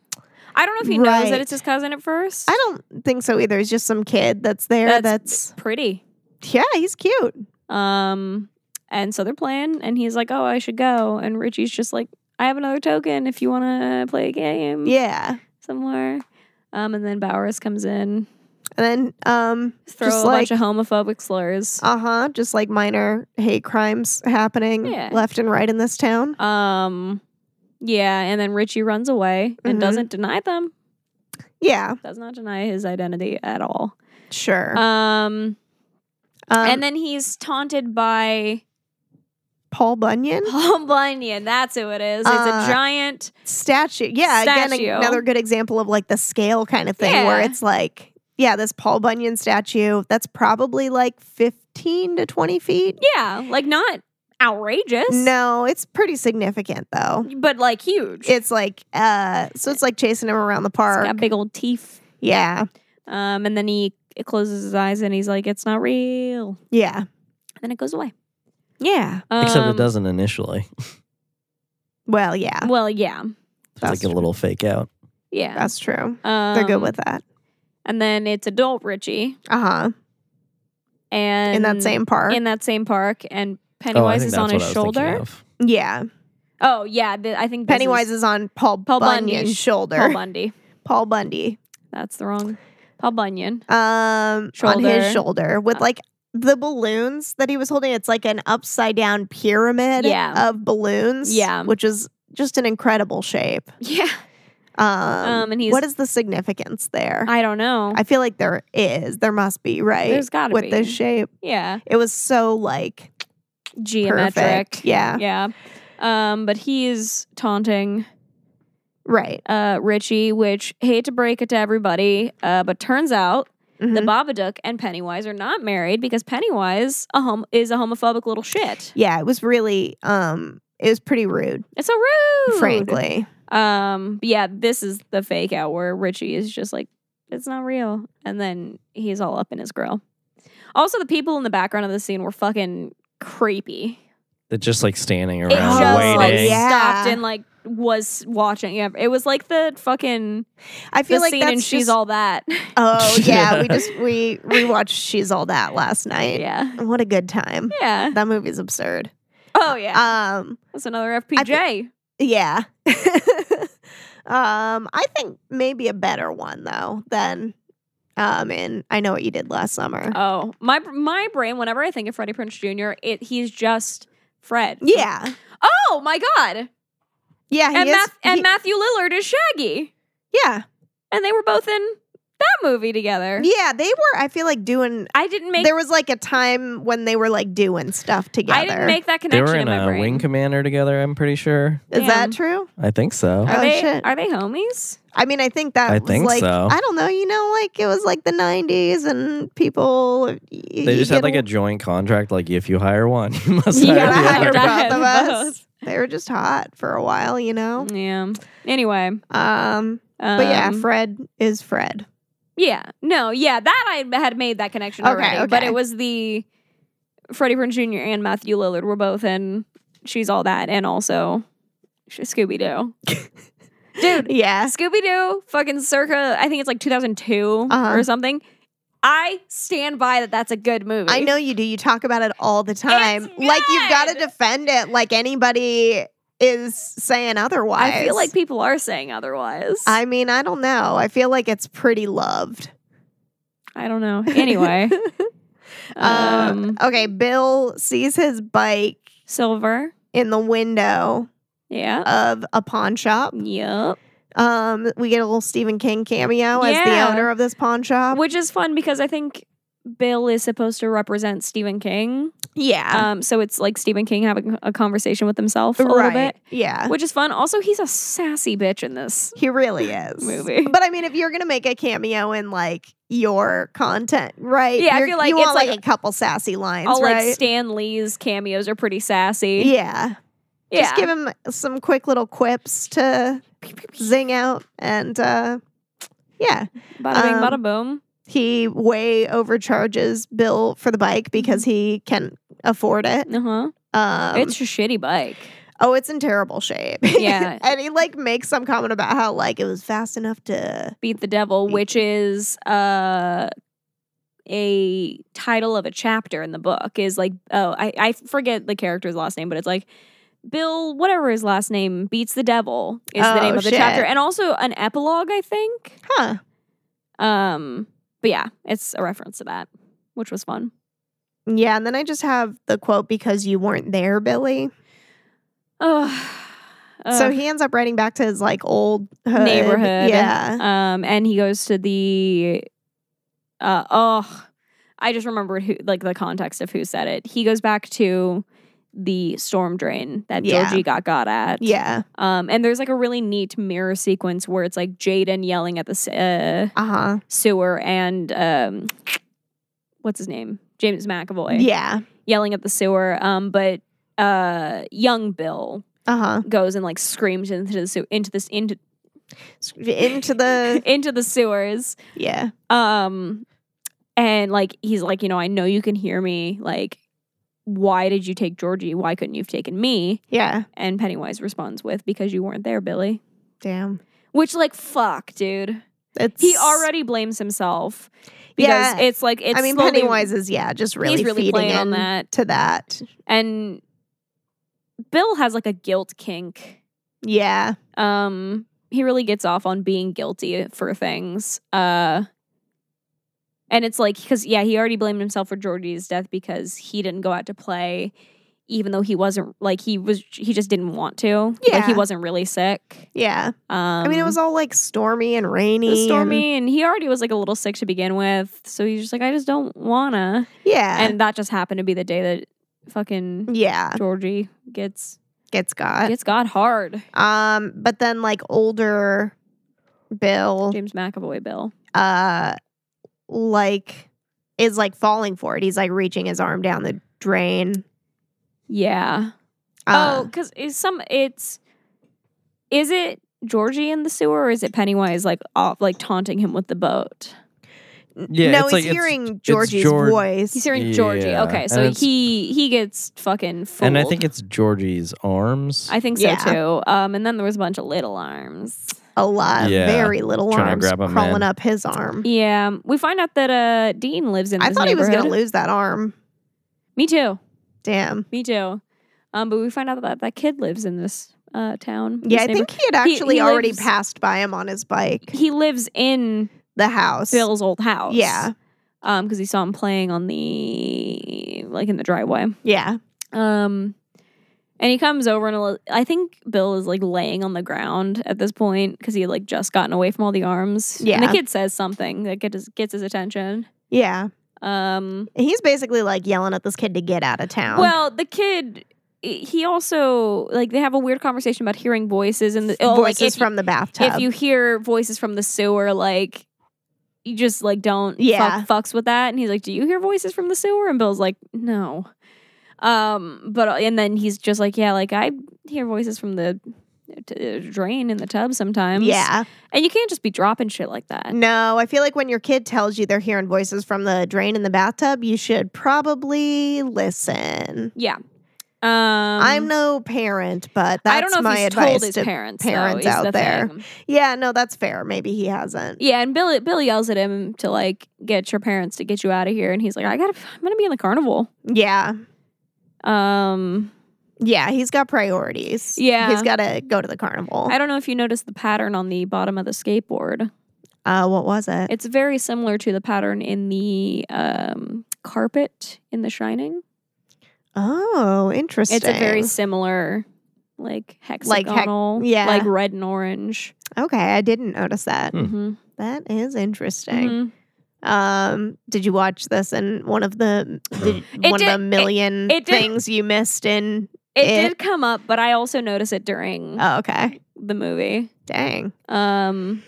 C: I don't know if he knows
B: Right.
C: that it's his cousin at first.
B: I don't think so either. He's just some kid that's there. That's,
C: That's pretty.
B: yeah, he's cute.
C: Um, and so they're playing, and he's like, "Oh, I should go." And Richie's just like, "I have another token if you want to play a game
B: Yeah,
C: somewhere." Um, and then Bowers comes in,
B: and then um,
C: throw
B: Just
C: a bunch
B: like-
C: of homophobic slurs.
B: uh huh, just like minor hate crimes happening
C: Yeah.
B: left and right in this town.
C: Um, yeah, and then Richie runs away and
B: Mhm.
C: doesn't deny them.
B: Yeah,
C: Does not deny his identity at all.
B: sure.
C: Um,
B: um,
C: and then he's taunted by
B: Paul Bunyan
C: Paul Bunyan. That's who it is. It's
B: Uh,
C: a giant.
B: statue. Yeah,
C: Statue.
B: again, another good example of like the scale kind of thing where
C: Yeah.
B: it's like, yeah, this Paul Bunyan statue that's probably like fifteen to twenty feet.
C: Yeah, like not outrageous.
B: No, it's pretty significant though.
C: but like huge.
B: It's like uh so it's like chasing him around the
C: It's
B: park.
C: got big old teeth.
B: yeah.
C: Um, and then he closes his eyes and he's like, "It's not real."
B: Yeah.
C: And then it goes away.
B: Yeah.
D: Except
C: Um,
D: it doesn't initially.
B: Well, yeah.
C: Well, yeah,
D: It's like
B: That's
D: a little fake out.
C: yeah.
B: That's true.
C: um,
B: They're good with that.
C: And then it's adult Richie,
B: Uh-huh.
C: and
B: In that same park.
C: in that same park, and
D: oh, I
C: Pennywise
D: think
C: is
D: that's
C: on
D: what
C: his
D: I was thinking
C: shoulder.
D: of.
B: yeah.
C: Oh yeah, th- I think this
B: Pennywise is, on Paul,
C: Paul
B: Bunyan's
C: Bunyan.
B: shoulder.
C: Paul Bundy.
B: Paul Bundy.
C: That's the wrong. Paul Bunyan.
B: um on
C: Shoulder.
B: his shoulder with
C: Uh.
B: like the balloons that he was holding it's like an upside down pyramid
C: Yeah.
B: of balloons
C: Yeah.
B: which is just an incredible shape
C: Yeah.
B: um,
C: Um, and he's-
B: what is the significance there I,
C: I don't know.
B: feel like there is there must be right
C: There's gotta
B: with this
C: be.
B: shape
C: yeah.
B: it was so like
C: Geometric.
B: perfect yeah,
C: Yeah. Um, but he's taunting
B: right
C: uh, Richie, which hate to break it to everybody, uh, but turns out the
B: Mhm.
C: Babadook and Pennywise are not married because Pennywise a hom- is a homophobic little shit.
B: yeah it was really um it was pretty rude
C: It's so rude,
B: frankly
C: Um, but yeah, this is the fake out where Richie is just like, it's not real, and then he's all up in his grill. Also, the people in the background of the scene were fucking creepy.
D: They're just like standing
C: It
D: around
C: just like
D: waiting.
B: yeah.
C: stopped and like was watching. Yeah, it was like the fucking
B: i
C: the
B: feel like
C: scene
B: that's
C: and she's
B: just-
C: all that.
B: oh yeah we just we rewatched she's all that last night
C: yeah,
B: What a good time.
C: yeah.
B: That movie's absurd.
C: Oh yeah,
B: Um,
C: that's another FPJ.
B: yeah. um, I think maybe a better one though than um in I know what you did last summer.
C: Oh, my my brain. Whenever I think of Freddie Prince Jr., it he's just Fred.
B: yeah.
C: Oh my God.
B: Yeah, he
C: And
B: is
C: Math- and
B: he-
C: Matthew Lillard is Shaggy,
B: Yeah.
C: and they were both in that movie together.
B: Yeah, they were I feel like doing
C: I didn't make.
B: there was like a time when they were like doing stuff together.
C: I didn't make that
D: They
C: connection
D: were
C: in,
D: in
C: my
D: a
C: brain.
D: wing commander together, I'm pretty sure.
B: is
C: Damn.
B: that true?
D: I think so.
C: are
B: Oh,
C: they
B: shit.
C: are they homies?
B: I mean, I think that
D: I
B: was
D: think
B: like
D: so.
B: I don't know, you know, like it was like the 90s and people
D: They just had like a joint contract. Like if you hire one, you must
C: Yeah,
D: hire
B: I
D: the
B: hired
D: other.
C: Yeah.
B: both of us.
C: Both.
B: They were just hot for a while, you know.
C: Yeah. Anyway, um,
B: Um, but yeah, Fred is Fred.
C: yeah, no, yeah, that I had made that connection
B: Okay,
C: already, but
B: okay.
C: it was the Freddie Prinze Jr. and Matthew Lillard were both in. She's all that, and also Scooby Doo. Dude,
B: Yeah,
C: Scooby Doo, fucking circa, I think it's like 2002
B: Uh-huh.
C: or something. I stand by that that's a good movie.
B: I know you do. You talk about it all the time.
C: It's
B: Like you've got to
C: good.
B: defend it. Like anybody is saying otherwise.
C: I feel like people are saying otherwise.
B: I mean, I don't know. I feel like it's pretty loved.
C: I don't know. Anyway. um,
B: Um, okay, Bill sees his bike
C: Silver.
B: in the window
C: Yeah.
B: of a pawn shop.
C: Mm. Yep.
B: Um, we get a little Stephen King cameo as
C: Yeah.
B: the owner of this pawn shop.
C: Which is fun because I think Bill is supposed to represent Stephen King.
B: yeah,
C: Um, so it's like Stephen King having a conversation with himself a little
B: right.
C: bit,
B: Yeah,
C: which is fun. Also, he's a sassy bitch in this.
B: He really is.
C: Movie.
B: But I mean, if you're gonna make a cameo in like your content, right?
C: Yeah, I
B: You're-
C: feel like
B: you
C: it's
B: want like,
C: like-
B: a couple sassy lines,
C: All
B: right?
C: like Stan Lee's cameos are pretty sassy.
B: yeah.
C: yeah.
B: Just give him some quick little quips to zing out, and uh, yeah,
C: Bada bing,
B: Um,
C: bada boom.
B: he way overcharges Bill for the bike because he can afford it.
C: Uh huh.
B: Um,
C: Mm-hmm. it's a shitty bike.
B: oh, it's in terrible shape.
C: Yeah.
B: and he like makes some comment about how like it was fast enough to
C: Beat the Devil, which is uh, a title of a chapter in the book, is like, oh, I, I forget the character's last name, but it's like Bill, whatever his last name, Beats the Devil is the
B: Oh,
C: name of the
B: shit.
C: chapter. And also an epilogue, I think.
B: huh?
C: Um, but yeah, it's a reference to that, which was fun.
B: Yeah, and then I just have the quote because you weren't there, Billy.
C: Oh,
B: so he ends up writing back to his like old hood.
C: neighborhood.
B: Um, Yeah.
C: Um, and he goes to the uh oh I just remembered who like the context of who said it. He goes back to the storm drain that
B: Yeah.
C: Georgie got got at.
B: Yeah.
C: Um, and there's like a really neat mirror sequence where it's like Jaden yelling at the s- uh,
B: Uh huh.
C: sewer and um, what's his name? James McAvoy.
B: Yeah.
C: Yelling at the sewer. Um, but uh, young Bill
B: Uh huh.
C: goes and like screams into the sew into this into
B: Into the
C: into the sewers.
B: yeah.
C: Um, and like he's like, you know, I know you can hear me. Like, why did you take Georgie? Why couldn't you have taken me?
B: Yeah.
C: And Pennywise responds with, because you weren't there, Billy.
B: Damn.
C: Which like, fuck, dude.
B: It's
C: He already blames himself because
B: Yeah.
C: it's like it's.
B: I mean,
C: slowly-
B: Pennywise is yeah, just really
C: he's really
B: feeding
C: playing on
B: in
C: that,
B: to that.
C: and Bill has like a guilt kink.
B: Yeah.
C: Um, he really gets off on being guilty for things. Uh and it's like cuz yeah, he already blamed himself for Georgie's death because he didn't go out to play even though he wasn't like he was he just didn't want to. Like he
B: Yeah.
C: wasn't really sick.
B: Yeah.
C: Um
B: I mean, it was all like stormy and rainy. and-
C: stormy and he already was like a little sick to begin with. So he's just like I just don't wanna.
B: yeah.
C: And that just happened to be the day that fucking
B: yeah.
C: Georgie gets
B: Gets got.
C: gets got hard.
B: Um, but then like older Bill,
C: James McAvoy Bill.
B: uh, like is like falling for it. He's like reaching his arm down the drain.
C: Yeah. oh,
B: Uh,
C: because is some it's is it Georgie in the sewer or is it Pennywise like off like taunting him with the boat?
D: Yeah,
B: no,
D: it's
B: he's
D: like- it's-
B: hearing
D: it's
B: Georgie's
D: George-
B: voice.
C: He's hearing Georgie.
D: Yeah,
C: Okay,
D: and
C: so
D: it's-
C: he he gets fucking fooled.
D: And I think it's Georgie's arms.
C: I think so
B: Yeah.
C: too. Um, and then there was a bunch of little arms.
B: a lot,
D: Yeah.
B: very little
D: Trying to
B: arms
D: grab him
B: crawling
D: in.
B: up his arm.
C: Yeah, we find out that uh Dean lives in.
B: I
C: this
B: thought he was gonna
C: neighborhood.
B: lose that arm.
C: Me too.
B: Damn.
C: Me too. Um, but we find out that that kid lives in this uh town.
B: Yeah,
C: this
B: I think he had
C: He-
B: actually
C: he
B: already
C: lives-
B: passed by him on his bike.
C: neighborhood. he lives in
B: The house.
C: Bill's old house.
B: Yeah.
C: um, because he saw him playing on the like in the driveway.
B: Yeah.
C: Um, and he comes over and al- I think Bill is like laying on the ground at this point because he had, like just gotten away from all the arms. and
B: Yeah.
C: the kid says something that gets his, gets his attention.
B: Yeah.
C: Um,
B: He's basically like yelling at this kid to get out of town.
C: well, the kid. He also like they have a weird conversation about hearing voices and the oh, like,
B: voices
C: if you-
B: from the bathtub.
C: If you hear voices from the sewer, like you just like don't
B: Yeah.
C: fuck, fucks with that. And he's like, "Do you hear voices from the sewer?" And Bill's like, "No." Um, but and then he's just like, "Yeah, like I hear voices from the t- drain in the tub sometimes."
B: yeah. Mm.
C: and you can't just be dropping shit like that.
B: No, I feel like when your kid tells you they're hearing voices from the drain in the bathtub, you should probably listen.
C: Yeah, um,
B: I'm no parent, but that's
C: I don't know if
B: my
C: he's
B: advice
C: told his
B: to
C: parents.
B: parents
C: though, is
B: out
C: the
B: there.
C: thing.
B: Yeah, no, that's fair. Maybe he hasn't.
C: Yeah, and Bill Bill yells at him to like get your parents to get you out of here, and he's like, "I gotta, I'm gonna be in the carnival."
B: Yeah.
C: Um,
B: Yeah, he's got priorities.
C: Yeah.
B: He's got to go to the carnival.
C: I don't know if you noticed the pattern on the bottom of the skateboard.
B: Uh, what was it?
C: It's very similar to the pattern in the um, carpet in The Shining.
B: Oh, interesting.
C: It's a very similar, like
B: Like hec-
C: hexagonal,
B: yeah.
C: like red and orange.
B: Okay, I didn't notice that.
D: Hmm.
C: Mhm.
B: That is interesting.
C: Mhm.
B: Um, did you watch this in one of the did,
C: It
B: one
C: did-
B: of the million
C: it- it did-
B: things you missed in?
C: It,
B: It-
C: did come up, but I also noticed it during
B: Oh, okay,
C: the movie.
B: dang.
C: Um,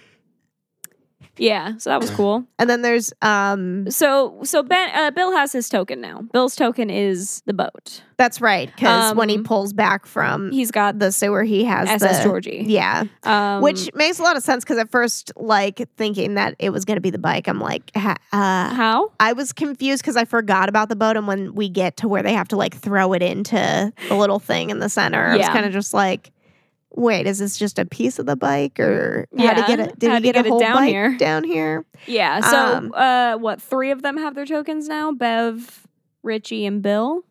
C: yeah, so that was cool.
B: And then there's um,
C: So, so Ben, uh, Bill has his token now. Bill's token is the boat.
B: that's right because when he
C: Um,
B: pulls back from
C: He's got
B: the sewer, he Mm. has
C: SS
B: the
C: Georgie,
B: yeah,
C: um,
B: which makes a lot of sense because at first, like thinking that it was gonna be the bike, I'm like, ha- uh,
C: how
B: I was confused because I forgot about the boat, and when we get to where they have to like throw it into the little thing in the center, I was
C: Yeah.
B: kind of just like, "Wait, is this just a piece of the bike, or how to get
C: Yeah,
B: it? Did
C: how
B: we
C: to
B: get,
C: get it
B: a whole
C: down
B: bike
C: here.
B: down here?"
C: Yeah. So,
B: Um,
C: uh, what three of them have their tokens now? Bev, Richie, and Bill.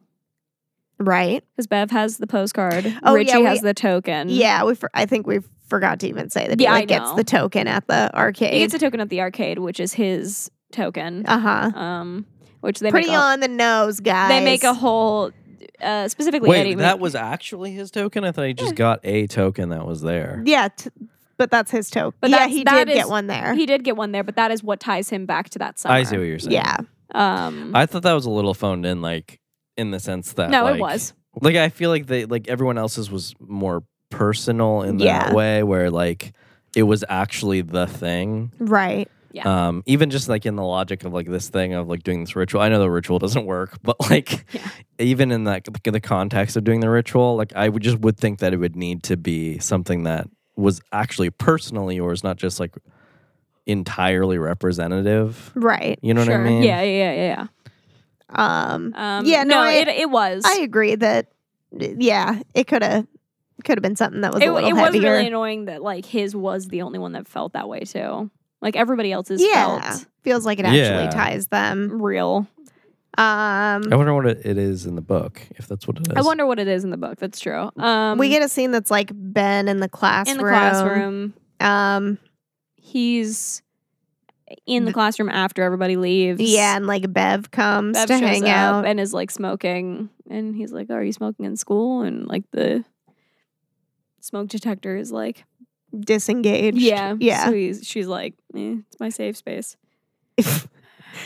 B: Right?
C: Because Bev has the postcard.
B: Oh,
C: Richie
B: yeah, we-
C: has the token.
B: Yeah, we. For- I think we forgot to even say that he
C: Yeah, I
B: like, gets
C: know.
B: the token at the
C: He
B: arcade.
C: gets a token at the arcade, which is his token.
B: uh huh.
C: Um, which they
B: Pretty
C: make a,
B: on the nose, guys.
C: they make a whole uh, specifically
D: Wait,
C: Eddie.
D: that
C: make-
D: was actually his token? I thought he just got a token that was there.
B: yeah, t- but that's his token.
C: But
B: yeah,
C: that's-
B: he
C: that
B: did
C: is-
B: get one there.
C: he did get one there, but that is what ties him back to that summer.
D: I see what you're saying.
B: yeah,
C: Um,
D: I thought that was a little phoned in, like in the sense that
C: no,
D: like,
C: it was.
D: Like I feel like they like everyone else's was more personal in that
B: Yeah.
D: way, where like it was actually the thing.
B: right.
D: Um, even just like in the logic of like this thing of like doing this ritual. I know the ritual doesn't work, but like
C: Yeah.
D: even in that like, the context of doing the ritual, like I would just would think that it would need to be something that was actually personally yours, not just like entirely representative.
B: Right.
D: You know
C: sure.
D: what I mean?
C: Yeah, yeah, yeah,
B: Um,
C: yeah. Um,
B: yeah, no, I-
C: it it was.
B: I agree that yeah, it could have could have been something that was
C: it,
B: a little
C: it was
B: heavier.
C: really annoying that like his was the only one that felt that way too. Like everybody else's
B: yeah, Mm-hmm.
C: felt
B: feels like it actually
D: Yeah. Oh.
B: ties them.
C: real.
D: I
B: Um,
D: wonder what it it is in the book, if that's what it is.
C: I wonder what it is in the book. That's true. Um,
B: we get a scene that's like Ben in the classroom,
C: in the classroom.
B: Um,
C: He's in the classroom after everybody leaves.
B: yeah, and like Bev comes
C: Bev
B: to
C: shows
B: hang
C: up
B: out.
C: and is like smoking, and he's like, "Are you smoking in school?" And like the smoke detector is like,
B: disengaged.
C: "Yeah,
B: yeah.
C: So he's, she's like, eh, "It's my safe space."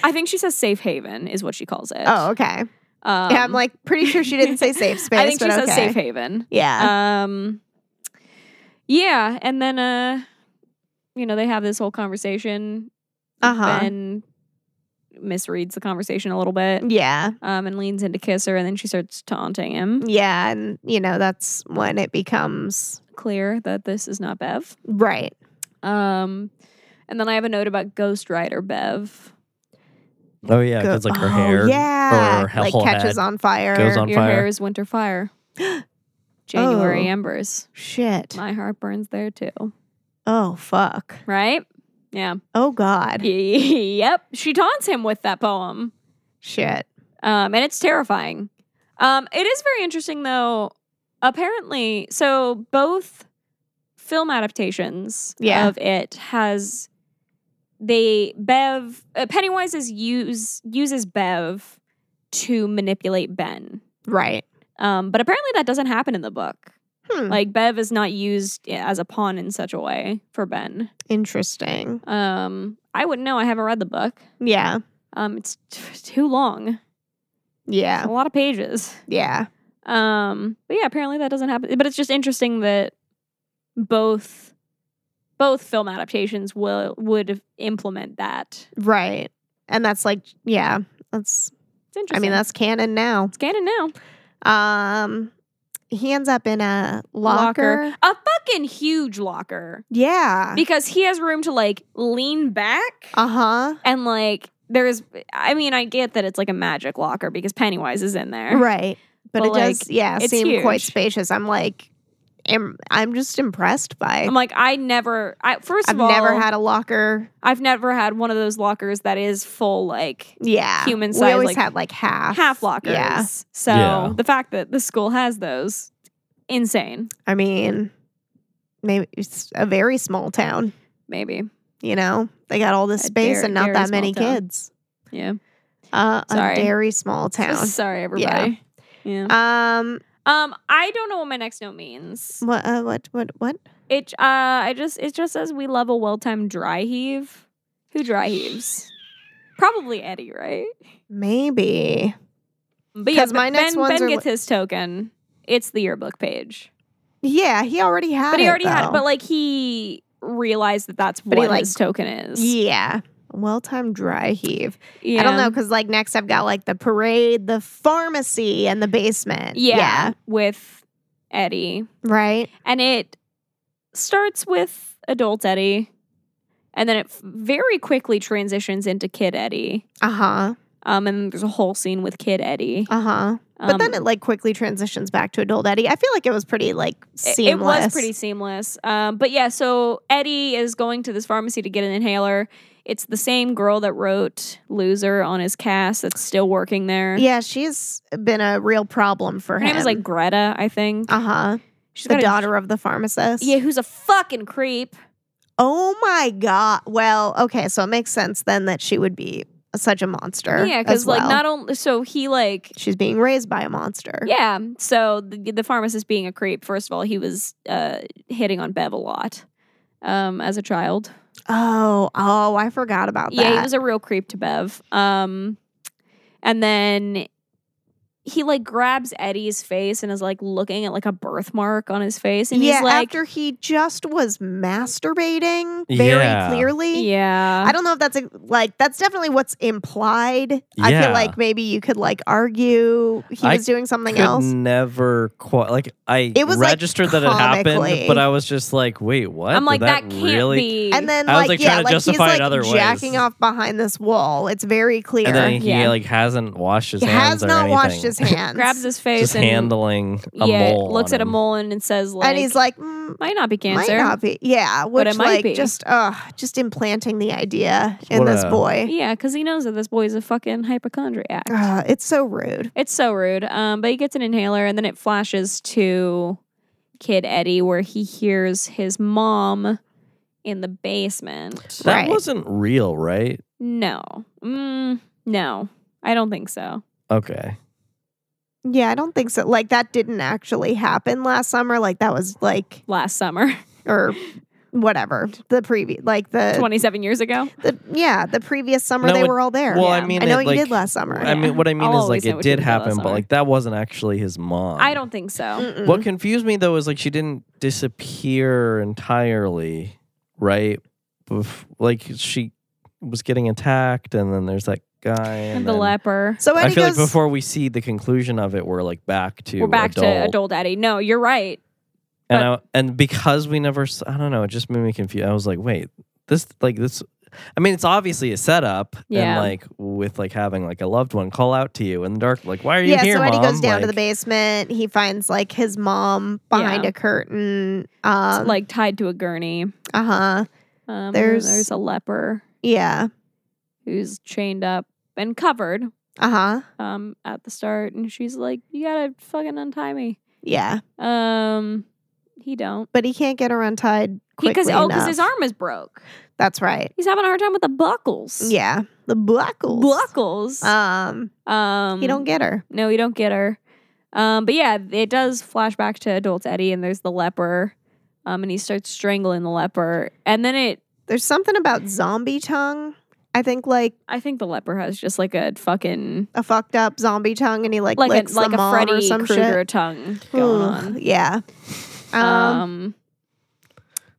C: I think she says safe haven is what she calls it.
B: oh, okay.
C: Um,
B: yeah, I'm like pretty sure she didn't say safe space.
C: I think she
B: but
C: says
B: okay.
C: safe haven.
B: Yeah.
C: Um, yeah, and then uh, you know, they have this whole conversation.
B: Uh huh.
C: Ben misreads the conversation a little bit,
B: Yeah.
C: um, and leans in to kiss her, and then she starts taunting him.
B: Yeah, and you know that's when it becomes
C: Clear that this is not Bev.
B: right.
C: Um, and then I have a note about Ghost Rider Bev.
D: Oh yeah,
B: Go-
D: because like her
B: Oh,
D: hair,
B: yeah,
D: or her
B: like
D: whole
B: catches
D: head
B: on fire.
D: goes on
C: Your
D: fire.
C: hair is winter fire. January
B: Oh.
C: embers.
B: Shit.
C: My heart burns there too.
B: Oh fuck.
C: Right? Yeah.
B: Oh god.
C: yep. She taunts him with that poem.
B: Shit.
C: um, and it's terrifying. Um, it is very interesting, though. Apparently, so both film adaptations
B: Yeah.
C: of it has they Bev uh, Pennywise is use uses Bev to manipulate Ben,
B: Right.
C: um, but apparently that doesn't happen in the book.
B: Hmm.
C: Like Bev is not used eh, as a pawn in such a way for Ben.
B: Interesting.
C: Um, I wouldn't know. I haven't read the book.
B: Yeah.
C: Um, it's t- too long.
B: Yeah.
C: A lot of pages.
B: Yeah.
C: Um, but yeah, apparently that doesn't happen. But it's just interesting that both both film adaptations will would implement that.
B: Right. And that's like yeah. That's
C: It's interesting.
B: I mean that's canon now.
C: it's canon now.
B: Um he ends up in a locker.
C: a fucking huge locker,
B: Yeah.
C: because he has room to like lean back
B: uh-huh.
C: and like there's. I mean, I get that it's like a magic locker because Pennywise is in there.
B: Right. But,
C: But,
B: it does
C: like,
B: yeah,
C: it's
B: seem quite
C: huge.
B: spacious. I'm like am, I'm just impressed by
C: I'm like, I never. I first
B: I've
C: of all,
B: never had a locker.
C: I've never had one of those lockers that is full like
B: Yeah.
C: Human
B: We
C: size,
B: always
C: like,
B: had like half.
C: half lockers.
B: Yeah.
C: So
D: Yeah.
C: the fact that the school has those, insane.
B: I mean, maybe it's a very small town,
C: Maybe.
B: you know? They got all this
C: A
B: space
C: dairy-
B: and not
C: dairy
B: that
C: small
B: many
C: town.
B: kids.
C: Yeah.
B: Uh, a
C: Sorry.
B: very small town.
C: Sorry, everybody. Yeah.
B: Um,
C: Um, I don't know what my next note means.
B: what, uh, what, what, what?
C: It uh, I just it just says we love a well-timed dry heave. Who dry heaves? Probably Eddie, right?
B: Maybe.
C: But yeah,
B: 'Cause my
C: Ben,
B: next ones
C: ben
B: are
C: gets his token. It's the yearbook page,
B: Yeah, he already had
C: but he
B: it,
C: already had.
B: though.
C: it. But like he realized that that's
B: But
C: what
B: he, like-
C: his token is.
B: yeah. Well timed dry heave.
C: yeah.
B: I don't know, because like next I've got like the parade, the pharmacy, and the basement.
C: Yeah, with Eddie.
B: Right?
C: and it starts with adult Eddie, and then it f- very quickly transitions into Kid Eddie.
B: Uh huh.
C: Um, and there's a whole scene with Kid Eddie.
B: Uh huh.
C: Um,
B: But then it like quickly transitions back to adult Eddie. I feel like it was pretty like
C: it-
B: seamless.
C: It was pretty seamless. Um, but yeah, so Eddie is going to this pharmacy to get an inhaler. It's the same girl that wrote "Loser" on his cast that's still working there.
B: Yeah, she's been a real problem for
C: her
B: him.
C: name is like Greta, I think.
B: uh huh,
C: She's
B: the
C: got a-
B: daughter of the pharmacist.
C: yeah, who's a fucking creep.
B: Oh my god. Well, okay, so it makes sense then that she would be such a monster.
C: yeah,
B: because
C: because like not only so he like
B: she's being raised by a monster.
C: Yeah. So the, the pharmacist being a creep, first of all, he was uh, hitting on Bev a lot um, as a child.
B: Oh, oh, I forgot about that.
C: Yeah, he was a real creep to Bev. Um, and then he like grabs Eddie's face and is like looking at like a birthmark on his face, and
B: yeah,
C: he's like,
B: after he just was masturbating very
D: Yeah.
B: clearly.
C: yeah,
B: I don't know if that's a, like that's definitely what's implied. I
D: Yeah.
B: feel like maybe you could like argue he
D: I
B: was doing something
D: Could
B: else.
D: Never quite like I
B: It was, like,
D: registered that it happened,
B: comically.
D: but I was just like, wait, what?
C: I'm
D: Did
C: like that, can't
D: really?
C: be.
B: And then,
D: I was,
B: like,
D: like,
B: yeah,
D: trying to
B: like he's
D: justify it
B: like
D: other ways.
B: jacking off behind this wall. It's very clear.
D: And then he
C: Yeah.
D: like hasn't washed his
B: he
D: hands
B: has
D: or
B: not
D: anything.
B: washed his hands.
C: grabs his face
D: Just
C: and
D: handling a
C: yeah,
D: mole.
C: looks
D: on
C: at a
D: him.
C: mole and it says like,
B: and he's like, mm,
C: might not be cancer.
B: might not be. Yeah, which
C: it might
B: like
C: be.
B: just uh just implanting the idea in
D: What
B: this
D: a-
B: boy.
C: Yeah, because he knows that this boy is a fucking hypochondriac.
B: Ugh, it's so rude.
C: It's so rude. Um, but he gets an inhaler, and then it flashes to Kid Eddie, where he hears his mom in the basement.
D: That
B: Right.
D: wasn't real, right?
C: No. Mm, no. I don't think so.
D: Okay.
B: Yeah, I don't think so. Like that didn't actually happen last summer. Like that was like
C: Last summer,
B: or whatever the previous like the,
C: 27 years ago.
B: the yeah the previous summer
D: No,
B: they
D: it-
B: were all there.
D: Well,
C: Yeah.
D: I mean,
B: I know
D: it,
B: what
D: like,
B: you did last summer.
D: I mean, what I mean
C: I'll
D: is like
C: always know
D: it
C: what you
D: did
C: did last
D: happen, but
C: summer.
D: like that wasn't actually his mom.
C: I don't think so.
B: Mm-mm.
D: What confused me though is like she didn't disappear entirely, right? Bef- like she was getting attacked, and then there's that guy. And,
C: And the
D: then-
C: leper.
B: so
D: I
B: Eddie
D: feel
B: goes.
D: like before we see the conclusion of it, we're like back to
C: We're back
D: adult.
C: to adult daddy. No, you're right.
D: and I, and because we never, s- I don't know, it just made me confused. I was like, wait, this like this. I mean, it's obviously a setup, and
C: Yeah.
D: like with like having like a loved one call out to you in the dark, like why are you
B: yeah,
D: here,
B: so Eddie goes
D: Mom?"
B: down to the
D: Like,
B: basement. He finds like his mom behind
C: Yeah.
B: a curtain. Um,
C: It's,
B: like
C: like tied to a gurney.
B: uh huh. There's-
C: Um, there's there's a leper
B: Yeah.
C: who's chained up and covered
B: Uh huh.
C: um, at the start, and she's like, "You gotta fucking untie me."
B: Yeah.
C: Um, he don't
B: But he can't get her untied quickly
C: because oh, because his
B: enough.
C: arm is broke.
B: That's right.
C: He's having a hard time with the buckles.
B: Yeah. The buckles.
C: buckles.
B: Um.
C: um,
B: He don't get her.
C: No, you don't get her. Um, but yeah, it does flash back to adult Eddie, and there's the leper, um, and he starts strangling the leper, and then it.
B: There's something about zombie tongue. I think like
C: I think the leper has just like a fucking
B: a fucked up zombie tongue, and he like
C: like
B: licks
C: a like
B: the
C: a
B: mom or
C: Freddy
B: some
C: Krueger
B: shit.
C: tongue
B: Ooh,
C: going on.
B: Yeah. Um,
C: Um,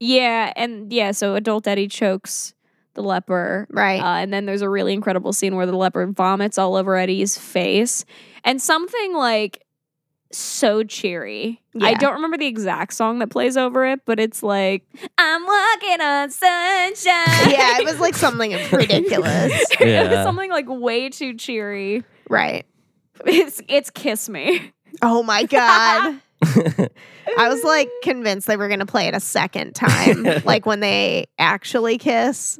C: yeah, and yeah, so adult Eddie chokes the leper.
B: right.
C: Uh, and then there's a really incredible scene where the leper vomits all over Eddie's face and something like so cheery. I
B: Yeah.
C: don't remember the exact song that plays over it, but it's like, I'm walking on sunshine.
B: yeah, it was like something ridiculous.
C: It was
D: Yeah.
C: something like way too cheery.
B: Right.
C: It's it's kiss me.
B: Oh my god. I was like convinced they were gonna play it a second time, like when they actually kiss,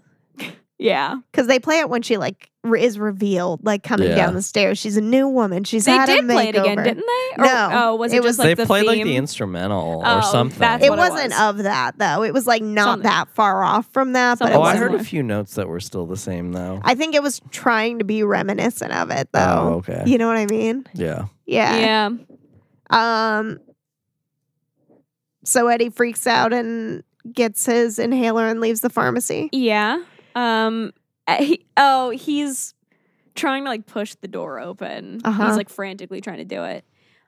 C: Yeah.
B: because they play it when she like re- is revealed, like coming
D: Yeah.
B: down the stairs. She's a new woman. She's
C: They
B: had
C: did
B: a makeover.
C: play it again, didn't they? Or-
B: No,
C: Oh, was it,
B: it was-
C: just like
D: they
C: the
D: played like
C: theme?
D: the instrumental
C: Oh,
D: or something.
C: that's
B: It
C: what it
B: wasn't
C: was.
B: of that though. It was like not
C: Something.
B: that far off from that, but
D: oh,
B: it
D: I
B: was.
D: heard
C: wasn't-
D: a few notes that were still the same though.
B: I think it was trying to be reminiscent of it
D: oh,
B: though.
D: okay.
B: You know what I mean?
D: Yeah.
B: Yeah.
C: yeah.
B: Um. So Eddie freaks out and gets his inhaler and leaves the pharmacy.
C: Yeah. Um. uh, He, oh, he's trying to like push the door open.
B: Uh-huh.
C: He's like frantically trying to do it.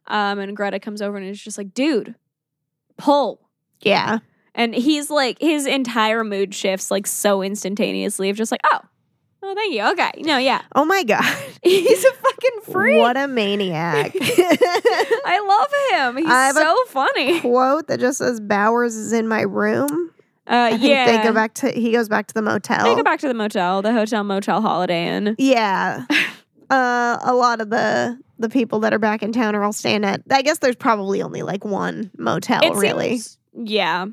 C: Um. And Greta comes over and is just like, "Dude, pull."
B: Yeah.
C: And he's like, his entire mood shifts like so instantaneously of just like, "Oh, oh, thank you. Okay, no, yeah."
B: Oh my god.
C: He's a fucking freak.
B: What a maniac.
C: I love him. He's
B: I have a-
C: so funny.
B: Quote that just says Bowers is in my room. I
C: Uh,
B: think
C: yeah.
B: they go back to he goes back to the motel.
C: They go back to the motel, the hotel motel Holiday Inn.
B: Yeah. Uh, a lot of the the people that are back in town are all staying at. I guess there's probably only like one motel,
C: It
B: really,
C: seems- yeah.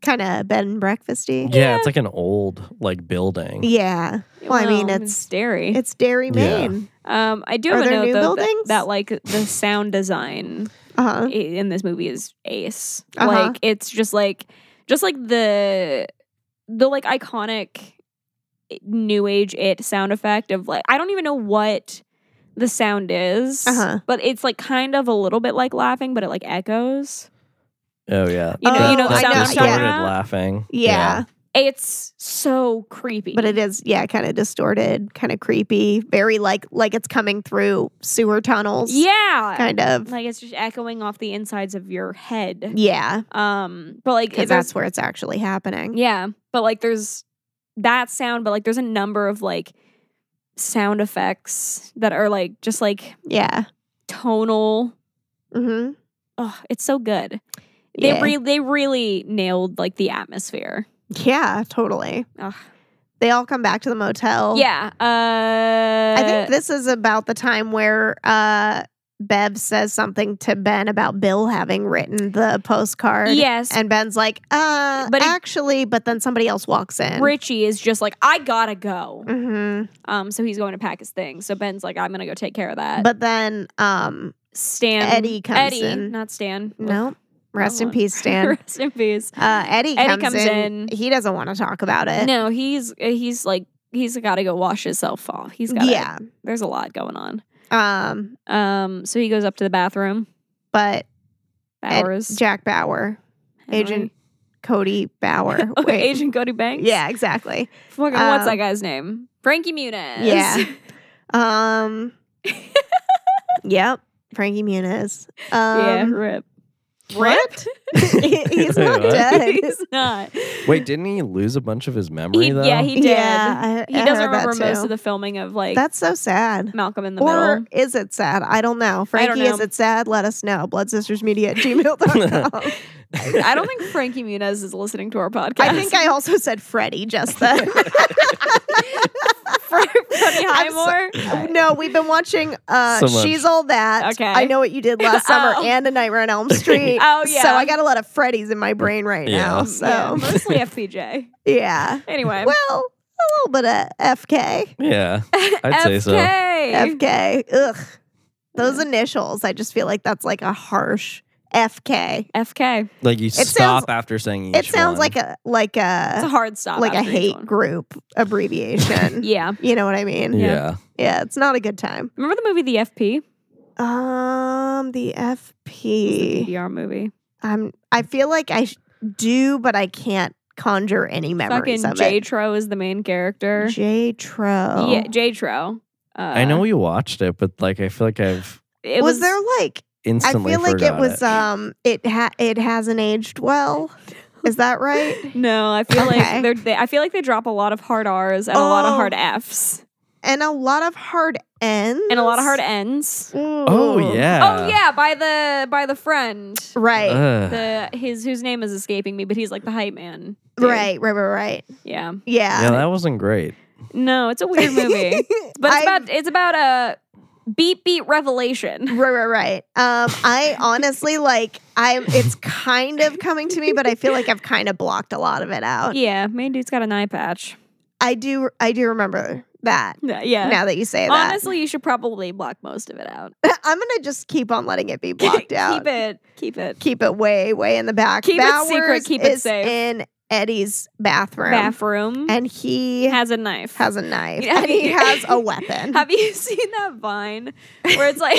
B: kind of bed and breakfasty.
D: yeah, It's like an old like building.
B: Yeah, Well, I mean, it's-
C: dairy.
B: it's Dairy
D: Yeah.
B: Maine.
C: Um, I do
B: Are
C: have a
B: there
C: note
B: new
C: though that-
B: buildings?
C: that, like the sound design
B: Uh
C: i-
B: huh.
C: in this movie is ace.
B: Uh-huh.
C: Like it's just like just like the the like iconic new age it sound effect of like I don't even know what the sound is,
B: Uh-huh.
C: but it's like kind of a little bit like laughing, but it like echoes.
D: Oh yeah.
C: You know-
B: you
D: That-
B: know the
D: that
B: sound I'm talking
D: distorted
C: about?
D: laughing.
B: Yeah.
C: It's so creepy,
B: but it is yeah, kind of distorted, kind of creepy, very like like it's coming through sewer tunnels.
C: yeah,
B: kind of.
C: like it's just echoing off the insides of your head.
B: Yeah,
C: Um, but like
B: because
C: there's
B: that's where it's actually happening.
C: Yeah, but like there's that sound, but like there's a number of like sound effects that are like just like
B: Yeah.
C: tonal.
B: Mm-hmm.
C: Oh, it's so good. They
B: Yeah.
C: re- they really nailed like the atmosphere.
B: yeah, totally.
C: Ugh.
B: They all come back to the motel.
C: Yeah. Uh,
B: Oh. I think this is about the time where uh, Bev says something to Ben about Bill having written the postcard.
C: yes.
B: And Ben's like, uh,
C: But it-
B: actually, but then somebody else walks in.
C: Richie is just like I gotta go.
B: hmm
C: Um, so he's going to pack his things. So Ben's like I'm gonna uh, go take care of that.
B: But then, um,
C: Stan
B: Eddie comes
C: Eddie,
B: in.
C: not Stan.
B: no, Rest in peace, Stan.
C: Rest in peace.
B: Uh, Eddie,
C: Oh. Eddie
B: comes,
C: comes
B: in.
C: in.
B: He doesn't want to talk about it.
C: No, he's uh, he's like he's got to go wash himself off. He's got
B: yeah.
C: There's a lot going on.
B: Um,
C: Um, so he goes up to the bathroom.
B: but Ed-
C: Bowers,
B: Jack Bauer,
C: Henry.
B: Agent Cody Bauer.
C: Oh,
B: Wait.
C: Agent Cody Banks.
B: Yeah, exactly.
C: Fucking what's that
B: Um,
C: guy's name? Frankie Muniz.
B: Yeah. Um. yep. Frankie Muniz.
C: yeah.
B: Um,
C: Rip.
B: What? he's not
D: What?
B: dead.
C: He's not.
D: Wait, didn't he lose a bunch of his memory
C: He-
D: though?
C: yeah, he did.
B: Yeah, I-
C: he
B: I
C: doesn't
B: heard that
C: remember most
B: too.
C: of the filming of like
B: That's so sad.
C: Malcolm in the
B: Or
C: Middle.
B: is it sad? I don't know.
C: I
B: Frankie,
C: don't
B: is
C: know.
B: it sad? Let us know. Bloodsistersmedia at gmail.com.
C: I don't think Frankie Muniz is listening to our podcast.
B: I think I also said Freddie just then.
C: Fre- Freddie
B: I'm so-
C: Highmore.
B: no, we've been watching uh,
D: So much.
B: She's All That.
C: Okay.
B: I know what you did last summer
C: Oh.
B: and A Nightmare on Elm Street.
C: Oh, yeah.
B: So I got a lot of Freddies in my brain right
D: Yeah.
B: now.
D: Yeah.
C: Yeah,
B: So,
C: mostly FPJ.
B: yeah.
C: Anyway,
B: Well, a little bit of FK.
D: Yeah, I'd say so.
C: FK.
B: FK. Ugh. Those initials, I just feel like that's like a harsh FK.
C: FK.
D: Like you
B: sounds-
D: stop after saying each
B: It sounds
D: one.
B: like a like
C: It's a
B: a
C: hard stop.
B: like a
C: after each
B: hate
C: one.
B: group abbreviation.
C: Yeah.
B: You know what I mean?
D: yeah.
B: Yeah, it's not a good time.
C: Remember the movie The FP?
B: Um, the
C: It's the
B: FP.
C: DDR movie.
B: I'm. I feel like I sh- do, but I can't conjure any memories
C: Fucking
B: of
C: J
B: it.
C: Tro is the main character.
B: J Tro.
C: Yeah, J Tro. Uh,
D: I
B: Uh-huh.
D: know we watched it, but like I feel like I've
C: It
B: was,
C: was,
B: there like? I
D: instantly
B: feel like it
D: forgot
B: was. Um, it ha- it hasn't aged well. Is that right?
C: No, I feel
B: Okay.
C: like they're, they. I feel like they drop a lot of hard R's and a lot of
B: Oh.
C: hard Fs
B: And a lot of hard ends.
C: and a lot of hard Ns.
D: oh
B: Ooh.
D: yeah. Uh,
C: Oh yeah, by the by the friend.
B: Right.
D: Ugh.
C: The his whose name is escaping me, but he's like the hype man. dude.
B: right. Right. Right. Right.
C: Yeah.
B: Yeah.
D: yeah, that wasn't great.
C: No, it's a weird movie. But it's
B: I've-
C: about it's about a beat beat revelation.
B: Right, right, right. Um, I honestly like I. It's kind of coming to me, but I feel like I've kind of blocked a lot of it out.
C: Yeah, main dude's got an eye patch.
B: I do. I do remember that.
C: Yeah. yeah.
B: Now that you say that,
C: Honestly, you should probably block most of it out.
B: I'm gonna just keep on letting it be blocked out.
C: keep it. Keep it.
B: Keep it way, way in the back.
C: Keep it secret,
B: Bowers
C: keep it
B: is
C: safe.
B: In Eddie's bathroom,
C: Bathroom
B: and he has,
C: has a knife.
B: a knife,
C: Yeah,
B: and he
C: he-
B: has a weapon.
C: Have you seen that Vine where it's like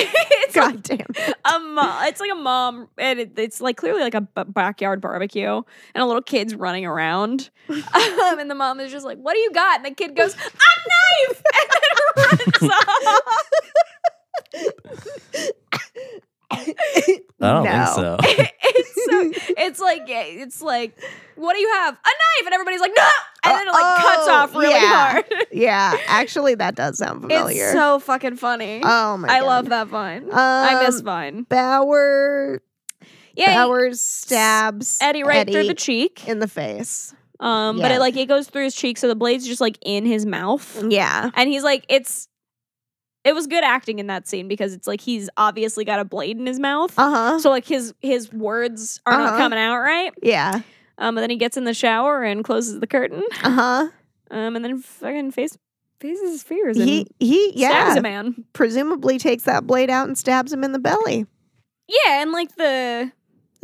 C: it's like
B: God damn. it.
C: a mom, it's like a mom, and it, it's like clearly like a b- backyard barbecue, and a little kid's running around, um, and the mom is just like, "What do you got?" And the kid goes, "A knife!" and then runs off.
D: I don't think
B: No.
D: so.
C: It's so, it's like it's like, "What do you have?" A knife, and everybody's like, "No!" And then it like cuts
B: Uh-oh,
C: off really
B: Uh, oh, yeah.
C: hard.
B: Yeah, actually, that does sound familiar.
C: It's so fucking funny.
B: oh my!
C: I
B: God.
C: love that Vine.
B: Um,
C: I miss Vine.
B: Bauer.
C: Yeah,
B: Bowers stabs
C: Eddie right through the cheek.
B: in the face.
C: Um, but
B: Yeah.
C: it like it goes through his cheek, so the blade's just like in his mouth,
B: Yeah,
C: and he's like, it's. It was good acting in that scene because it's like he's obviously got a blade in his mouth,
B: uh huh.
C: so like his his words are
B: Uh-huh.
C: not coming out right.
B: yeah,
C: Um, and then he gets in the shower and closes the curtain.
B: uh huh.
C: Um, and then fucking face faces his fears and
B: He he yeah.
C: stabs a man.
B: Presumably takes that blade out and stabs him in the belly
C: Yeah, and like the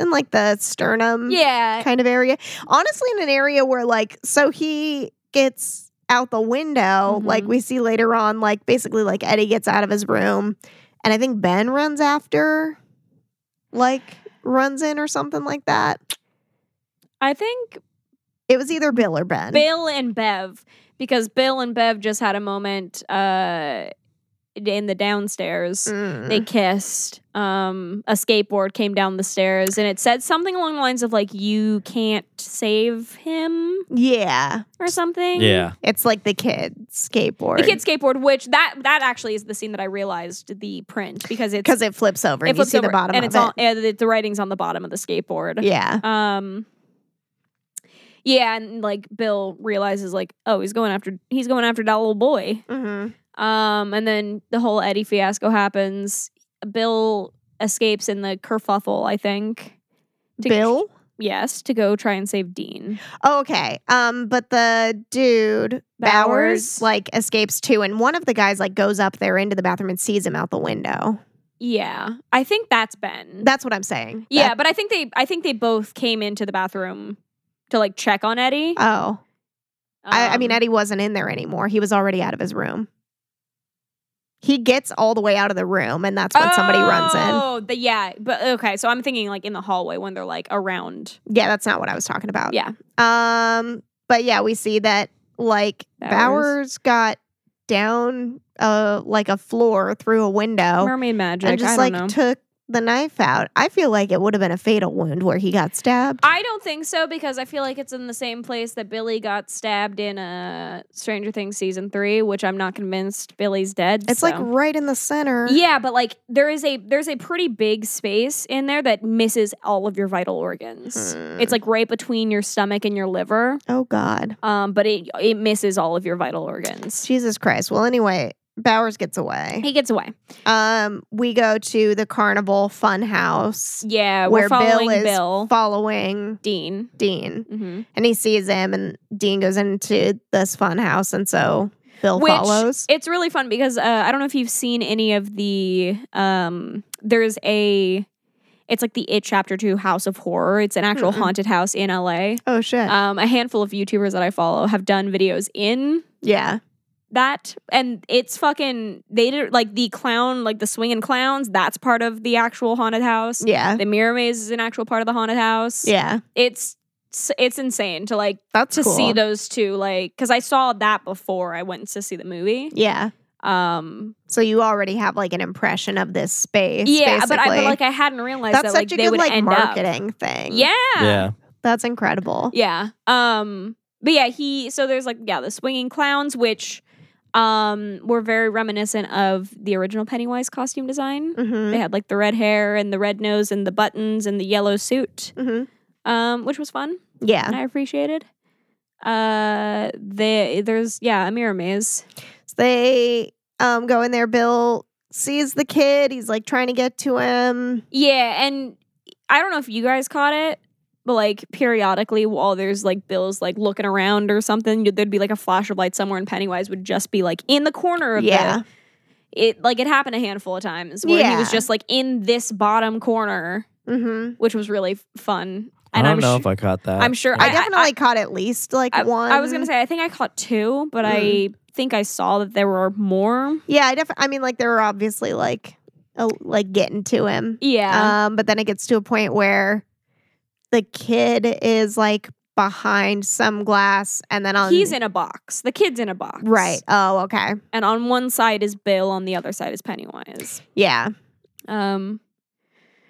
B: and like the sternum.
C: yeah
B: kind of area. Honestly, in an area where like so he gets out the window,
C: Mhm.
B: like we see later on, like basically like Eddie gets out of his room, and I think Ben runs after, like runs in or something like that.
C: I think
B: It was either Bill or Ben.
C: Bill and Bev because Bill and Bev just had a moment uh in the downstairs.
B: Mm.
C: They kissed. Um, a skateboard came down the stairs, and it said something along the lines of like "You can't save him"
B: yeah,
C: or something.
D: Yeah.
B: it's like the kid skateboard.
C: the kid skateboard, which that that actually is the scene that I realized the print because it's
B: because it flips over and you see the bottom
C: and
B: of
C: it's
B: it.
C: on and the, the writing's on the bottom of the skateboard.
B: yeah,
C: Um. Yeah, and like Bill realizes, like, oh, he's going after he's going after that little boy.
B: hmm
C: Um, and then the whole Eddie fiasco happens. Bill escapes in the kerfuffle, I think. To-
B: Bill.
C: Yes, to go try and save Dean.
B: Oh, okay. Um, but the dude Bowers,
C: Bowers?
B: like escapes too, and one of the guys like goes up there into the bathroom and sees him out the window.
C: Yeah, I think that's Ben.
B: That's what I'm saying.
C: yeah,
B: That-
C: but I think they I think they both came into the bathroom to like check on Eddie.
B: oh, I, I mean,
C: Um,
B: Eddie wasn't in there anymore. He was already out of his room. He gets all the way out of the room, and that's when somebody runs in.
C: Oh, the, yeah, but okay. So I'm thinking like in the hallway when they're like around.
B: Yeah, that's not what I was talking about.
C: Yeah.
B: Um, but yeah, we see that like
C: Bowers.
B: Bowers, got down uh like a floor through a window
C: Mermaid magic.
B: Oh. and
C: I
B: just
C: don't
B: like
C: know.
B: took the knife out. I feel like it would have been a fatal wound where he got stabbed.
C: I don't think so because I feel like it's in the same place that Billy got stabbed in uh, Stranger Things season three, which I'm not convinced Billy's dead.
B: it's like
C: so.
B: right in the center.
C: yeah, but like there is a there's a pretty big space in there that misses all of your vital organs.
B: Hmm.
C: It's like right between your stomach and your liver,
B: Oh God.
C: um, but it it misses all of your vital organs.
B: Jesus Christ. Well, anyway, Bowers gets away.
C: He gets away.
B: Um, we go to the carnival fun house
C: Yeah, we're
B: where
C: following
B: Bill is
C: Bill.
B: following
C: Dean.
B: Dean,
C: Mm-hmm.
B: and he sees him, and Dean goes into this fun house, and so Bill
C: Which-
B: follows.
C: It's really fun because uh, I don't know if you've seen any of the. Um, there's a. It's like the It Chapter 2 House of Horror. It's an actual
B: Mm-mm.
C: haunted house in LA.
B: Oh shit!
C: Um, a handful of YouTubers that I follow have done videos in
B: yeah,
C: that and it's fucking they did like the clown like the swinging clowns that's part of the actual haunted house
B: yeah,
C: the mirror maze is an actual part of the haunted house
B: yeah.
C: it's it's insane to like
B: That's
C: to
B: cool.
C: see those two like because i saw that before i went to see the movie
B: Yeah.
C: um
B: So you already have like an impression of this space.
C: yeah but i but
B: basically.
C: like i hadn't realized
B: that's
C: that
B: such
C: like
B: a
C: they
B: good
C: would
B: like
C: end up
B: marketing thing.
C: yeah
D: Yeah.
B: that's incredible.
C: Yeah. Um but yeah, he so there's like yeah, the swinging clowns which um were very reminiscent of the original Pennywise costume design.
B: Mm-hmm.
C: They had like the red hair and the red nose and the buttons and the yellow suit.
B: Mm-hmm.
C: Um which was fun
B: Yeah.
C: and I appreciated. Uh they there's yeah, a mirror maze.
B: So they um go in there. Bill sees the kid. He's like trying to get to him.
C: Yeah, and I don't know if you guys caught it, but like periodically while there's like Bill's like looking around or something, there'd be like a flash of light somewhere and Pennywise would just be like in the corner of the
B: Yeah,
C: it like it happened a handful of times where he was
B: Yeah.
C: just like in this bottom corner,
B: mm-hmm.
C: which was really f- fun.
D: I
C: And
D: don't
C: am
D: know if I caught that.
C: I'm sure
B: I,
C: I,
B: definitely caught at least like
C: I,
B: one.
C: I, I was gonna say I think I caught two, but
B: Mm.
C: I think I saw that there were more.
B: yeah. I definitely. I mean, like they were obviously like, a, like getting to him.
C: Yeah,
B: Um, but then it gets to a point where the kid is like behind some glass, and then on
C: he's in a box. The kid's in a box,
B: Um, right. Oh, okay.
C: And on one side is Bill, on the other side is Pennywise.
B: Yeah.
C: Um,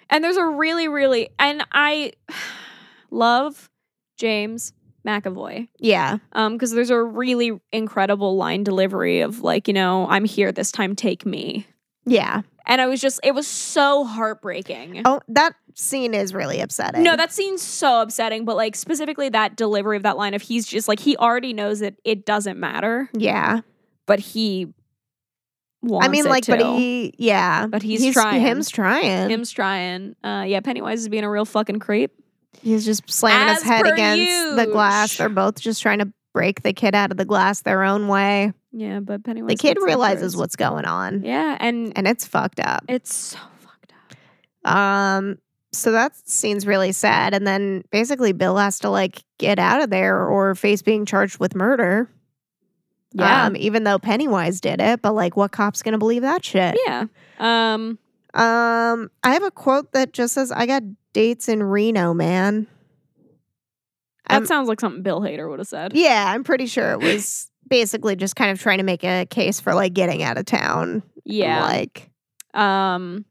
C: and there's a really, really, and I love James McAvoy.
B: Yeah.
C: Um, because there's a really incredible line delivery of like, you know, I'm here this time, take me.
B: Yeah.
C: And I was just, it was so heartbreaking.
B: Oh, that scene is really upsetting.
C: No, that scene's so upsetting, but like specifically that delivery of that line of he's just like he already knows that it doesn't matter,
B: Yeah.
C: but he wants
B: I mean,
C: it
B: like, but
C: to.
B: he. Yeah.
C: But he's trying.
B: Him's trying.
C: him's trying. Uh, yeah, Pennywise is being a real fucking creep.
B: He's just slamming
C: As
B: his head
C: per
B: against the glass.
C: huge.
B: They're both just trying to break the kid out of the glass their own way.
C: Yeah, but Pennywise.
B: The kid
C: gets
B: realizes
C: first.
B: what's going on,
C: Yeah, and
B: and it's fucked up.
C: it's so fucked up.
B: Um, so that scene's really sad. And then basically, Bill has to like get out of there or face being charged with murder.
C: Yeah.
B: um, even though Pennywise did it, but like, what cop's gonna believe that shit?
C: Yeah. Um.
B: Um, I have a quote that just says, "I got dates in Reno, man."
C: That
B: Um,
C: sounds like something Bill Hader would have said.
B: Yeah, I'm pretty sure it was basically just kind of trying to make a case for like getting out of town.
C: Yeah.
B: Like,
C: Um.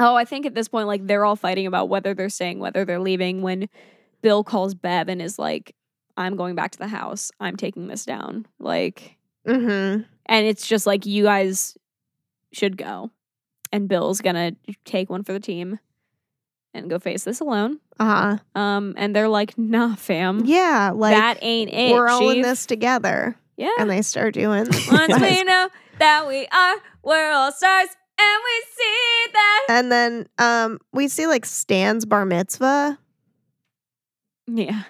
C: Oh, I think at this point, like they're all fighting about whether they're staying, whether they're leaving. When Bill calls Bev and is like, "I'm going back to the house. I'm taking this down." Like,
B: mm-hmm.
C: and it's just like you guys should go, and Bill's gonna take one for the team and go face this alone.
B: Uh-huh.
C: Um. And they're like, "Nah, fam.
B: Yeah, like
C: Mm-hmm. that ain't it.
B: we're all in
C: chief."
B: this together.
C: Yeah.
B: And they start doing
C: Once we know that we are, we're all stars, and we see that.
B: And then um we see like Stan's bar mitzvah.
C: Yeah,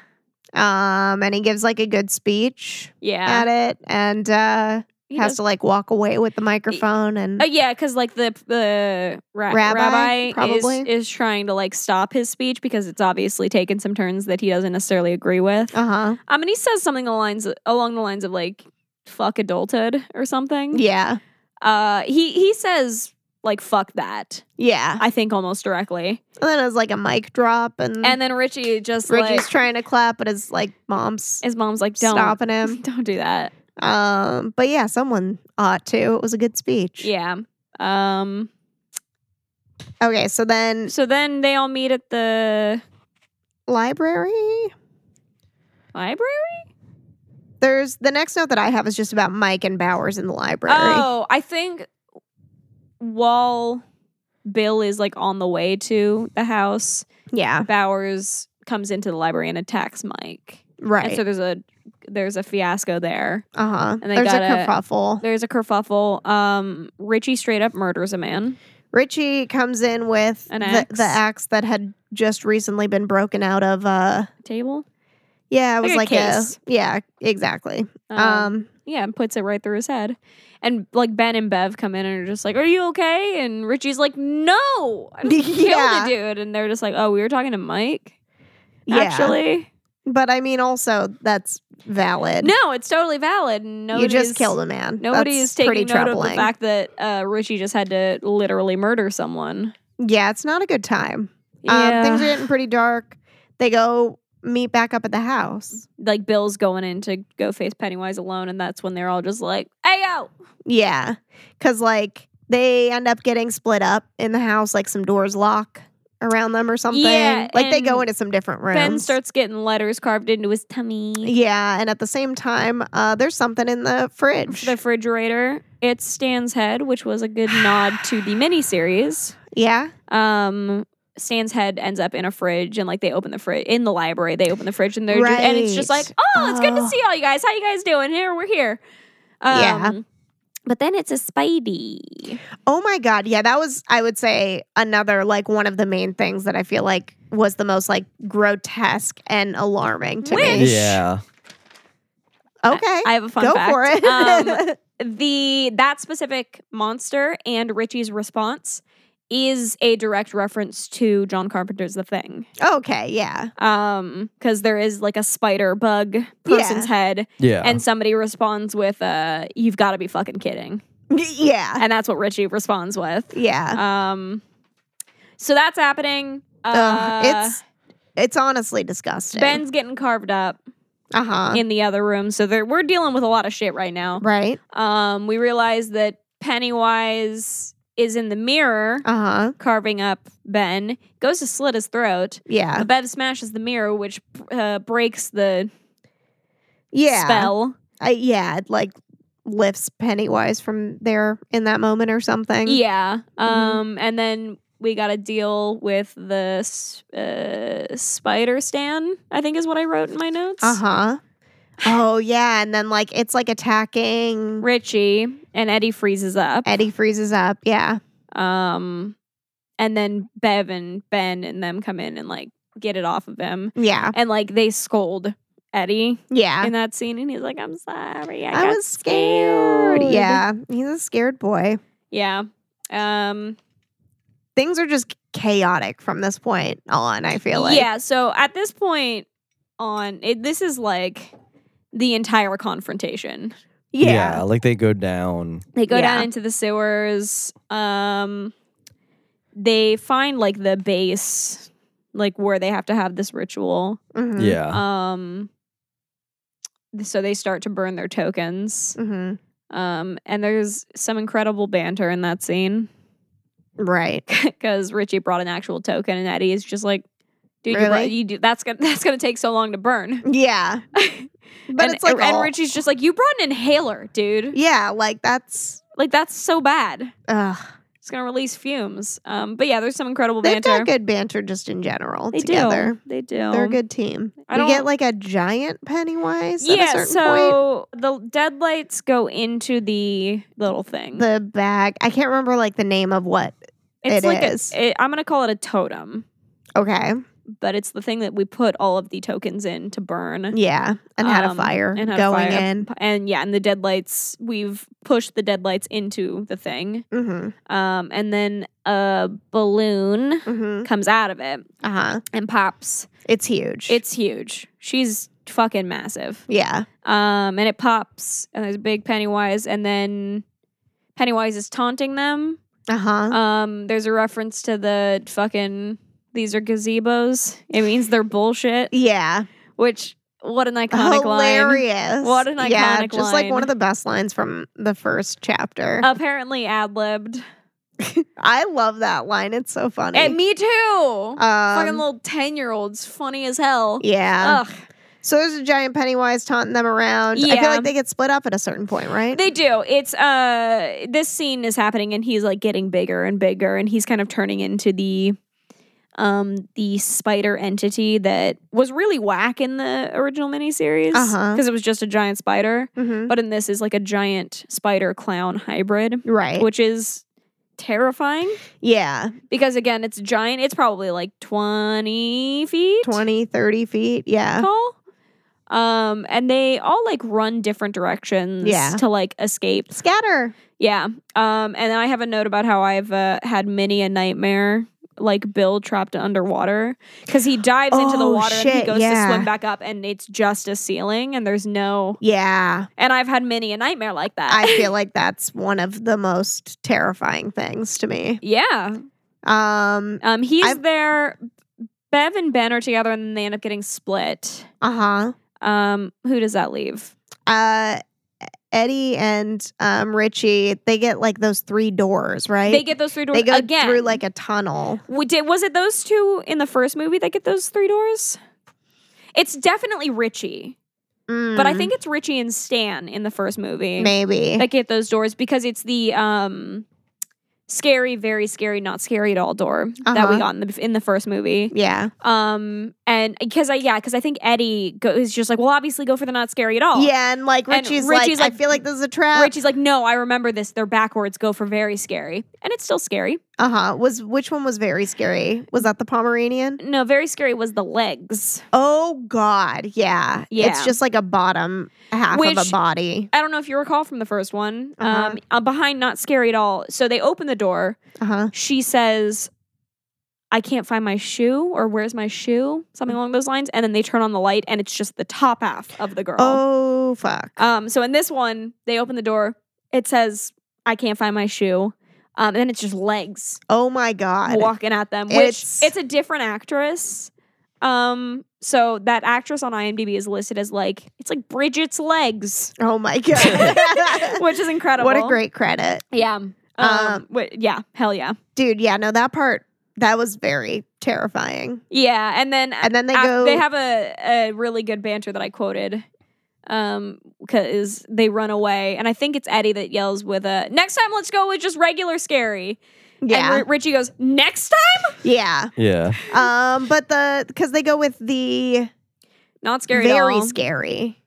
B: Um and he gives like a good speech
C: yeah.
B: at it. And uh
C: he
B: has
C: does-
B: to like walk away with the microphone and
C: Uh, yeah, because like the the ra-
B: Rabbi,
C: rabbi,
B: probably?
C: is is trying to like stop his speech because it's obviously taken some turns that he doesn't necessarily agree with.
B: uh huh.
C: Um, and he says something along the lines along the lines of like "fuck adulthood" or something.
B: Yeah.
C: Uh, he he says like "fuck that."
B: Yeah.
C: I think almost directly.
B: And then it was like a mic drop and,
C: And then Richie just
B: Richie's
C: like
B: trying to clap, but his like mom's
C: his mom's like, "Don't
B: stopping him.
C: don't do that."
B: Um but yeah, someone ought to. It was a good speech.
C: Yeah. Um.
B: Okay, so then
C: So then they all meet at the
B: library.
C: library.
B: There's the next note that I have is just about Mike and Bowers in the library.
C: Oh, I think while Bill is like on the way to the house,
B: Yeah.
C: Bowers comes into the library and attacks Mike. And
B: Right.
C: so there's a there's a fiasco there.
B: uh huh.
C: and they
B: There's a
C: got a-
B: kerfuffle.
C: There's a kerfuffle. Um, Richie straight up murders a man.
B: Richie comes in with
C: An
B: the,
C: axe.
B: the axe that had just recently been broken out of uh
C: Table.
B: yeah, it was
C: Like
B: like,
C: a
B: a,
C: case.
B: yeah, exactly.
C: Um,
B: Um,
C: yeah, and puts it right through his head. And like Ben and Bev come in and are just like, "Are you okay?" And Richie's like, "No, I just
B: Yeah.
C: killed a dude." And they're just like, "Oh, we were talking to Mike."
B: Yeah.
C: Actually,
B: but I mean also that's valid.
C: No, it's totally valid. and
B: you
C: Nobody's,
B: just killed a man.
C: Nobody
B: That's
C: is taking
B: pretty
C: note
B: troubling.
C: of the fact that uh, Richie just had to literally murder someone.
B: Yeah, it's not a good time.
C: yeah,
B: Um, things are getting pretty dark. They go meet back up at the house.
C: like Bill's going in to go face Pennywise alone, and that's when they're all just like, "Hey yo,
B: Yeah, because like they end up getting split up in the house. Like some doors lock around them or something.
C: Yeah,
B: like they go
C: and
B: into some different rooms.
C: Ben starts getting letters carved into his tummy."
B: yeah, and at the same time, uh, there's something in the fridge.
C: The refrigerator. It's Stan's head, which was a good nod to the miniseries.
B: yeah,
C: Um, Stan's head ends up in a fridge, and like they open the fridge in the library. They open the fridge, and they're ju- and it's just
B: Right.
C: like, oh, it's good
B: Oh.
C: to see all you guys. How you guys doing? Here we're here. Um,
B: Yeah.
C: But then it's a Spidey.
B: Oh my god, yeah, that was I would say another like one of the main things that I feel like was the most like grotesque and alarming to
C: Wish.
B: me.
D: Yeah.
B: Okay.
C: I have a fun
B: go
C: fact.
B: for it.
C: um, the that specific monster and Richie's response is a direct reference to John Carpenter's The Thing.
B: okay, yeah.
C: Um, because there is like a spider bug person's
B: Yeah.
C: head,
D: Yeah.
C: and somebody responds with, "Uh, you've got to be fucking kidding,"
B: Yeah.
C: and that's what Richie responds with.
B: Yeah.
C: Um, so that's happening. Uh,
B: Ugh, it's it's honestly disgusting.
C: Ben's getting carved up
B: uh-huh.
C: in the other room, so there- we're dealing with a lot of shit right now.
B: right?
C: Um, we realize that Pennywise is in the mirror
B: Uh-huh.
C: carving up Ben, goes to slit his throat.
B: Yeah.
C: but Bev smashes the mirror, which uh, breaks the
B: Yeah.
C: spell.
B: I, yeah, it like lifts Pennywise from there in that moment or something.
C: Yeah.
B: Mm-hmm.
C: Um, and then we got to deal with the s- uh, spider Stan. I think is what I wrote in my notes.
B: Uh-huh. Oh yeah, and then like it's like attacking
C: Richie and Eddie freezes up.
B: Eddie freezes up. Yeah.
C: Um, and then Bev and Ben and them come in and like get it off of him,
B: Yeah.
C: and like they scold Eddie
B: Yeah.
C: in that scene, and he's like, "I'm sorry, I,
B: I
C: got
B: was scared.
C: scared."
B: Yeah. He's a scared boy.
C: yeah." Um,
B: Things are just chaotic from this point on, I feel like.
C: yeah. So at this point, on it, this is like the entire confrontation.
B: Yeah.
D: Like they go down.
C: They go
B: Yeah.
C: down into the sewers. Um, they find like the base, like where they have to have this ritual.
B: Mhm.
D: Yeah.
C: Um, th- so they start to burn their tokens.
B: Mhm.
C: Um, and there's some incredible banter in that scene
B: Right.
C: because Richie brought an actual token, and Eddie is just like, "Dude, you, brought-
B: Really?
C: you do that's gonna that's gonna take so long to burn."
B: Yeah. But
C: and,
B: it's like
C: and
B: all-
C: Richie's just like, "You brought an inhaler, dude.
B: Yeah, like that's
C: Like that's so bad.
B: ugh.
C: It's gonna release fumes." Um, but yeah, there's some incredible
B: They've
C: banter.
B: got good banter just in general
C: they
B: together.
C: do. They do.
B: They're a good team.
C: I
B: we
C: don't-
B: get like a giant Pennywise at a
C: Yeah.
B: certain
C: So the deadlights go into the little thing.
B: point. The bag. I can't remember like the name of what
C: It's
B: It
C: like
B: is.
C: A, it, I'm gonna call it a totem.
B: okay.
C: but it's the thing that we put all of the tokens in to burn.
B: Yeah, and had a
C: Um,
B: fire
C: and had a
B: going
C: fire.
B: in.
C: And yeah, and the deadlights, we've pushed the deadlights into the thing.
B: Mm-hmm.
C: Um, and then a balloon
B: Mm-hmm.
C: comes out of it
B: Uh huh.
C: and pops.
B: It's huge.
C: It's huge. She's fucking massive.
B: yeah.
C: Um, and it pops, and there's a big Pennywise, and then Pennywise is taunting them.
B: Uh huh.
C: Um, there's a reference to the fucking these are gazebos. It means they're bullshit.
B: Yeah.
C: Which what an iconic line.
B: Hilarious.
C: What an
B: Yeah,
C: iconic
B: just like
C: line. Uh,
B: one of the best lines from the first chapter.
C: Apparently ad libbed.
B: I love that line. It's so funny.
C: And me too. fucking
B: Um,
C: little ten year olds, funny as hell.
B: Yeah.
C: Ugh.
B: So there's a giant Pennywise taunting them around. I feel
C: Yeah.
B: like they get split up at a certain point, right?
C: They do. It's uh this scene is happening and he's like getting bigger and bigger and he's kind of turning into the um the spider entity that was really whack in the original miniseries because
B: Uh-huh.
C: it was just a giant spider.
B: Mhm.
C: But in this is like a giant spider clown hybrid,
B: Right.
C: which is terrifying
B: yeah.
C: because again it's giant. It's probably like twenty feet
B: 20, 30 feet. Yeah.
C: tall. Um, and they all like run different directions
B: Yeah.
C: to like escape.
B: Scatter.
C: Yeah. Um, and then I have a note about how I've uh, had many a nightmare, like Bill trapped underwater, because he dives into the
B: Oh,
C: water and he
B: shit,
C: goes
B: yeah.
C: to swim back up, and it's just a ceiling, and there's no.
B: Yeah.
C: And I've had many a nightmare like that.
B: I feel like that's one of the most terrifying things to me.
C: yeah.
B: Um,
C: Um, he's
B: I've-
C: there. Bev and Ben are together, and then they end up getting split.
B: uh-huh.
C: Um, who does that leave?
B: Uh Eddie and um Richie, they get like those three doors, right?
C: They get those three doors
B: They go
C: again.
B: through like a tunnel.
C: We did, was it those two in the first movie that get those three doors? It's definitely Richie. But I
B: Mm,
C: think it's Richie and Stan in the first movie
B: maybe.
C: that get those doors because it's the um scary, very scary, not scary at all door that
B: Uh-huh.
C: we got in the in the first movie.
B: yeah.
C: Um, and because I yeah, because I think Eddie go, is just like, well, obviously go for the not scary at all.
B: Yeah, and like
C: Oh. And
B: Richie's,
C: Richie's
B: like,
C: like-
B: I feel like this is a trap.
C: Richie's like, no, I remember this. They're backwards. Go for very scary, and it's still scary.
B: Uh huh. Was which one was very scary? Was that the Pomeranian?
C: No, very scary was the legs.
B: Oh God, yeah,
C: Yeah.
B: It's just like a bottom half of
C: Which-
B: a body.
C: I don't know if you recall from the first one.
B: Uh-huh.
C: Um, uh, behind not scary at all. So they open the door.
B: Uh huh.
C: she says, I can't find my shoe or where's my shoe? Something along those lines. And then they turn on the light and it's just the top half of the girl.
B: Oh fuck.
C: Um, so in this one, they open the door, it says, I can't find my shoe. Um, and then it's just legs
B: Oh my God.
C: walking at them, which
B: It's-
C: it's, a different actress. Um, so that actress on IMDb is listed as like, it's like Bridget's legs,
B: Oh my God.
C: which is incredible.
B: what a great credit,
C: Yeah. Um,
B: Um,
C: wh- yeah, hell yeah.
B: dude. Yeah, no, that part that was very terrifying.
C: Yeah, and then
B: And then they
C: Af-
B: go.
C: uh, They have a, a really good banter that I quoted. Um, because they run away, and I think it's Eddie that yells with a next time. Let's go with just regular scary.
B: yeah,
C: and Ri- Richie goes next time,
B: yeah.
D: Yeah.
B: Um, but the because they go with the
C: not scary,
B: very
C: at all.
B: scary,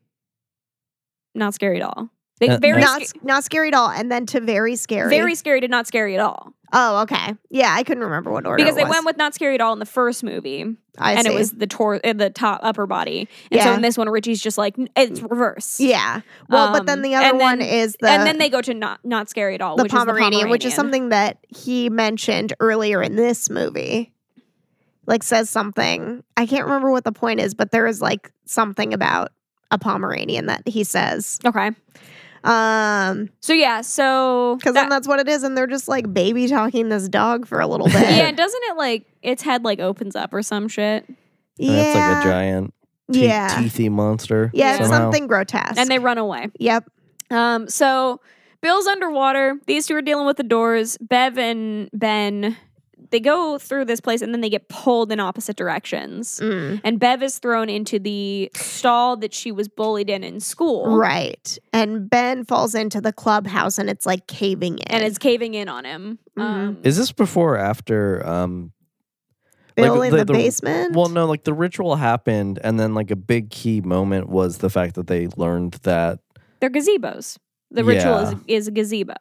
C: not scary at all. They
D: Uh,
C: very
B: not
C: sca-
B: not scary at all, and then to very scary,
C: very scary to not scary at all
B: Oh, okay. Yeah, I couldn't remember what order
C: because
B: it
C: they
B: was.
C: went with not scary at all in the first movie,
B: I
C: and
B: see.
C: it was the tor- uh, the top upper body, and so
B: Yeah.
C: in this one Richie's just like "N- it's reverse,
B: yeah. Well, but then
C: Um,
B: the other
C: and
B: one
C: then-
B: is the
C: and then they go to not not scary at all,
B: the,
C: which
B: Pomeranian,
C: is the
B: which is something
C: Pomeranian.
B: that he mentioned earlier in this movie. Like says something. I can't remember what the point is, but there is like something about a Pomeranian that he says.
C: Okay,
B: Um,
C: So yeah, so
B: because then
C: that-
B: that's what it is, and they're just like baby talking this dog for a little bit.
C: yeah, and doesn't it like its head like opens up or some shit,
D: And It's like
B: Yeah.
D: a giant te-
B: yeah,
D: teethy monster.
B: yeah, it's
D: somehow.
B: something grotesque.
C: and they run away.
B: yep,
C: Um, so Bill's underwater. These two are dealing with the doors. Bev and Ben, they go through this place and then they get pulled in opposite directions.
B: Mm.
C: And Bev is thrown into the stall that she was bullied in in school,
B: right. And Ben falls into the clubhouse, and it's like caving in.
C: and it's caving in on him.
B: Mhm.
C: Um,
D: Is this before or after um like,
B: Bill in
D: the-
B: the,
D: the-
B: basement.
D: Well, no, like the ritual happened, and then like a big key moment was the fact that they learned that.
C: they're gazebos. The ritual
D: Yeah.
C: is, is a gazebo.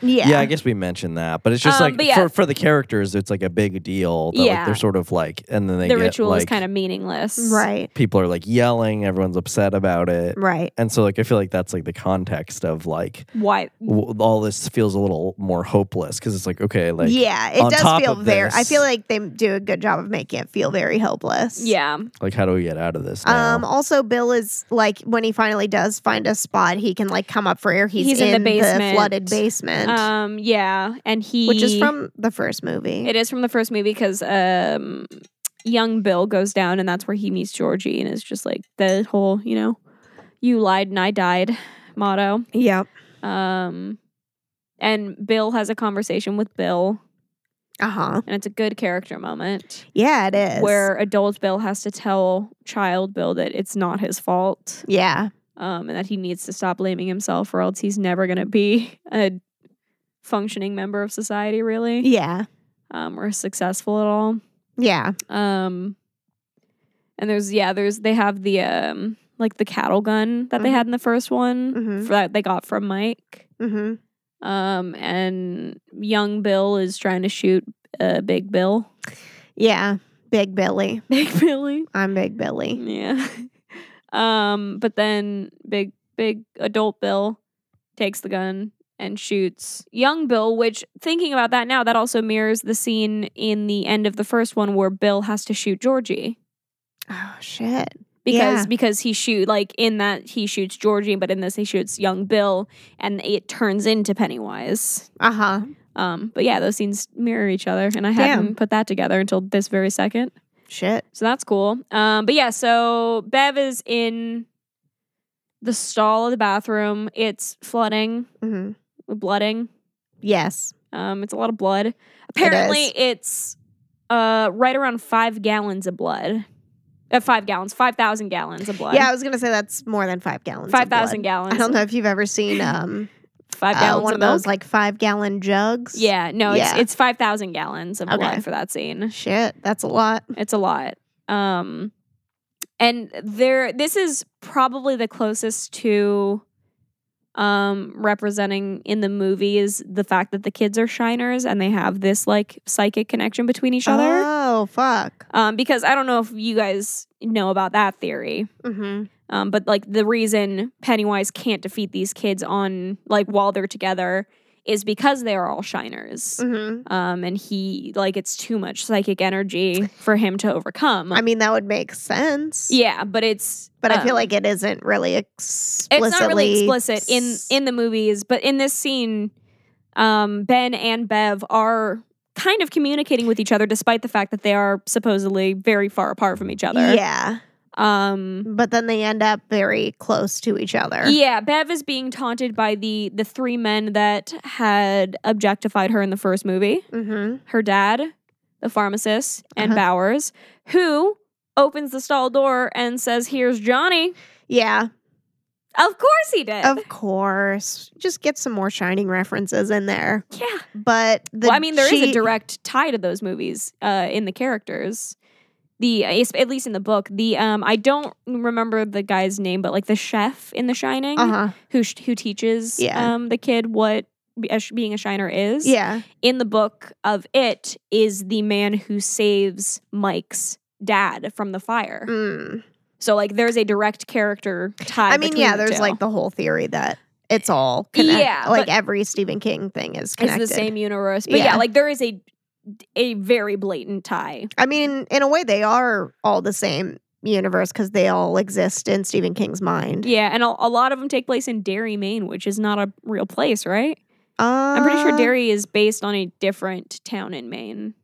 B: Yeah.
D: I guess we mentioned that, but it's just
C: Um,
D: like
C: but yeah.
D: for, for the characters, it's like a big deal. That, like,
C: Yeah.
D: they're sort of like, and then they
C: the
D: get
C: ritual
D: like,
C: is kind of meaningless.
B: Right.
D: people are like yelling, everyone's upset about it,
B: Right.
D: and so like I feel like that's like the context of like
C: Why?
D: w- all this feels a little more hopeless because it's like okay, like
B: yeah, it
D: on
B: does
D: top
B: feel
D: of
B: very. I
D: this-
B: feel like they do a good job of making it feel very helpless.
C: Yeah.
D: like how do we get out of this? Now?
B: Um. Also, Bill is like when he finally does find a spot, he can like come up for air. He's,
C: He's in the basement.
B: flooded basement,
C: Um. Yeah. And he,
B: which is from the first movie.
C: it is from the first movie because um, young Bill goes down and that's where he meets Georgie and it's just like the whole you know, you lied and I died motto.
B: Yep.
C: Um, and Bill has a conversation with Bill
B: Uh huh.
C: and it's a good character moment.
B: Yeah, it is.
C: where adult Bill has to tell child Bill that it's not his fault
B: Yeah.
C: um, and that he needs to stop blaming himself or else he's never going to be a functioning member of society, really,
B: Yeah.
C: um, or successful at all.
B: Yeah.
C: Um, and there's, yeah, there's, they have the, um, like the cattle gun that they
B: Mhm.
C: had in the first one
B: Mhm.
C: f- that they got from Mike.
B: Mm-hmm.
C: Um, and young Bill is trying to shoot uh, Big Bill.
B: Yeah. Big Billy.
C: Big Billy.
B: I'm Big Billy.
C: Yeah. Um, but then big big adult Bill takes the gun and shoots young Bill, which thinking about that now, that also mirrors the scene in the end of the first one where Bill has to shoot Georgie.
B: Oh shit.
C: Because
B: Yeah.
C: because he shoot like in that he shoots Georgie, but in this he shoots young Bill and it turns into Pennywise.
B: Uh huh.
C: Um, but yeah, those scenes mirror each other, and I
B: Damn.
C: hadn't put that together until this very second.
B: Shit.
C: So that's cool. Um, but yeah, so Bev is in the stall of the bathroom. It's flooding,
B: Mm-hmm.
C: blooding.
B: Yes.
C: Um, it's a lot of blood. Apparently,
B: is.
C: it's uh right around five gallons of blood. Uh, five gallons, five thousand gallons of blood.
B: Yeah, I was gonna say that's more than five gallons. of
C: five thousand
B: blood.
C: gallons.
B: I don't know if you've ever seen um
C: Five
B: uh,
C: gallons
B: one
C: of
B: of those
C: milk.
B: like five gallon jugs.
C: yeah, no, it's
B: Yeah.
C: it's five thousand gallons of
B: Okay.
C: blood for that scene.
B: Shit, that's a lot.
C: It's a lot. Um and there this is probably the closest to um representing in the movie is the fact that the kids are shiners and they have this like psychic connection between each other.
B: Oh fuck.
C: Um because I don't know if you guys know about that theory.
B: Mm-hmm.
C: Um, but like the reason Pennywise can't defeat these kids on like while they're together is because they are all shiners.
B: Mm-hmm.
C: Um, and he like it's too much psychic energy for him to overcome.
B: I mean that would make sense.
C: Yeah, but it's
B: But I
C: um,
B: feel like it isn't really
C: it's
B: explicitly
C: not really explicit in in the movies, but in this scene, um, Ben and Bev are kind of communicating with each other, despite the fact that they are supposedly very far apart from each other.
B: Yeah.
C: Um.
B: But then they end up very close to each other.
C: Yeah, Bev is being taunted by the the three men that had objectified her in the first movie.
B: Mm-hmm.
C: Her dad, the pharmacist, and
B: Uh-huh.
C: Bowers, who opens the stall door and says, "Here's Johnny."
B: Yeah.
C: Of course he did.
B: Of course. Just get some more shining references in there.
C: yeah.
B: But the
C: well, I mean, there is
B: she-
C: a direct tie to those movies uh, in the characters. The at least in the book, the um, I don't remember the guy's name, but like the chef in The Shining,
B: Uh-huh.
C: who sh- who teaches
B: Yeah.
C: um, the kid what be- a sh- being a shiner is.
B: Yeah.
C: In the book of it is the man who saves Mike's dad from the fire.
B: Mm.
C: So like, there's a direct character tie.
B: I mean,
C: between
B: yeah,
C: the
B: there's
C: two.
B: like the whole theory that it's all connected.
C: Yeah,
B: like
C: but-
B: every Stephen King thing is
C: it's
B: connected.
C: the same universe, but yeah.
B: Yeah.
C: like there is a a very blatant tie.
B: I mean, in a way, they are all the same universe because they all exist in Stephen King's mind.
C: Yeah, and a, a lot of them take place in Derry, Maine, which is not a real place, right?
B: Uh,
C: I'm pretty sure Derry is based on a different town in Maine.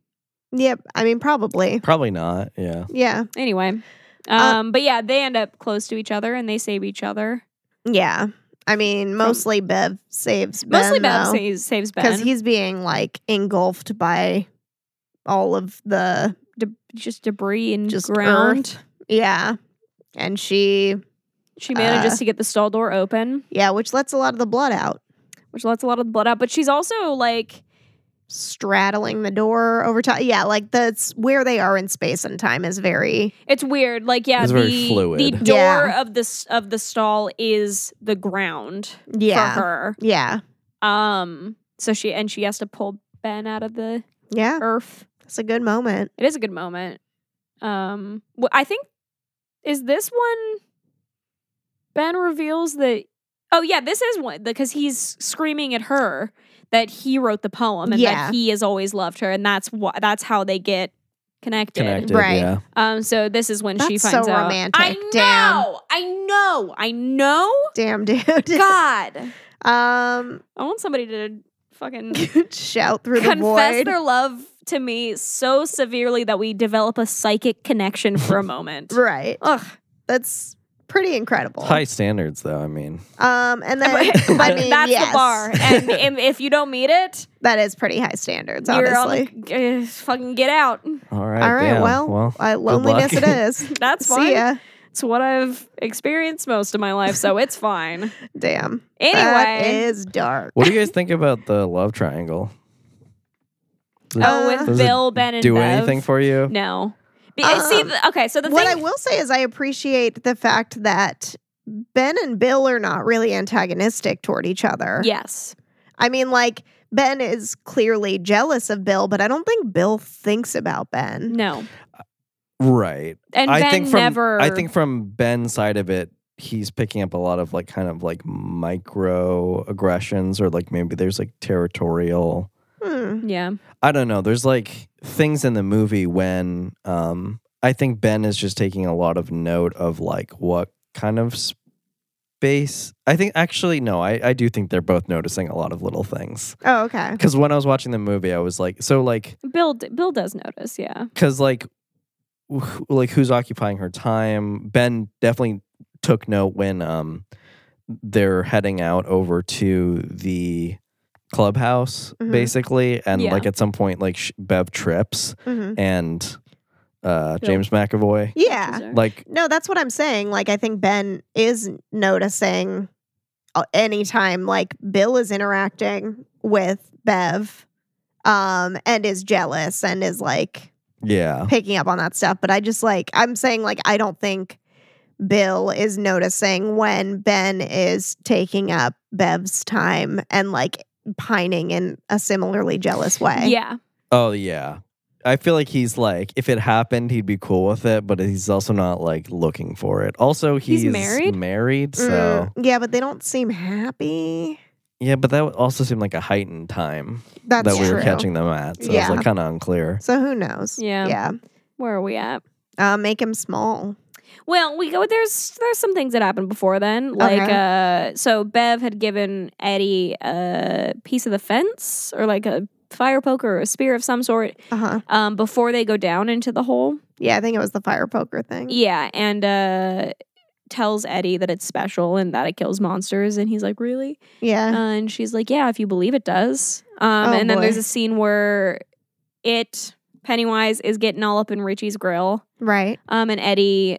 B: Yep. I mean, probably.
D: Probably not. Yeah.
B: Yeah.
C: Anyway, um,
B: Uh,
C: but yeah, they end up close to each other and they save each other.
B: Yeah. I mean, mostly Bev saves Ben.
C: Mostly Bev saves, saves
B: Because
C: Ben.
B: he's being like engulfed by all of the.
C: De- just debris and
B: Just
C: ground.
B: Yeah. And she.
C: She manages
B: Uh,
C: to get the stall door open,
B: Yeah, which lets a lot of the blood out.
C: which lets a lot of the blood out. But she's also like,
B: straddling the door over time. Yeah, like that's where they are in space and time is very
C: it's weird. Like, yeah,
D: It's
C: the,
D: very fluid.
C: the door
B: Yeah.
C: of this of the stall is the ground
B: yeah
C: for her.
B: yeah
C: Um, So she and she has to pull Ben out of the
B: Yeah,
C: earth.
B: it's a good moment.
C: It is a good moment. Um, wh- I think is this one. Ben reveals that. Oh yeah, this is one because he's screaming at her that he wrote the poem and
B: Yeah.
C: that he has always loved her, and that's why that's how they get connected.
D: Connected,
B: Right.
D: yeah.
C: Um, so this is when she
B: That's so
C: finds out.
B: romantic.
C: I know.
B: Damn.
C: I know. I know.
B: Damn, dude.
C: God,
B: Um,
C: I want somebody to fucking
B: shout through the
C: confess
B: void.
C: their love to me so severely that we develop a psychic connection for a moment.
B: right.
C: Ugh.
B: That's pretty incredible.
D: High standards, though. I mean,
B: Um, and then I
C: But
B: mean,
C: that's
B: yes,
C: the bar, and, and if you don't meet it,
B: That is pretty high standards,
C: you're on
B: honestly.
C: the, uh, fucking get out.
D: all right.
B: All right.
D: damn.
B: Well, uh,
D: good luck.
B: loneliness it is.
C: That's fine.
B: See ya.
C: It's what I've experienced most of my life, so it's fine.
B: Damn. that
C: Anyway,
B: is dark.
D: what do you guys think about the love triangle? Does-
C: oh, with
D: does it
C: Bill, Ben, and
D: do
C: Bev.
D: anything for you?
C: No. Be- I see,
B: Um,
C: the, okay, so the
B: What
C: thing
B: I will say is, I appreciate the fact that Ben and Bill are not really antagonistic toward each other.
C: Yes.
B: I mean, like Ben is clearly jealous of Bill, but I don't think Bill thinks about Ben.
C: No.
D: Right.
C: And
D: I
C: Ben
D: think from
C: never.
D: I think from Ben's side of it, he's picking up a lot of like kind of like micro aggressions or like maybe there's like territorial.
B: Hmm.
C: Yeah.
D: I don't know. There's like things in the movie when um I think Ben is just taking a lot of note of like what kind of space. I think actually no, I I do think they're both noticing a lot of little things.
B: Oh, okay.
D: Cuz when I was watching the movie, I was like so like
C: Bill. d- Bill does notice. Yeah.
D: because like wh- like who's occupying her time ben definitely took note when um they're heading out over to the clubhouse
B: Mhm.
D: basically
C: Mm-hmm.
D: and
C: Yeah. Mm-hmm.
D: like at some point like sh- bev trips
B: hmm
D: and uh
C: Bill.
D: james mcavoy
B: Yeah.
D: like
B: No, that's what I'm saying. Like, I think Ben is noticing uh, anytime like Bill is interacting with Bev, um, and is jealous and is like
C: Oh.
D: yeah
B: picking up on that stuff. But I just like I'm saying like I don't think Bill is noticing when Ben is taking up Bev's time and like pining in a similarly jealous way.
C: Yeah.
D: oh yeah I feel like he's like, if it happened, he'd be cool with it, but he's also not like looking for it. Also, he's,
C: He's married?
D: married, so
B: Mm, yeah, but they don't seem happy.
D: yeah. But that would also seemed like a heightened time.
B: That's
D: that we
B: true.
D: were catching them at. So
B: Yeah.
D: it's like kind of unclear.
B: So who knows?
C: Yeah.
B: Yeah.
C: Where are we at?
B: Uh, make him small.
C: Well, we go. There's there's some things that happened before then. Like uh, so Bev had given Eddie a piece of the fence or like a fire poker or a spear of some sort
B: Uh huh.
C: um before they go down into the hole.
B: Yeah, I think it was the fire poker thing.
C: Yeah, and uh tells Eddie that it's special and that it kills monsters and he's like, "Really?"
B: Yeah.
C: Uh, and she's like, "Yeah, if you believe it does." Um,
B: Oh,
C: and then
B: boy.
C: there's a scene where it Pennywise is getting all up in Richie's grill,
B: right.
C: um, and Eddie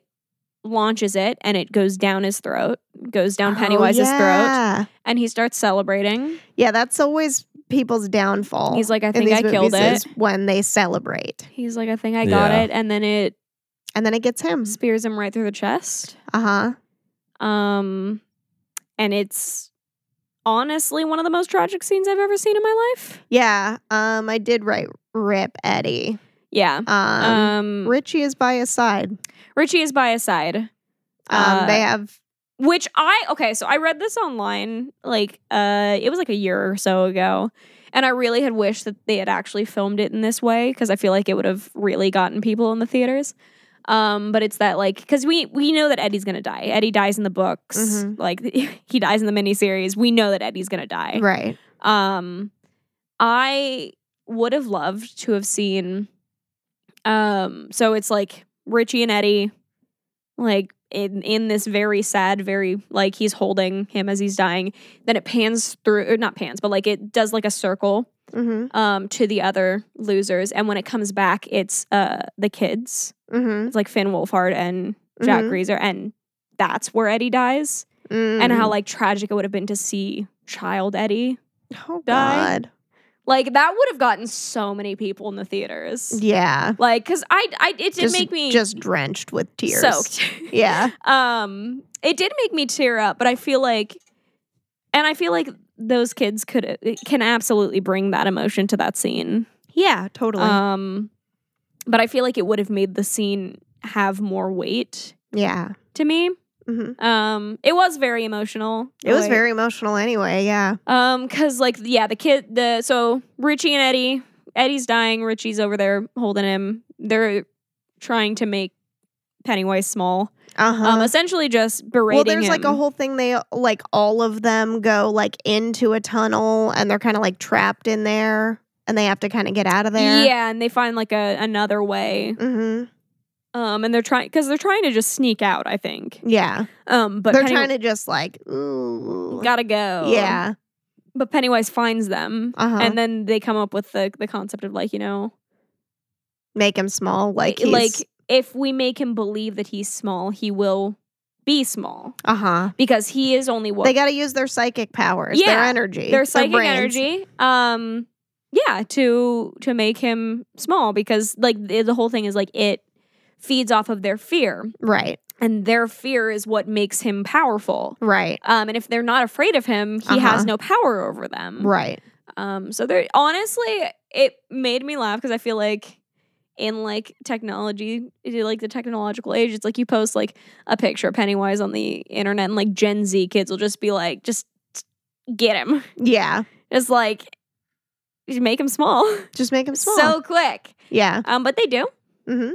C: launches it, and it goes down his throat, goes down
B: Oh,
C: Pennywise's throat,
B: yeah.
C: and he starts celebrating.
B: Yeah, that's always people's downfall.
C: He's like, "I
B: in
C: think I
B: these
C: killed
B: movies
C: it."
B: is when they celebrate,
C: He's like, "I think I got
D: Yeah.
C: it," and then it
B: and then it gets him.
C: spears him right through the chest.
B: Uh huh.
C: Um, and it's honestly one of the most tragic scenes I've ever seen in my life.
B: Yeah. Um, I did write "Rip Eddie."
C: Yeah.
B: Um,
C: Um,
B: Richie is by his side. Um,
C: Richie is by his side. uh,
B: they have.
C: which i okay so i read this online like uh it was like a year or so ago and i really had wished that they had actually filmed it in this way because i feel like it would have really gotten people in the theaters um but it's that like because we we know that eddie's gonna die eddie dies in the books
B: Mhm.
C: like he dies in the miniseries we know that eddie's gonna die
B: Right.
C: um, I would have loved to have seen. Um, so it's like Richie and Eddie, like in in this very sad, very like he's holding him as he's dying. Then it pans through, or not pans, but like it does like a circle
B: Mm
C: um to the other losers. And when it comes back, it's uh the kids.
B: hmm. Mm
C: It's like Finn Wolfhard and Jack
B: Mhm.
C: Greaser, and that's where Eddie dies.
B: hmm. Mm.
C: And how like tragic it would have been to see child Eddie
B: Oh,
C: die.
B: God.
C: Like that would have gotten so many people in the theaters.
B: Yeah.
C: Like, cause I, I, it did
B: just,
C: make me
B: just drenched with tears.
C: soaked.
B: Yeah.
C: um, it did make me tear up, but I feel like, and I feel like those kids could uh, can absolutely bring that emotion to that scene.
B: Yeah, totally.
C: Um, but I feel like it would have made the scene have more weight
B: yeah.
C: to me.
B: hmm
C: Um, it was very emotional.
B: It was
C: Like,
B: very emotional anyway. Yeah.
C: um, cause like yeah, the kid the so Richie and Eddie, Eddie's dying. Richie's over there holding him. They're trying to make Pennywise small.
B: Uh huh.
C: Um, essentially just berating.
B: well, there's like a
C: him.
B: whole thing. They like all of them go like into a tunnel and they're kind of like trapped in there and they have to kind of get out of there.
C: Yeah, and they find like a another way.
B: Mm-hmm.
C: Um, and they're trying because they're trying to just sneak out. I think.
B: Yeah.
C: Um, but
B: they're
C: Penny-
B: trying to just like, ooh.
C: gotta go.
B: Yeah.
C: But Pennywise finds them,
B: Uh-huh.
C: and then they come up with the the concept of like you know
B: Make him small. Like, he's,
C: like if we make him believe that he's small, he will be small
B: uh huh.
C: because he is only what
B: They got to use their psychic powers, their
C: Yeah,
B: energy,
C: their psychic
B: brains.
C: energy. Um, yeah, to to make him small because like the, the whole thing is like it feeds off of their fear,
B: Right.
C: and their fear is what makes him powerful.
B: Right.
C: Um, and if they're not afraid of him, he
B: Uh-huh.
C: has no power over them.
B: Right.
C: Um, so there honestly it made me laugh because I feel like in like technology, it- like the technological age, it's like you post like a picture of Pennywise on the internet and like Gen Z kids will just be like, just get him.
B: Yeah.
C: Just like just make him small.
B: Just make him small.
C: So quick.
B: yeah.
C: Um, but they do.
B: hmm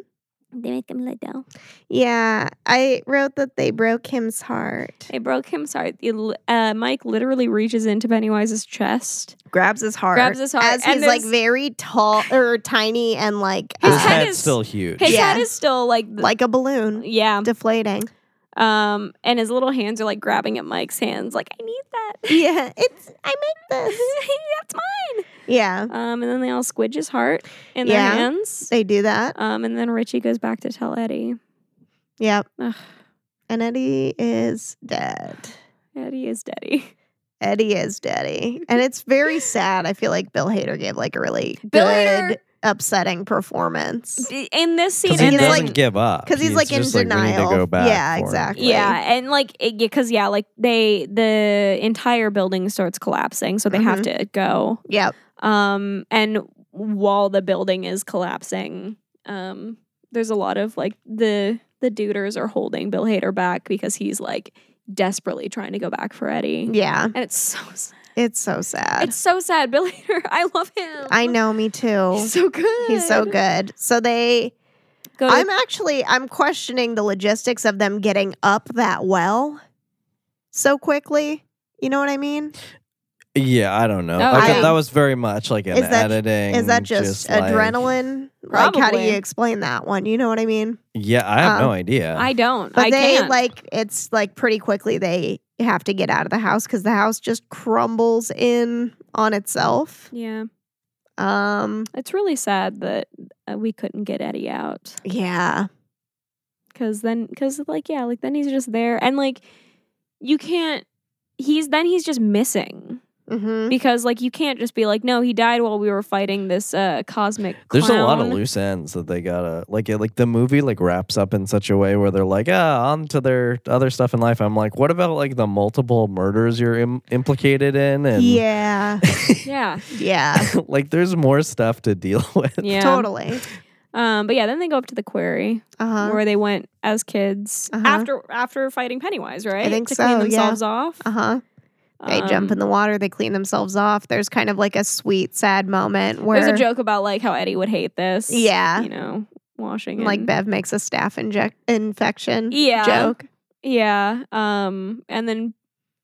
C: They make him little.
B: Yeah. I wrote that they broke him's heart.
C: They broke him. Sorry. The l- Uh, Mike literally reaches into Pennywise's chest.
B: grabs his heart.
C: Grabs his heart,
B: As
C: and
B: he's like
C: there's-
B: very tall or tiny and like
C: His
B: uh,
D: His
C: head
D: head's
C: is-
D: still huge.
C: His
B: Yeah.
C: head is still like, the,
B: like a balloon
C: yeah.
B: deflating.
C: Um, and his little hands are like grabbing at Mike's hands, like, I need that.
B: Yeah, it's I made
C: That's mine.
B: yeah,
C: Um, and then they all squidge his heart in
B: Yeah.
C: their hands.
B: they do that.
C: Um, and then Richie goes back to tell Eddie.
B: Yep.
C: Ugh.
B: And Eddie is dead.
C: Eddie is daddy.
B: Eddie is daddy, and it's very sad. I feel like Bill Hader gave like a really
C: Bill
B: good,
C: Hader-
B: upsetting performance
C: In this scene,
D: Because
B: he
D: he
C: and
D: doesn't
C: then,
B: like-
D: give up.
B: because he's, like in
D: just we need to
B: denial.
D: go back
B: yeah,
D: for it.
B: exactly.
C: yeah, and like, because yeah, like they the entire building starts collapsing, so they have
B: Mm-hmm.
C: to go.
B: Yep.
C: Um, and while the building is collapsing, um, there's a lot of like the the duders are holding Bill Hader back because he's like desperately trying to go back for Eddie,
B: Yeah.
C: and it's so sad.
B: It's so sad.
C: It's so sad. Bill Hader, I love him.
B: I know. Me too.
C: He's so good.
B: He's so good. So they
C: Go to-
B: I'm actually I'm questioning the logistics of them getting up that well so quickly. You know what I mean?
D: Yeah, I don't know.
C: Oh,
D: Like,
B: I-
D: that was very much like an
B: Is that-
D: editing.
B: Is that just,
D: like-
B: adrenaline? Like how do
C: Probably.
B: you explain that one? You know what I mean?
D: yeah, I have
B: Um,
D: no idea.
C: I don't.
B: But
C: I
B: they
C: can't.
B: like it's like pretty quickly they have to get out of the house cuz the house just crumbles in on itself.
C: Yeah,
B: Um
C: it's really sad that uh, we couldn't get Eddie out
B: yeah.
C: because then, because like yeah, like then he's just there and like you can't. He's then he's just missing
B: Mhm.
C: because like you can't just be like no he died while we were fighting this uh cosmic.
D: There's a lot of
C: clown.
D: loose ends that they gotta like. It, like the movie like wraps up in such a way where they're like, ah, on to their other stuff in life. I'm like, what about like the multiple murders you're Im- implicated in? And
B: Yeah.
C: Yeah,
B: Yeah.
D: like, there's more stuff to deal with.
C: yeah.
B: Totally.
C: Um, but yeah, then they go up to the quarry
B: Uh-huh.
C: where they went as kids
B: Uh-huh.
C: after after fighting Pennywise, right?
B: think
C: to
B: so,
C: Clean
B: yeah.
C: themselves off.
B: Uh-huh. They jump
C: Um,
B: in the water, they clean themselves off. The's kind of like a sweet, sad moment where
C: There's a joke about like how Eddie would hate this.
B: Yeah.
C: You know, washing
B: like
C: and-
B: Bev makes a staph inject infection
C: Yeah.
B: joke.
C: Yeah. Um and then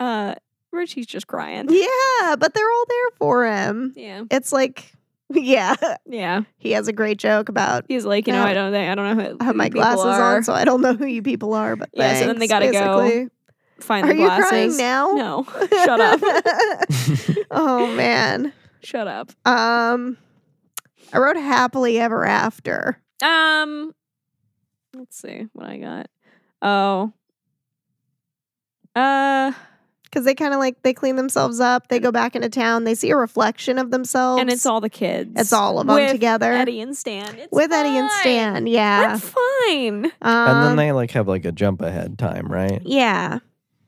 C: uh Richie's just crying.
B: Yeah, but they're all there for him.
C: Yeah.
B: It's like, yeah,
C: Yeah.
B: he has a great joke about
C: He's like, you know,
B: Yeah.
C: I don't think I don't know who,
B: Uh, I have
C: who
B: my
C: people
B: glasses
C: are.
B: on, so I don't know who you people are. But
C: Yeah, so then they
B: thanks,
C: gotta go.
B: basically.
C: Find
B: Are
C: the
B: you
C: glasses.
B: crying now?
C: No. Shut up.
B: oh man.
C: Shut up.
B: Um, I wrote happily ever after.
C: Um let's see what I got. Oh. Uh
B: because they kind of like they clean themselves up. They go back into town. They see a reflection of themselves,
C: and it's all the kids.
B: it's all of them
C: With
B: together
C: Eddie and Stan. It's
B: with Eddie and
C: fine.
B: Stan. Yeah,
C: We're fine.
D: and
B: Um,
D: then they like have like a jump ahead time, right?
B: yeah,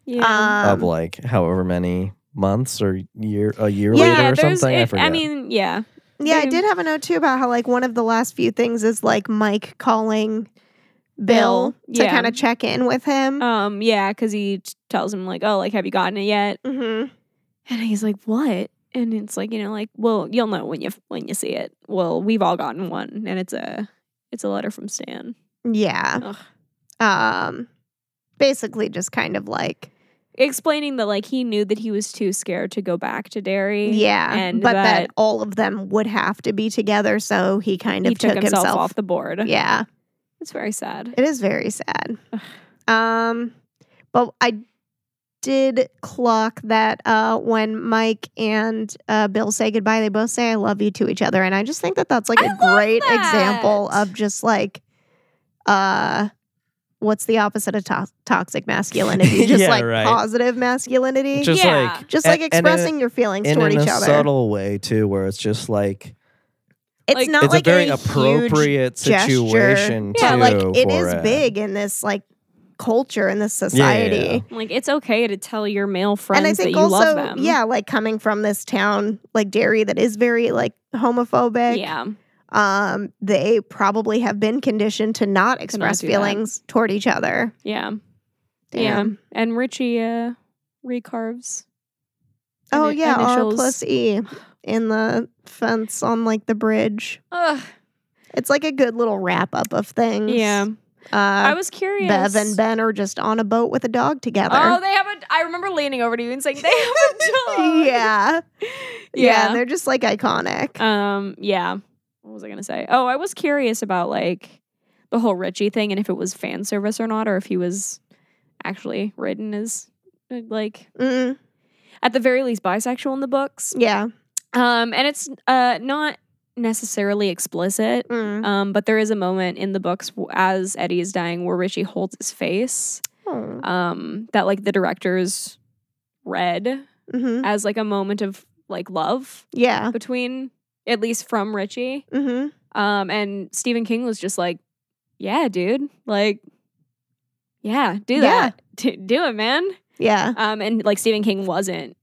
C: Yeah.
D: Oh,
B: Um,
D: of like however many months or year a year
B: Yeah,
D: later or
C: there's-
D: something. I
C: it-
D: forget.
C: mean, yeah.
B: Yeah, I
C: Maybe-
B: did have a note too about how like one of the last few things is like Mike calling Bill,
C: Bill,
B: to
C: yeah.
B: kind of check in with him.
C: Um, yeah, because he t- tells him like, "Oh, like, have you gotten it yet?"
B: hmm
C: And he's like, "What?" And it's like, you know, like, well, you'll know when you when you see it. Well, we've all gotten one, and it's a it's a letter from Stan.
B: Yeah. Um basically just kind of like
C: explaining that like he knew that he was too scared to go back to Derry.
B: yeah,
C: and
B: but that,
C: that-
B: all of them would have to be together so he kind
C: he
B: of took, himself,
C: off the board.
B: Yeah.
C: it's very sad.
B: It is very sad. um, but I did clock that uh, when Mike and uh, Bill say goodbye, they both say "I love you" to each other, and I just think that that's like
C: I
B: a
C: love
B: great
C: that.
B: example of just like, uh, what's the opposite of to- toxic masculinity? Just
D: Yeah,
B: like
D: right.
B: positive masculinity, just,
D: just
C: Yeah.
D: like
B: like
D: a- and in a-
B: expressing your feelings
D: in
B: toward
D: a
B: each other.
D: subtle way too, where it's just like
B: it's
C: like-
B: not
D: it's
B: like
D: a very
B: huge
D: appropriate
B: gesture.
D: situation.
B: Yeah,
D: too
B: like it
D: for
B: is big in this like culture in this
D: Yeah, yeah, yeah.
B: society.
C: Like it's okay to tell your male friends that you love them.
B: yeah, like coming from this town like Derry that is very like homophobic.
C: yeah.
B: Um, they probably have been conditioned to not express
C: do that.
B: feelings toward each other.
C: Yeah.
B: Damn.
C: Yeah. And Richie uh recarves.
B: Oh
C: ini-
B: yeah,
C: initials.
B: R plus E in the fence on like the bridge.
C: Ugh.
B: It's like a good little wrap up of things.
C: Yeah.
B: Uh,
C: I was curious.
B: Bev and Ben are just on a boat with a dog together.
C: Oh, they have a I remember leaning over to you and saying they have a dog.
B: yeah. yeah.
C: Yeah.
B: they're just like iconic.
C: Um, yeah. What was I gonna say? Oh, I was curious about like the whole Richie thing and if it was fan service or not, or if he was actually written as uh, like
B: Mm,
C: at the very least bisexual in the books.
B: yeah.
C: Um, and it's uh not necessarily explicit.
B: Mm.
C: Um, but there is a moment in the books w- as Eddie is dying where Richie holds his face.
B: Oh.
C: Um, that like the directors read
B: Mhm.
C: as like a moment of like love
B: Yeah.
C: between at least from Richie.
B: hmm
C: Um, and Stephen King was just like, "Yeah, dude, like, yeah, do
B: Yeah.
C: that, D- do it, man."
B: Yeah.
C: Um, and like Stephen King wasn't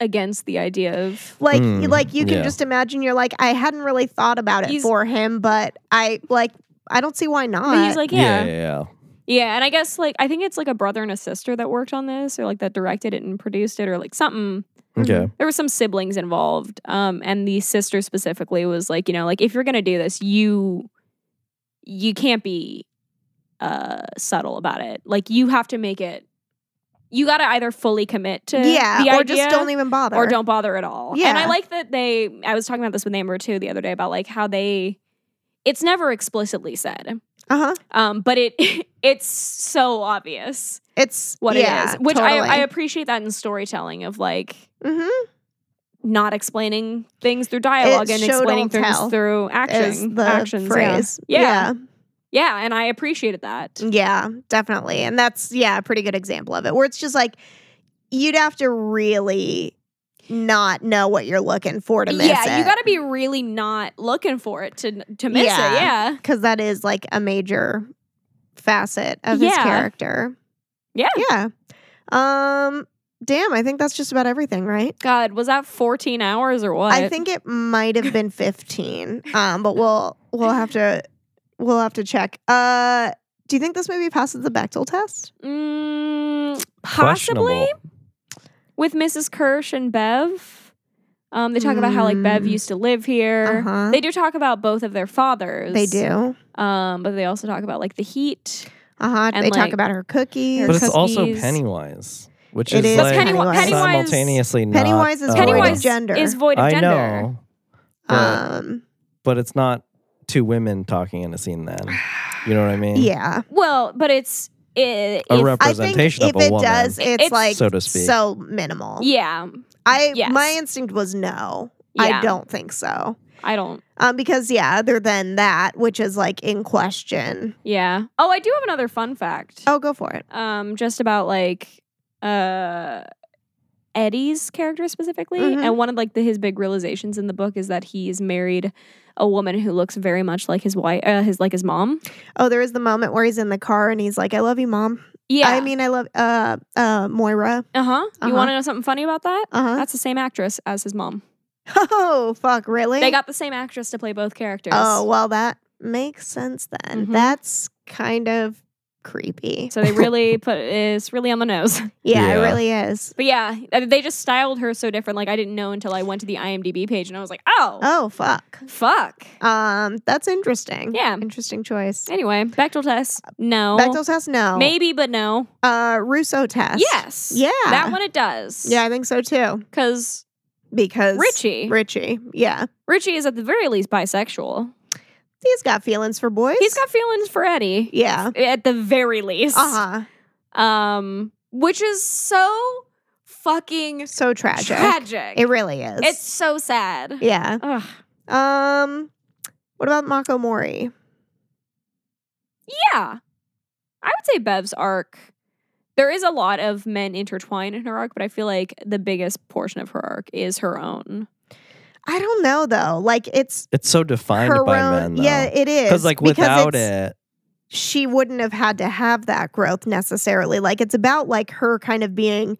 C: against the idea of
B: Like
D: Mm,
B: like you can
D: yeah.
B: just imagine you're like, I hadn't really thought about it
C: He's-
B: for him, but I like I don't see why not.
C: but he's like, yeah.
D: yeah,
C: yeah,
D: yeah.
C: And I guess like I think it's like a brother and a sister that worked on this, or like that directed it and produced it, or like something.
D: yeah.
B: Mm-hmm.
D: Okay.
C: There were some siblings involved. Um, and the sister specifically was like, you know, like if you're gonna do this, you you can't be uh subtle about it. Like you have to make it you gotta either fully commit to
B: yeah,
C: the
B: or
C: idea
B: just don't even bother.
C: or don't bother at all. And
B: Yeah.
C: I like that they I was talking about this with Amber too the other day about like how they it's never explicitly said.
B: Uh huh.
C: Um, but it it's so obvious
B: It's
C: what
B: yeah,
C: it is. Which
B: totally.
C: I, I appreciate that in storytelling of like
B: Mhm.
C: not explaining things through dialogue
B: It's
C: and
B: show,
C: explaining
B: don't
C: things
B: tell
C: through
B: is
C: action
B: the
C: actions yeah.
B: phrase. Mm,
C: Yeah. yeah and i appreciated that
B: yeah, yeah, definitely, and that's yeah, a pretty good example of it. Where it's just like you'd have to really not know what you're looking for to miss
C: yeah
B: it.
C: you got to be really not looking for it to to miss
B: Yeah.
C: it yeah
B: because that is like a major facet of his
C: Yeah.
B: character.
C: Yeah.
B: Yeah. Um damn, I think that's just about everything, right?
C: god was that 14 hours or what
B: I think it might have been 15. um but we'll we'll have to we'll have to check. Uh do you think this movie passes the Bechtel test?
C: mm, possibly
D: Questionable.
C: with mrs kirsch and bev um, they talk about how like bev
B: Mm.
C: used to live here
B: Uh-huh.
C: they do talk about both of their fathers
B: They do.
C: um, but they also talk about like the heat
B: Uh-huh.
C: And,
B: They talk
C: like,
B: about her cookies.
D: But it's also
C: Cookies.
D: Pennywise, which
B: It
D: is,
B: is
D: like
B: Pennywise. That's Pennywise-
D: simultaneously not,
B: Pennywise is
D: uh,
B: Oh. void of
C: pennywise
B: gender.
C: is void of
D: I
C: gender
D: know, but,
B: um
D: but it's not two women talking in a scene. Then you know what I mean?
B: yeah.
C: Well, but it's it, if-
D: A
B: I think if
D: representation
B: it
D: of a woman.
B: does, it's,
C: It's-
B: like
D: So to speak.
B: so minimal.
C: yeah,
B: I
C: Yes.
B: my instinct was no.
C: Yeah.
B: I don't think so.
C: I don't.
B: Um, because yeah, other than that, which is like in question.
C: Yeah. Oh, I do have another fun fact.
B: Oh, go for it.
C: Um, just about like uh Eddie's character specifically,
B: Mhm.
C: and one of like the, his big realizations in the book is that he's married a woman who looks very much like his wife, uh, his like his mom.
B: Oh, there is the moment where he's in the car and he's like, "I love you, mom,"
C: Yeah.
B: I mean, I love uh uh Moira.
C: uh huh. You
B: Uh-huh.
C: want to know something funny about that?
B: Uh huh.
C: That's the same actress as his mom.
B: Oh fuck, really?
C: They got the same actress to play both characters.
B: Oh well, that makes sense then.
C: Mhm.
B: That's kind of creepy.
C: So they really put it's really on the nose.
B: Yeah, it
D: Yeah.
B: really is.
C: But yeah, uh, they just styled her so different. Like I didn't know until I went to the IMDb page and I was like, oh,
B: Oh fuck.
C: fuck.
B: Um, that's interesting.
C: Yeah.
B: interesting choice.
C: Anyway, Bechtel test. No.
B: Bechdel's test, no.
C: Maybe, but no.
B: Uh, Russo test.
C: Yes.
B: Yeah.
C: That one it does.
B: Yeah, I think so too.
C: Because
B: Because
C: Richie.
B: Richie. Yeah,
C: Richie is at the very least bisexual.
B: he's got feelings for boys.
C: He's got feelings for Eddie.
B: Yeah.
C: At the very least.
B: Uh huh.
C: Um, which is so fucking
B: So tragic.
C: tragic.
B: It really is.
C: it's so sad.
B: yeah.
C: Ugh.
B: Um, what about Mako Mori?
C: Yeah. I would say Bev's arc. There is a lot of men intertwined in her arc, but I feel like the biggest portion of her arc is her own.
B: I don't know though. Like it's
D: It's so defined
B: her
D: by
B: own.
D: men, though.
B: Yeah, it is.
D: because like without
B: it's-
D: it,
B: she wouldn't have had to have that growth necessarily. Like it's about like her kind of being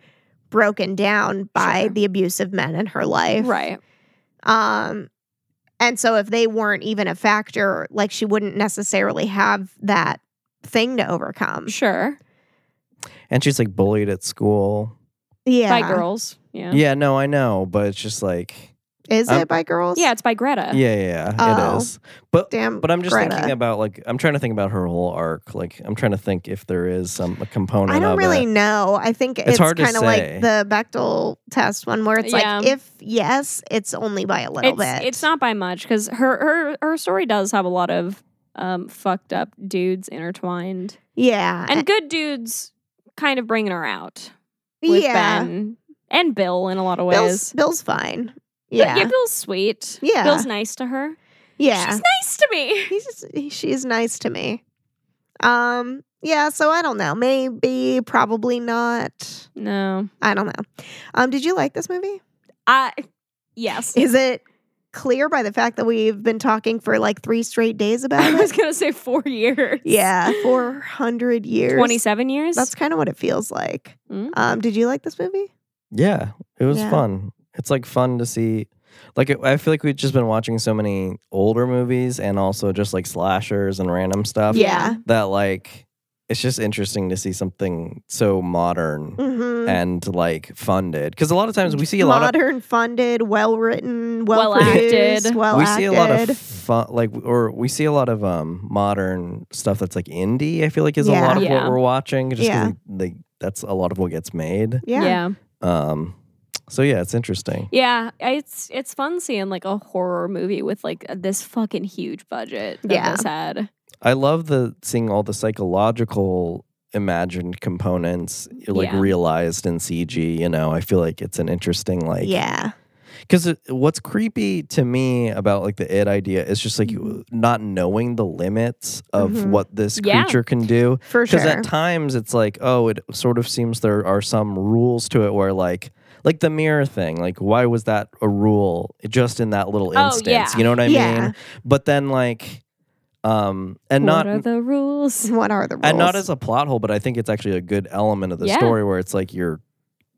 B: broken down by
C: Sure.
B: the abuse of men in her life.
C: Right.
B: Um and so if they weren't even a factor, like she wouldn't necessarily have that thing to overcome.
C: Sure.
D: and she's like bullied at school.
B: Yeah.
C: By girls. Yeah.
D: Yeah, no, I know, but it's just like,
B: Is
D: Um,
B: it by girls?
C: Yeah, it's by Greta.
D: yeah, yeah,
B: Oh.
D: it is. But
B: Damn.
D: but I'm just
B: Greta.
D: thinking about like I'm trying to think about her whole arc. Like I'm trying to think if there is some a component.
B: I don't
D: of
B: really
D: It.
B: know. I think it's,
D: It's hard to
B: kind of like
D: say.
B: the Bechtel test one where it's
C: Yeah.
B: like if yes, it's only by a little
C: It's,
B: bit.
C: it's not by much because her, her her story does have a lot of um, fucked up dudes intertwined
B: Yeah.
C: and good dudes kind of bringing her out with Ben and Bill in a lot of
B: Bill's,
C: ways.
B: Bill's fine.
C: But
B: Yeah.
C: yeah,
B: Yeah.
C: Bill's sweet.
B: Yeah.
C: Bill's nice to her. She's nice to me.
B: He's just, he- she's nice to me. Um, yeah, so I don't know. Maybe, probably not.
C: No.
B: I don't know. Um, did you like this movie?
C: I yes.
B: Is it clear by the fact that we've been talking for like three straight days
C: I
B: about
C: was
B: it?
C: gonna say four years.
B: yeah, 400 years.
C: Twenty-seven years.
B: That's kind of what it feels like.
C: Mm.
B: Um, did you like this movie?
D: Yeah, it was
B: Yeah.
D: fun. It's like fun to see. Like it, I feel like we've just been watching so many older movies and also just like slashers and random stuff.
B: Yeah.
D: that like it's just interesting to see something so modern
B: Mm-hmm.
D: and like funded because a lot of times we see a lot of
B: Modern, funded, well written, well
C: Well-acted.
B: produced, well
D: we
B: acted.
D: see a lot of fun, like, or we see a lot of um modern stuff that's like indie. I feel like is a
B: Yeah.
D: lot of
C: Yeah.
D: what we're watching, just
B: Yeah.
D: because they, that's a lot of what gets made.
B: yeah.
C: yeah.
D: Um, so yeah, it's interesting.
C: Yeah, it's it's fun seeing like a horror movie with like this fucking huge budget that
B: Yeah.
C: this had.
D: I love the seeing all the psychological imagined components like
C: Yeah.
D: realized in CG. You know, I feel like it's an interesting like
B: yeah.
D: Because what's creepy to me about like the it idea is just like you not knowing the limits of
B: Mhm.
D: what this
C: Mm-hmm. Yeah.
D: creature can do.
B: For sure.
D: Because at times it's like, oh, it sort of seems there are some rules to it where like, like the mirror thing, like why was that a rule just in that little
C: Oh,
D: instance?
C: yeah.
D: You know what I
B: Yeah.
D: mean? But then like, um, and
C: what
D: not
C: are the rules?
B: what are the rules?
D: and not as a plot hole, but I think it's actually a good element of the
C: Yeah.
D: story where it's like you're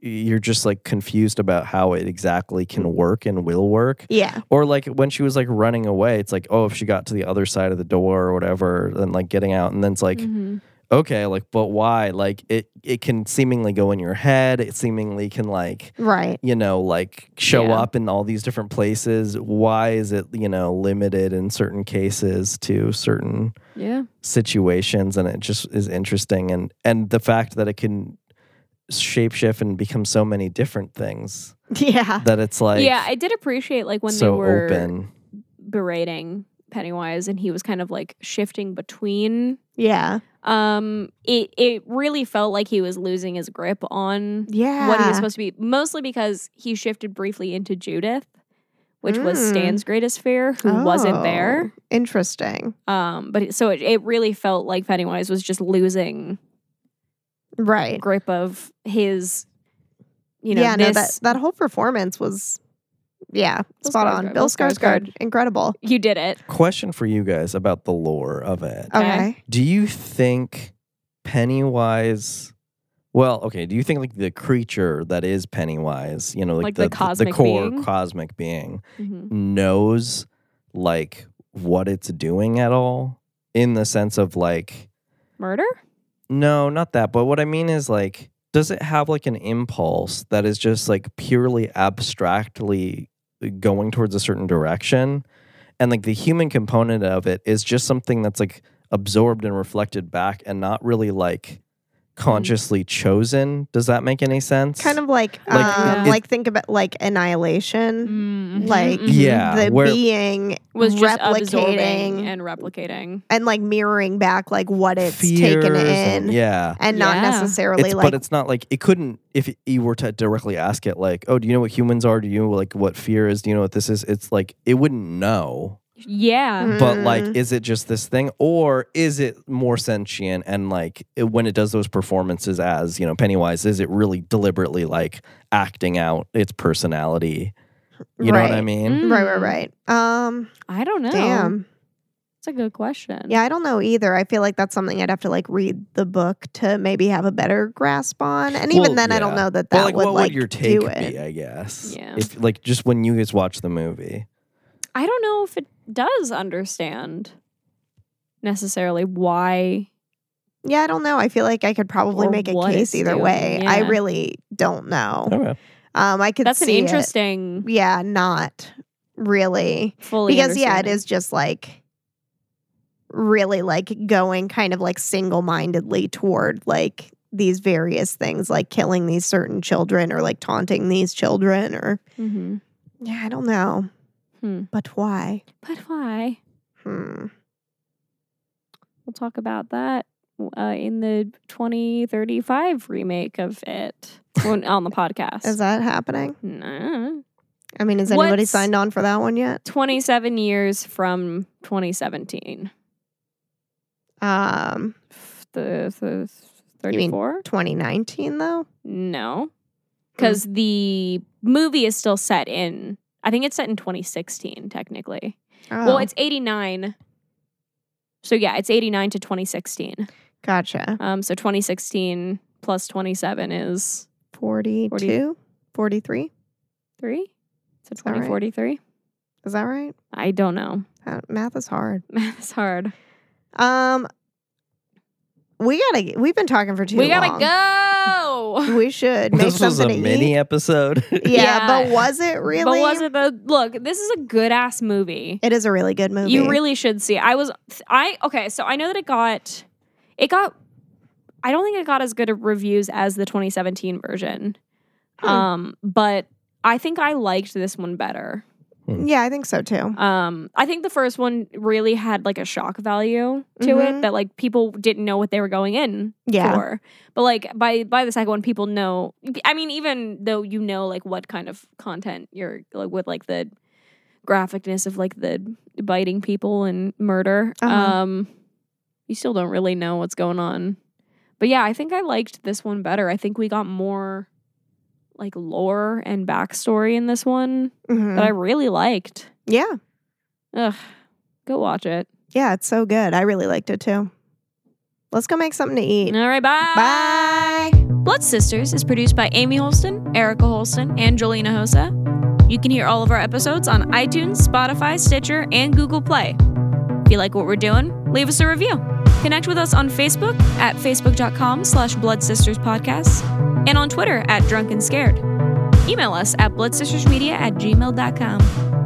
D: you're just like confused about how it exactly
C: Mm.
D: can work and will work.
B: yeah.
D: Or like when she was like running away, it's like, oh, if she got to the other side of the door or whatever, then like getting out, and then it's like,
C: Mhm.
D: okay, like, but why? Like it it can seemingly go in your head. It seemingly can like
B: Right.
D: you know like show
C: Yeah.
D: up in all these different places. Why is it you know limited in certain cases to certain
C: Yeah,
D: situations and it just is interesting and and the fact that it can shapeshift and become so many different things
B: Yeah.
D: that it's like
C: Ah. yeah. I did appreciate like when
D: so
C: they were
D: open
C: berating Pennywise, and he was kind of like shifting between.
B: Yeah.
C: Um, it it really felt like he was losing his grip on
B: Yeah.
C: what he was supposed to be, mostly because he shifted briefly into Judith, which was
B: Mm.
C: Stan's greatest fear, who wasn't
B: Oh,
C: there.
B: Interesting.
C: Um, but it- so it, it really felt like Pennywise was just losing
B: Right.
C: grip of his, you know,
B: yeah,
C: this.
B: no, that, that whole performance was yeah,
C: Bill
B: spot
C: Skarsgård.
B: on.
C: Bill
B: Bill Skarsgård.
C: Skarsgård.
B: Incredible.
C: you did it. Uh,
D: question for you guys about the lore of it
B: Okay.
C: Okay.
D: do you think Pennywise. Well, okay. Do you think like the creature that is Pennywise, you know, like,
C: Like the cosmic
D: core
C: being?
D: cosmic being,
C: Mhm.
D: knows like what it's doing at all, in the sense of like,
C: Murder?
D: no, not that. But what I mean is like, does it have like an impulse that is just like purely abstractly going towards a certain direction? And like the human component of it is just something that's like absorbed and reflected back and not really like consciously chosen. Does that make any sense?
B: Kind of like,
D: Like,
B: um,
D: it-
B: like think about like annihilation,
C: Mhm,
B: like
C: mhm.
D: Yeah,
B: the
D: where-
B: being
C: was just absorbing
B: replicating and,
C: and replicating.
B: like mirroring back like what it's
D: Fears
B: taken in,
D: and-
B: and,
D: yeah.
B: not
C: Yeah.
B: necessarily
D: It's-
B: like
D: but it's not like it couldn't if you were to directly ask it like oh do you know what humans are do you know like what fear is do you know what this is it's like it wouldn't know
C: Yeah.
D: but like
B: Mm.
D: is it just this thing or is it more sentient and like it- when it does those performances as you know pennywise is it really deliberately like acting out its personality you know what i
B: Right.
D: mean
B: right, right,
C: Mm.
B: right. Um,
C: I don't know.
B: damn.
C: That's a good question.
B: Yeah, I don't know either. I feel like that's something I'd have to like read the book to maybe have a better grasp on. And even
D: Well,
B: then, I don't
D: yeah.
B: know that that
D: well, like,
B: would
D: what
B: like
D: would your take
B: do
D: be?
B: it.
D: I guess.
C: Yeah.
D: If like just when you guys watch the movie,
C: I don't know if it does understand necessarily why.
B: Yeah, I don't know. I feel like I could probably
C: Or
B: make a
C: what
B: case
C: it's
B: either
C: doing,
B: way. I
C: yeah.
B: really don't know.
D: okay.
B: Um, I could.
C: That's an
B: see it.
C: interesting,
B: Yeah, not really.
C: fully
B: because yeah, it
C: understanding.
B: is just like really like going kind of like single-mindedly toward like these various things like killing these certain children or like taunting these children or
C: Mhm.
B: yeah i don't know
C: Hmm.
B: but why
C: But why?
B: hmm
C: We'll talk about that uh, in the 2035 remake of it on, on the podcast.
B: is that happening
C: Nah.
B: i mean has anybody
C: What's-
B: signed on for that one yet
C: 27 years from 2017.
B: um
C: F- The, the
B: You mean
C: 34?
B: 2019 though
C: No. Because
B: Mm.
C: the movie is still set in, I think it's set in 2016, technically.
B: oh,
C: Well, it's 89. So yeah, it's 89 to 2016.
B: gotcha
C: Um, so 2016 plus 27 is
B: 42 43
C: three. So
B: that right?
C: 2043.
B: is that right
C: I don't know.
B: Uh, math is hard
C: Math is hard.
B: um we gotta we've been talking for too
C: we gotta
B: long
C: go.
B: we should make
D: This was a
B: something to
D: mini
B: eat.
D: episode.
B: Yeah,
C: Yeah.
B: but was it really
C: But was it the look? This is a good ass movie.
B: it is a really good movie
C: You really should see. I was I okay. So I know that it got it got. I don't think it got as good of reviews as the 2017 version,
B: Hmm.
C: um, but I think I liked this one better.
B: yeah i think so too
C: Um, I think the first one really had like a shock value to
B: Mhm.
C: it that like people didn't know what they were going in
B: yeah
C: for. But like by by the second one, people know. I mean, even though you know like what kind of content you're like with like the graphicness of like the biting people and murder,
B: Uh-huh.
C: um, you still don't really know what's going on. But yeah, I think I liked this one better. I think we got more like lore and backstory in this one
B: Mhm.
C: that I really liked.
B: yeah
C: Ugh, go watch it.
B: Yeah, it's so good. I really liked it too. Let's go make something to eat.
C: All right, bye.
B: Bye.
C: Blood Sisters is produced by Amy Holston, Erica Holston, and Jolena Hosa. You can hear all of our episodes on iTunes, Spotify, Stitcher, and Google Play. If you like what we're doing, leave us a review. Connect with us on Facebook at facebook.com slash Blood Sisters Podcast and on Twitter at Drunk and Scared. Email us at bloodsistersmedia at gmail.com.